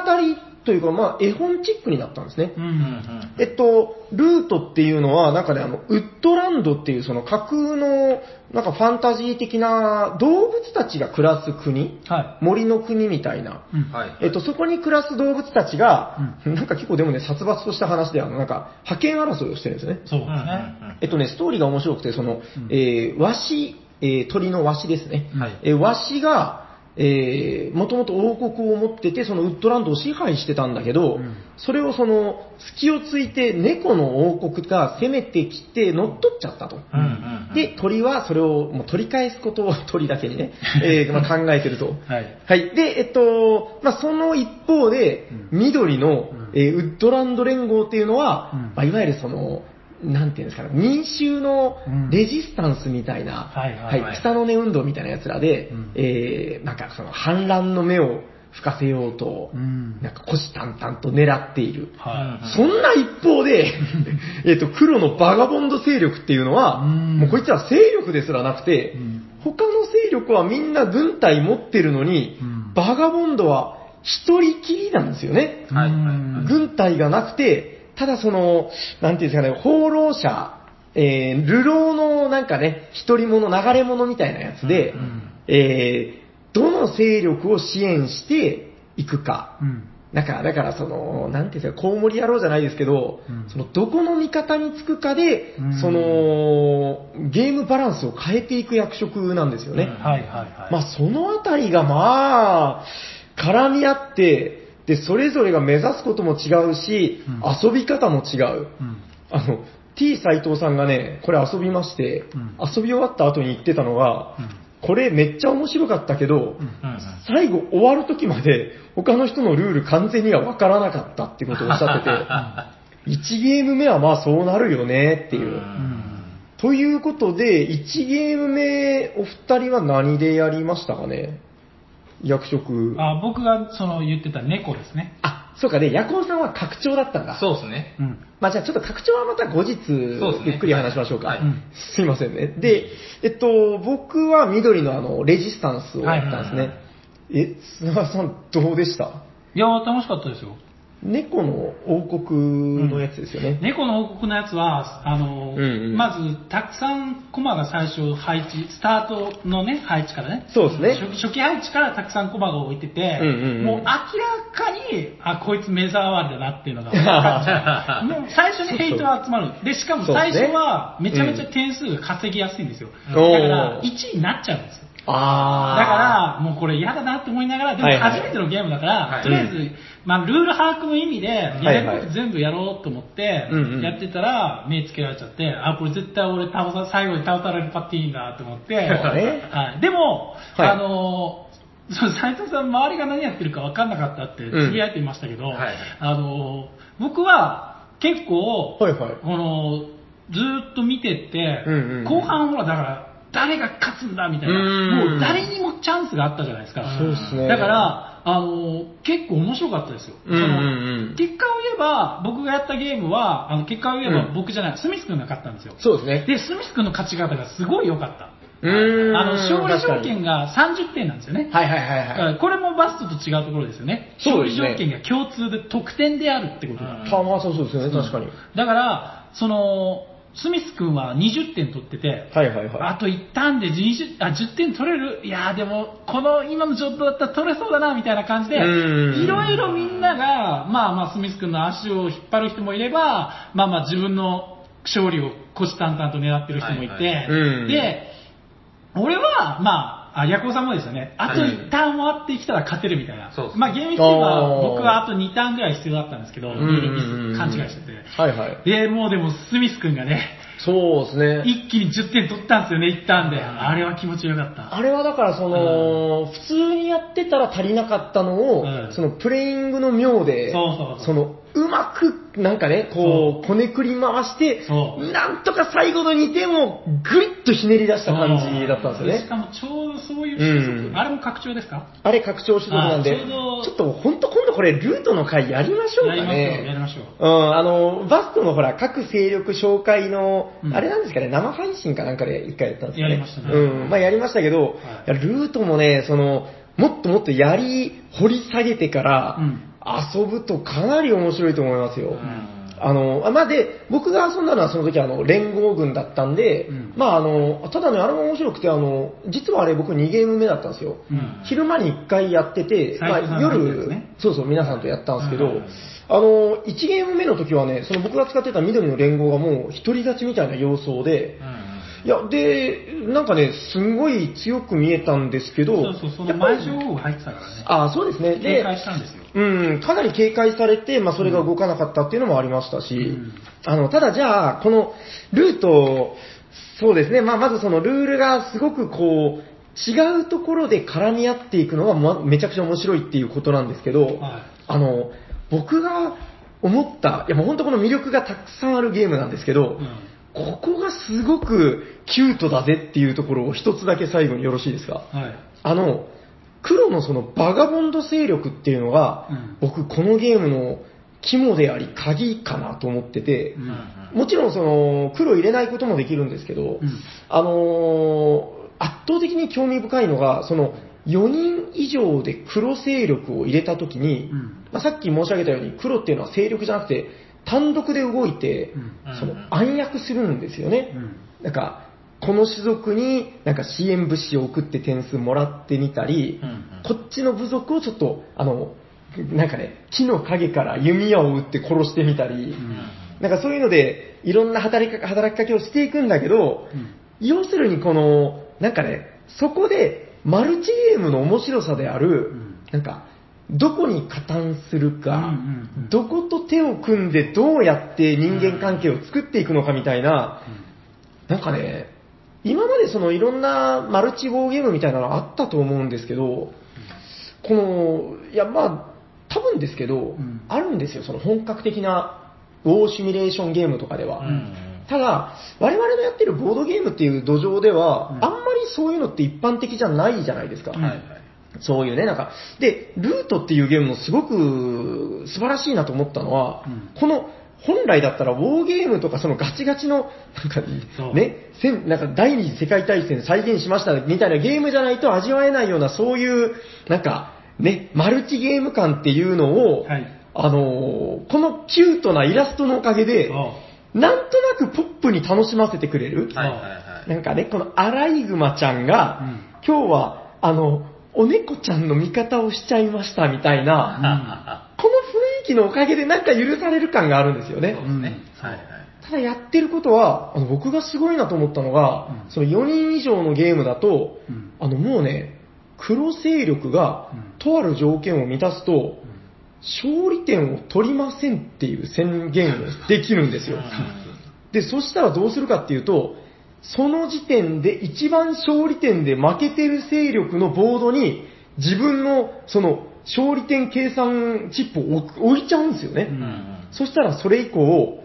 S2: というか、まあ、絵本チックになったんですね
S1: う。んう。
S3: うんうんん。
S2: えっと、ルートっていうのは、なんかね、あの、ウッドランドっていう、その架空の、なんかファンタジー的な動物たちが暮らす国、
S1: は
S2: 森の国みたいな。
S1: い。うん。。
S3: はいい。
S2: えっと、そこに暮らす動物たちが、なんか結構でもね、殺伐とした話で、あの、なんか、覇権争いをしてるんですね。
S1: そうです
S3: うんうん
S1: ね。
S2: えっとね、ストーリーが面白くて、その
S1: うん、
S2: えー、ワシ、えー鳥のワシですね。
S1: はい
S2: えーワシが、えー、もともと王国を持ってて、そのウッドランドを支配してたんだけど、
S1: うん
S2: それをその、隙をついて猫の王国が攻めてきて乗っ取っちゃったと。
S3: うんうんうん。
S2: で、鳥はそれをもう取り返すことを [LAUGHS] 鳥だけ
S1: [LAUGHS]
S2: にね、えーまあ、考えてると。
S1: はい。
S2: はい。で、えっと、まあ、その一方で、
S1: う
S2: 緑の、
S1: うん
S2: えーウッドランド連合っていうのは、
S1: うん
S2: まあ、いわゆるその、なんていうんですかね、民衆の
S1: うん
S2: レジスタンスみたいな、
S1: はいはいはい
S2: 草の根運動みたいな奴らで、
S1: うん
S2: えーなんかその反乱の目を吹かせようと、
S1: うん。
S2: なんか虎視眈々と狙っている。
S1: は
S2: そんな一
S1: [LAUGHS]
S2: 方で、えっと、黒のバガボンド勢力っていうのは、
S1: うん
S2: もうこいつら勢力ですらなくて、
S1: うん
S2: 他の勢力はみんな軍隊持ってるのに、
S1: うん
S2: バガボンドは一人きりなんですよね。
S1: い。
S3: はいはい
S1: うん
S2: 軍隊がなくて、ただその、なんていうんですかね、放浪者、えー、流浪のなんかね、一人者、流れ者みたいなやつで、
S3: うん
S2: えーどの勢力を支援していくか、
S1: うん。
S2: なんか、だからその、なんていうんですか、コウモリ野郎じゃないですけど、
S1: うん
S2: その、どこの味方につくかで、
S1: うん
S2: その、ゲームバランスを変えていく役職なんですよね。
S3: うん
S1: はいはいはい。
S2: まあ、そのあたりが、まあ、絡み合って、で、それぞれが目指すことも違うし、
S1: うん
S2: 遊び方も違う。
S1: うん。
S2: あの、T 斎藤さんがね、これ遊びまして、
S1: うん
S2: 遊び終わった後に言ってたのが、これめっちゃ面白かったけど、
S1: うん。
S3: うんうん。
S2: 最後終わる時まで他の人のルール完全には分からなかったってことをおっしゃって
S3: [LAUGHS]
S2: て、1ゲーム目はまあそうなるよねっていうう。
S3: ん
S2: ということで、1ゲーム目、お二人は何でやりましたかね役職。あ、
S1: あ僕がその言ってた猫ですね。
S2: そうかね、ヤコウさんは拡張だったんだ。
S3: そうですね。
S1: うん。
S2: まあじゃあちょっと拡張はまた後日
S3: そうです、ね
S2: ゆっくり話しましょうか。
S3: はい
S1: うん
S2: すいませんね。で、えっと、僕は緑のあの、レジスタンスをやったんですね。
S3: はいはい
S2: え、砂川さんどうでした
S1: いやー、楽しかったですよ。
S2: 猫の王国のやつですよね。
S1: 猫の王国のやつは、あのー
S2: うんうん
S1: まず、たくさんコマが最初配置、スタートのね、配置からね。
S2: そうですね
S1: 初初期配置からたくさんコマが置いてて、
S2: うんうんうん
S1: もう明らかに、あ、こいつ目障りだなっていうのが分かっち
S2: [LAUGHS]
S1: ゃう。もう最初にヘイトが集まる。で、しかも
S2: そうで
S1: 最
S2: すね
S1: 初はめちゃめちゃ点数が稼ぎやすいんですよ。だか
S2: おー
S1: ら、1位になっちゃうんですよ。だ
S2: あ
S1: から、もうこれ嫌だなって思いながら、でも
S2: はいはい
S1: 初めてのゲームだから、
S3: はい
S1: とりあえず、まあ、ルール把握の意味で、やれ
S2: はい
S1: る
S2: は
S1: こ
S2: い
S1: と全部やろうと思って
S2: うんう、ん
S1: やってたら、目つけられちゃって、あ、これ絶対俺倒さ、最後に倒されるパッティーンだと思って、
S2: そうね
S1: はい、でも、
S2: はい
S1: あのー、そう斉藤さん、周りが何やってるか分かんなかったって
S2: うん
S1: つぶやいていましたけど、
S3: はい
S1: あのー僕は結構、
S2: はいはい。
S1: このずーっと見てって、
S2: うんうんうん
S1: 後半ほらだから誰が勝つんだみたいな
S2: うーん
S1: もう誰にもチャンスがあったじゃないですか
S3: そう
S2: そうですね。
S1: だか、らあのー結構面白かったですよ、
S2: うんうんう
S1: その
S2: ん。
S1: 結果を言えば僕がやったゲームはあの結果を言えば
S2: うん
S1: 僕じゃない、スミス君が勝ったんですよ
S2: そうですね。
S1: でスミス君の勝ち方がすごい良かった
S2: うーん。
S1: あの勝利条件が
S2: が。
S1: 30点なんですよね
S2: はいはいはいはい。
S1: うんこれもバストと違うところですよね
S2: そう
S1: 勝
S2: で
S1: 利
S2: すね
S1: 条件が共通で得点であるってことだ、
S3: うん
S2: パワーマーそうそうですよね、確かに。
S1: だから、その、スミス君は20点取ってて、
S2: はいはいはい。
S1: あと1ターンで20あ10点取れる、いやーでも、この今の状況だったら取れそうだなみたいな感じで、
S2: うん
S1: いろいろみんなが、まあまあ、スミス君の足を引っ張る人もいれば、まあまあ、自分の勝利を虎視眈々と狙ってる人もいて、
S3: はいはい
S2: うん
S1: で、俺は、まあ、あ、ヤコウさんもですよね。あと
S3: はい
S1: 1ターン終わってきたら勝てるみたいな。
S3: そうそう
S1: まあ、厳密に言えば
S2: おー
S1: 僕はあと2ターンぐらい必要だったんですけど、
S2: う
S1: ル
S2: ん
S1: ールミス勘違いしてて。
S2: はいはい。
S1: で、もうでも、スミス君がね、
S2: そうですね。
S1: 一気に10点取ったんですよね、一旦で。あれは気持ちよかった。
S2: あれはだからその、普通にやってたら足りなかったのを、
S1: うん
S2: そのプレイングの妙で、
S1: そうそうそう
S2: のうまくなんかね、こう、こねくり回して
S1: そう、
S2: なんとか最後の2点をぐいっとひねり出した感じだったんですよ
S1: し
S2: ね。
S1: かもちょうどそういう種族、
S2: うん
S1: あれも拡張ですか
S2: あれ拡張種族なんで、
S1: あちょうど
S2: ちょっと本当今度これルートの回やりましょう
S1: やり
S2: か
S1: ましょう、やり
S2: ね。
S1: ましょう。
S2: うん、あの、バストのほら、各勢力紹介の、
S1: うん
S2: あれなんですかね、生配信かなんかで一回やったんですかね。
S1: やりましたね
S2: うん、まあやりましたけど、いやルートもね、その、もっともっとやり、掘り下げてから
S1: うん、
S2: 遊ぶとかなり面白いと思いますよ。
S1: ん
S2: あの、あまあ、で、僕が遊んだのはその時あの、連合軍だったんで、
S1: うん
S2: まああの、ただね、あれも面白くて、あの、実はあれ僕2ゲーム目だったんですよ。
S1: うん
S2: 昼間に1回やってて、
S1: 斉藤さん
S2: ま
S1: が
S2: あ、
S1: 入ってるやつ
S2: 夜、
S1: ね
S2: そうそう、皆さんとやったんですけど、
S1: うん
S2: あの、1ゲーム目の時はね、その僕が使ってた緑の連合がもう独り勝ちみたいな様相で、いや、で、なんかね、すんごい強く見えたんですけど、
S1: そうそう、その
S2: やっぱり
S1: 前情報が入ってたからね。
S2: ああ、そうです
S1: 警
S2: ね。で、
S1: 戒したんですよ。
S2: うん、かなり警戒されて、まあ、それが動かなかったっていうのもありましたし、
S1: ん
S2: あの、ただじゃあ、このルート、そうですね、まあ、まずそのルールがすごくこう、違うところで絡み合っていくのは、ま、めちゃくちゃ面白いっていうことなんですけど、
S1: はい
S2: あの、僕が思った、いやもう本当この魅力がたくさんあるゲームなんですけど、
S1: うん
S2: ここがすごくキュートだぜっていうところを一つだけ最後によろしいですか
S1: はい。
S2: あの、黒のそのバガボンド勢力っていうのが、
S1: うん
S2: 僕このゲームの肝であり鍵かなと思ってて、
S1: うん
S2: もちろんその黒入れないこともできるんですけど、
S1: うん
S2: あのー圧倒的に興味深いのが、その4人以上で黒勢力を入れたときに、
S1: うん
S2: まあ、さっき申し上げたように黒っていうのは勢力じゃなくて単独で動いて、
S1: うん
S2: その暗躍するんですよね。
S1: うん
S2: なんか、この種族になんか支援物資を送って点数もらってみたり、
S4: うんうん
S2: こっちの部族をちょっと、あの、なんかね、木の陰から弓矢を撃って殺してみたり、なんかそういうので、いろんな働きか働きかけをしていくんだけど、
S1: うん
S2: 要するにこの、なんかね、そこでマルチゲームの面白さである、
S1: ん
S2: なんか、どこに加担するか、
S1: うんうんうん
S2: どこと手を組んでどうやって人間関係を作っていくのかみたいな、なんかね、今までそのいろんなマルチウォーゲームみたいなのあったと思うんですけど、この、いやまあ、多分ですけど、
S1: ん
S2: あるんですよ、その本格的なウォーシミュレーションゲームとかでは。ただ、我々のやってるボードゲームっていう土壌では、
S1: うん
S2: あんまりそういうのって一般的じゃないじゃないですか。
S1: うんはいはい
S2: そういうね、なんか、で、ルートっていうゲームもすごく素晴らしいなと思ったのは、
S1: うん
S2: この、本来だったら、ウォーゲームとか、そのガチガチの、なんか
S1: そう、
S2: ね、せんなんか第二次世界大戦再現しましたみたいなゲームじゃないと味わえないような、そういう、なんか、ね、マルチゲーム感っていうのを、
S1: はい
S2: あのーこのキュートなイラストのおかげで、なんとなくポップに楽しませてくれる。
S1: はいは
S4: は
S1: い
S4: い。
S2: なんかね、このアライグマちゃんが、
S1: うん
S2: 今日は、あの、お猫ちゃんの味方をしちゃいましたみたいな、この雰囲気のおかげでなんか許される感があるんですよね。
S1: うん
S4: はいはい。
S2: ただやってることは、あの僕がすごいなと思ったのが、
S1: うん
S2: その4人以上のゲームだと、
S1: うん
S2: あのもうね、黒勢力が
S1: うん
S2: とある条件を満たすと、勝利点を取りませんっていう宣言をできるんで
S1: [LAUGHS]
S2: すよ。で、そしたらどうするかっていうと、その時点で一番勝利点で負けてる勢力のボードに自分のその勝利点計算チップを置く置いちゃうんですよね。
S1: うん
S2: そしたらそれ以降、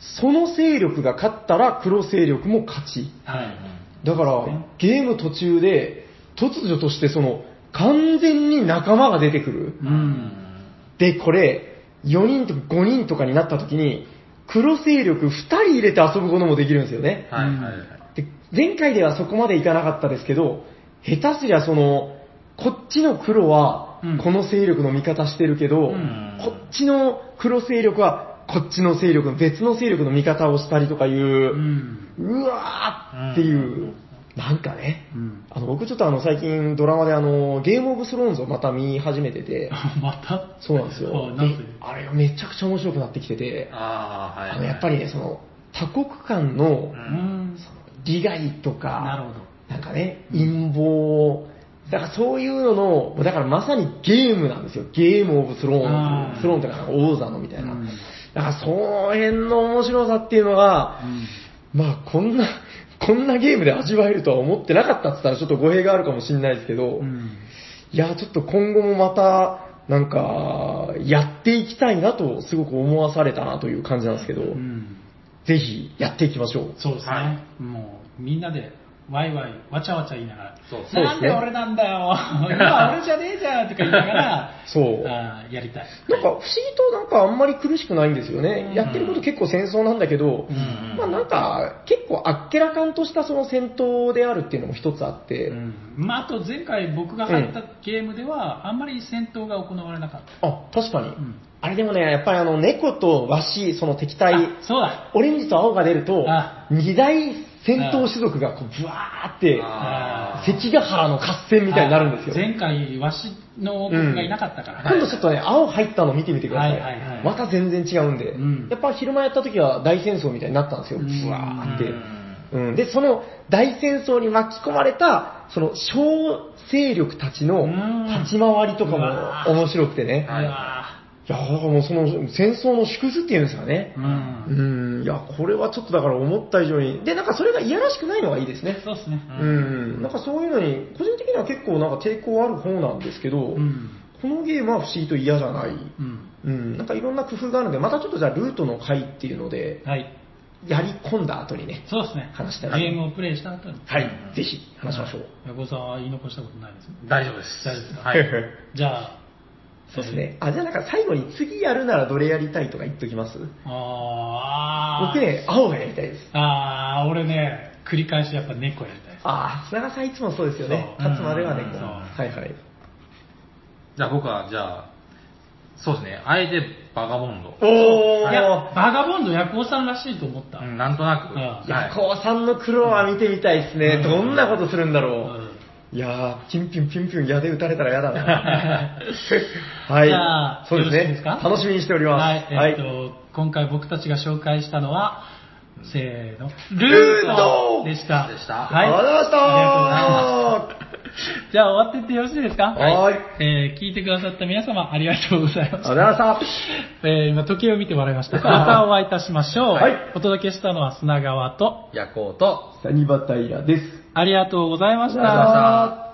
S2: その勢力が勝ったら黒勢力も勝ち。だから、ゲーム途中で突如としてその完全に仲間が出てくる。
S1: うん
S2: で、これ、4人とか5人とかになった時に、黒勢力2人入れて遊ぶこともできるんですよね。
S4: はいはいはい。
S2: で前回ではそこまでいかなかったですけど、下手すりゃその、こっちの黒は
S1: うん
S2: この勢力の味方してるけど、
S1: ん
S2: こっちの黒勢力はこっちの勢力の別の勢力の味方をしたりとかいう、
S1: う
S2: うんわーっていう、なんかね、
S1: うん
S2: あの僕ちょっとあの最近ドラマであのゲームオブスローンズをまた見始めてて、
S1: また
S2: そうなんですよ
S1: あ。なんて
S2: であれがめちゃくちゃ面白くなってきてて、
S4: ああ、はい。
S2: あのやっぱりね、その多国間の
S1: うん
S2: 利害とか、
S1: なるほど
S2: なんかね、陰謀、だからそういうのの、だからまさにゲームなんですよ。ゲームオブスロ
S1: あ
S2: ー
S1: ー
S2: ン、スローンとかなんか王座のみたいな。
S1: うん
S2: だからその辺の面白さっていうのが、
S1: うん
S2: まあこんな、こんなゲームで味わえるとは思ってなかったって言ったらちょっと語弊があるかもしれないですけど、
S1: うん。
S2: いや、ちょっと今後もまた、なんか、やっていきたいなと、すごく思わされたなという感じなんですけど、
S1: うん。
S2: ぜひやっていきましょう。
S1: そうですね。
S3: は
S1: もう、みんなで、ワイワイ、わちゃわちゃ言いながら、
S3: そうです
S2: ね
S1: なんで俺なん
S2: [LAUGHS]
S1: だよ、今俺じゃねえじゃんとか言いながら、
S2: そう。
S1: あーやりたい。
S2: なんか不思議となんかあんまり苦しくないんですよね。
S1: うん
S2: やってること結構戦争なんだけど、
S1: うん
S2: まあなんか結構あっけらかんとしたその戦闘であるっていうのも一つあって、
S1: うんまあ、あと前回僕が入ったゲームでは、あんまり戦闘が行われなかった。
S2: あ、確かに。
S1: ん
S2: あれでもね、やっぱりあの猫とワシ、その敵対、
S1: あそうだ。
S2: オレンジと青が出ると
S1: あ、
S2: 二大戦闘種族がこうブワーって、
S3: あー
S2: 関ヶ原の合戦みたいになるんですよ。
S1: 前回、わしの僕がいなかったから。
S2: 今度ちょっとね、青入ったの見てみてください。
S1: はいはいはい
S2: また全然違うんで、
S1: うん
S2: やっぱ昼間やった時は大戦争みたいになったんですよ。
S1: うん
S2: ブワーっ
S1: う
S2: て。
S3: ん
S2: うん、で、その大戦争に巻き込まれた、その小勢力たちの
S1: うん
S2: 立ち回りとか
S1: うわ
S2: も面白くてね。
S1: うわ
S2: いやーだからもうその戦争の縮図っていうんですかね
S1: ー。う。
S2: うんん、いや、これはちょっとだから思った以上に。で、なんかそれがいやらしくないのがいいですね。
S1: そうですね。
S2: うん、なんかそういうのに、個人的には結構なんか抵抗ある方なんですけど、
S1: うん。
S2: このゲームは不思議と嫌じゃない。
S1: うん。
S2: うん、なんかいろんな工夫があるので、またちょっとじゃあルートの回っていうので、
S1: はい。
S2: やり込んだ後にね、
S1: そうですね。
S2: 話したいな
S1: ゲームをプレイした後に。
S2: はい、ぜひ話しましょう。
S1: ヤコウさんは言い残したことないですね。
S3: 大丈夫です。
S1: 大丈夫ですか
S3: はい。
S1: じゃあ、
S2: [LAUGHS] そうですね。あ、じゃあなんか最後に次やるならどれやりたいとか言っときます
S1: あーあー。
S2: 僕ね、青がやりたいです。
S1: ああ、俺ね、繰り返しやっぱ猫やりたいです。
S2: ああ、砂川さんいつもそうですよね。
S1: そう
S2: 勝つまではね、
S1: うん
S2: こう
S1: そう
S2: はいはい。
S3: じゃあ僕は、じゃあ、そうですね、あえてバガボンド。
S2: お
S1: いや、バガボンドヤコウさんらしいと思った。
S3: うんなんとなく。
S1: うん
S3: はい
S2: いや、こうさんの苦労は見てみたいですね。どんなことするんだ
S1: う
S2: ろ
S1: ん
S2: う。いやー、ピンピンピンピン矢で撃たれたら嫌だ
S1: [LAUGHS]
S2: な。はい。
S1: じゃあ
S2: そうです
S1: よろしいで
S2: ね
S1: す。か
S2: 楽しみにしております。
S1: はい、えっ、と、今回僕たちが紹介したのは、せーの、
S2: ルート
S1: でした。
S3: でした
S1: はい。ありがとうございま
S2: ありがとうございました。
S1: す。じゃあ終わってってよろしいですか
S2: はい
S1: えー聞いてくださった皆様ありがとうございま
S2: ありがとう
S1: した。
S2: ございました。
S1: えー今時計を見て笑いま
S2: [LAUGHS]
S1: した。またお会いいたしましょう。
S2: はい
S1: お届けしたのは砂川と、
S3: 夜行と、
S2: サニバタイラです。
S1: ありがとうございまし
S2: ありがとうございました
S1: た。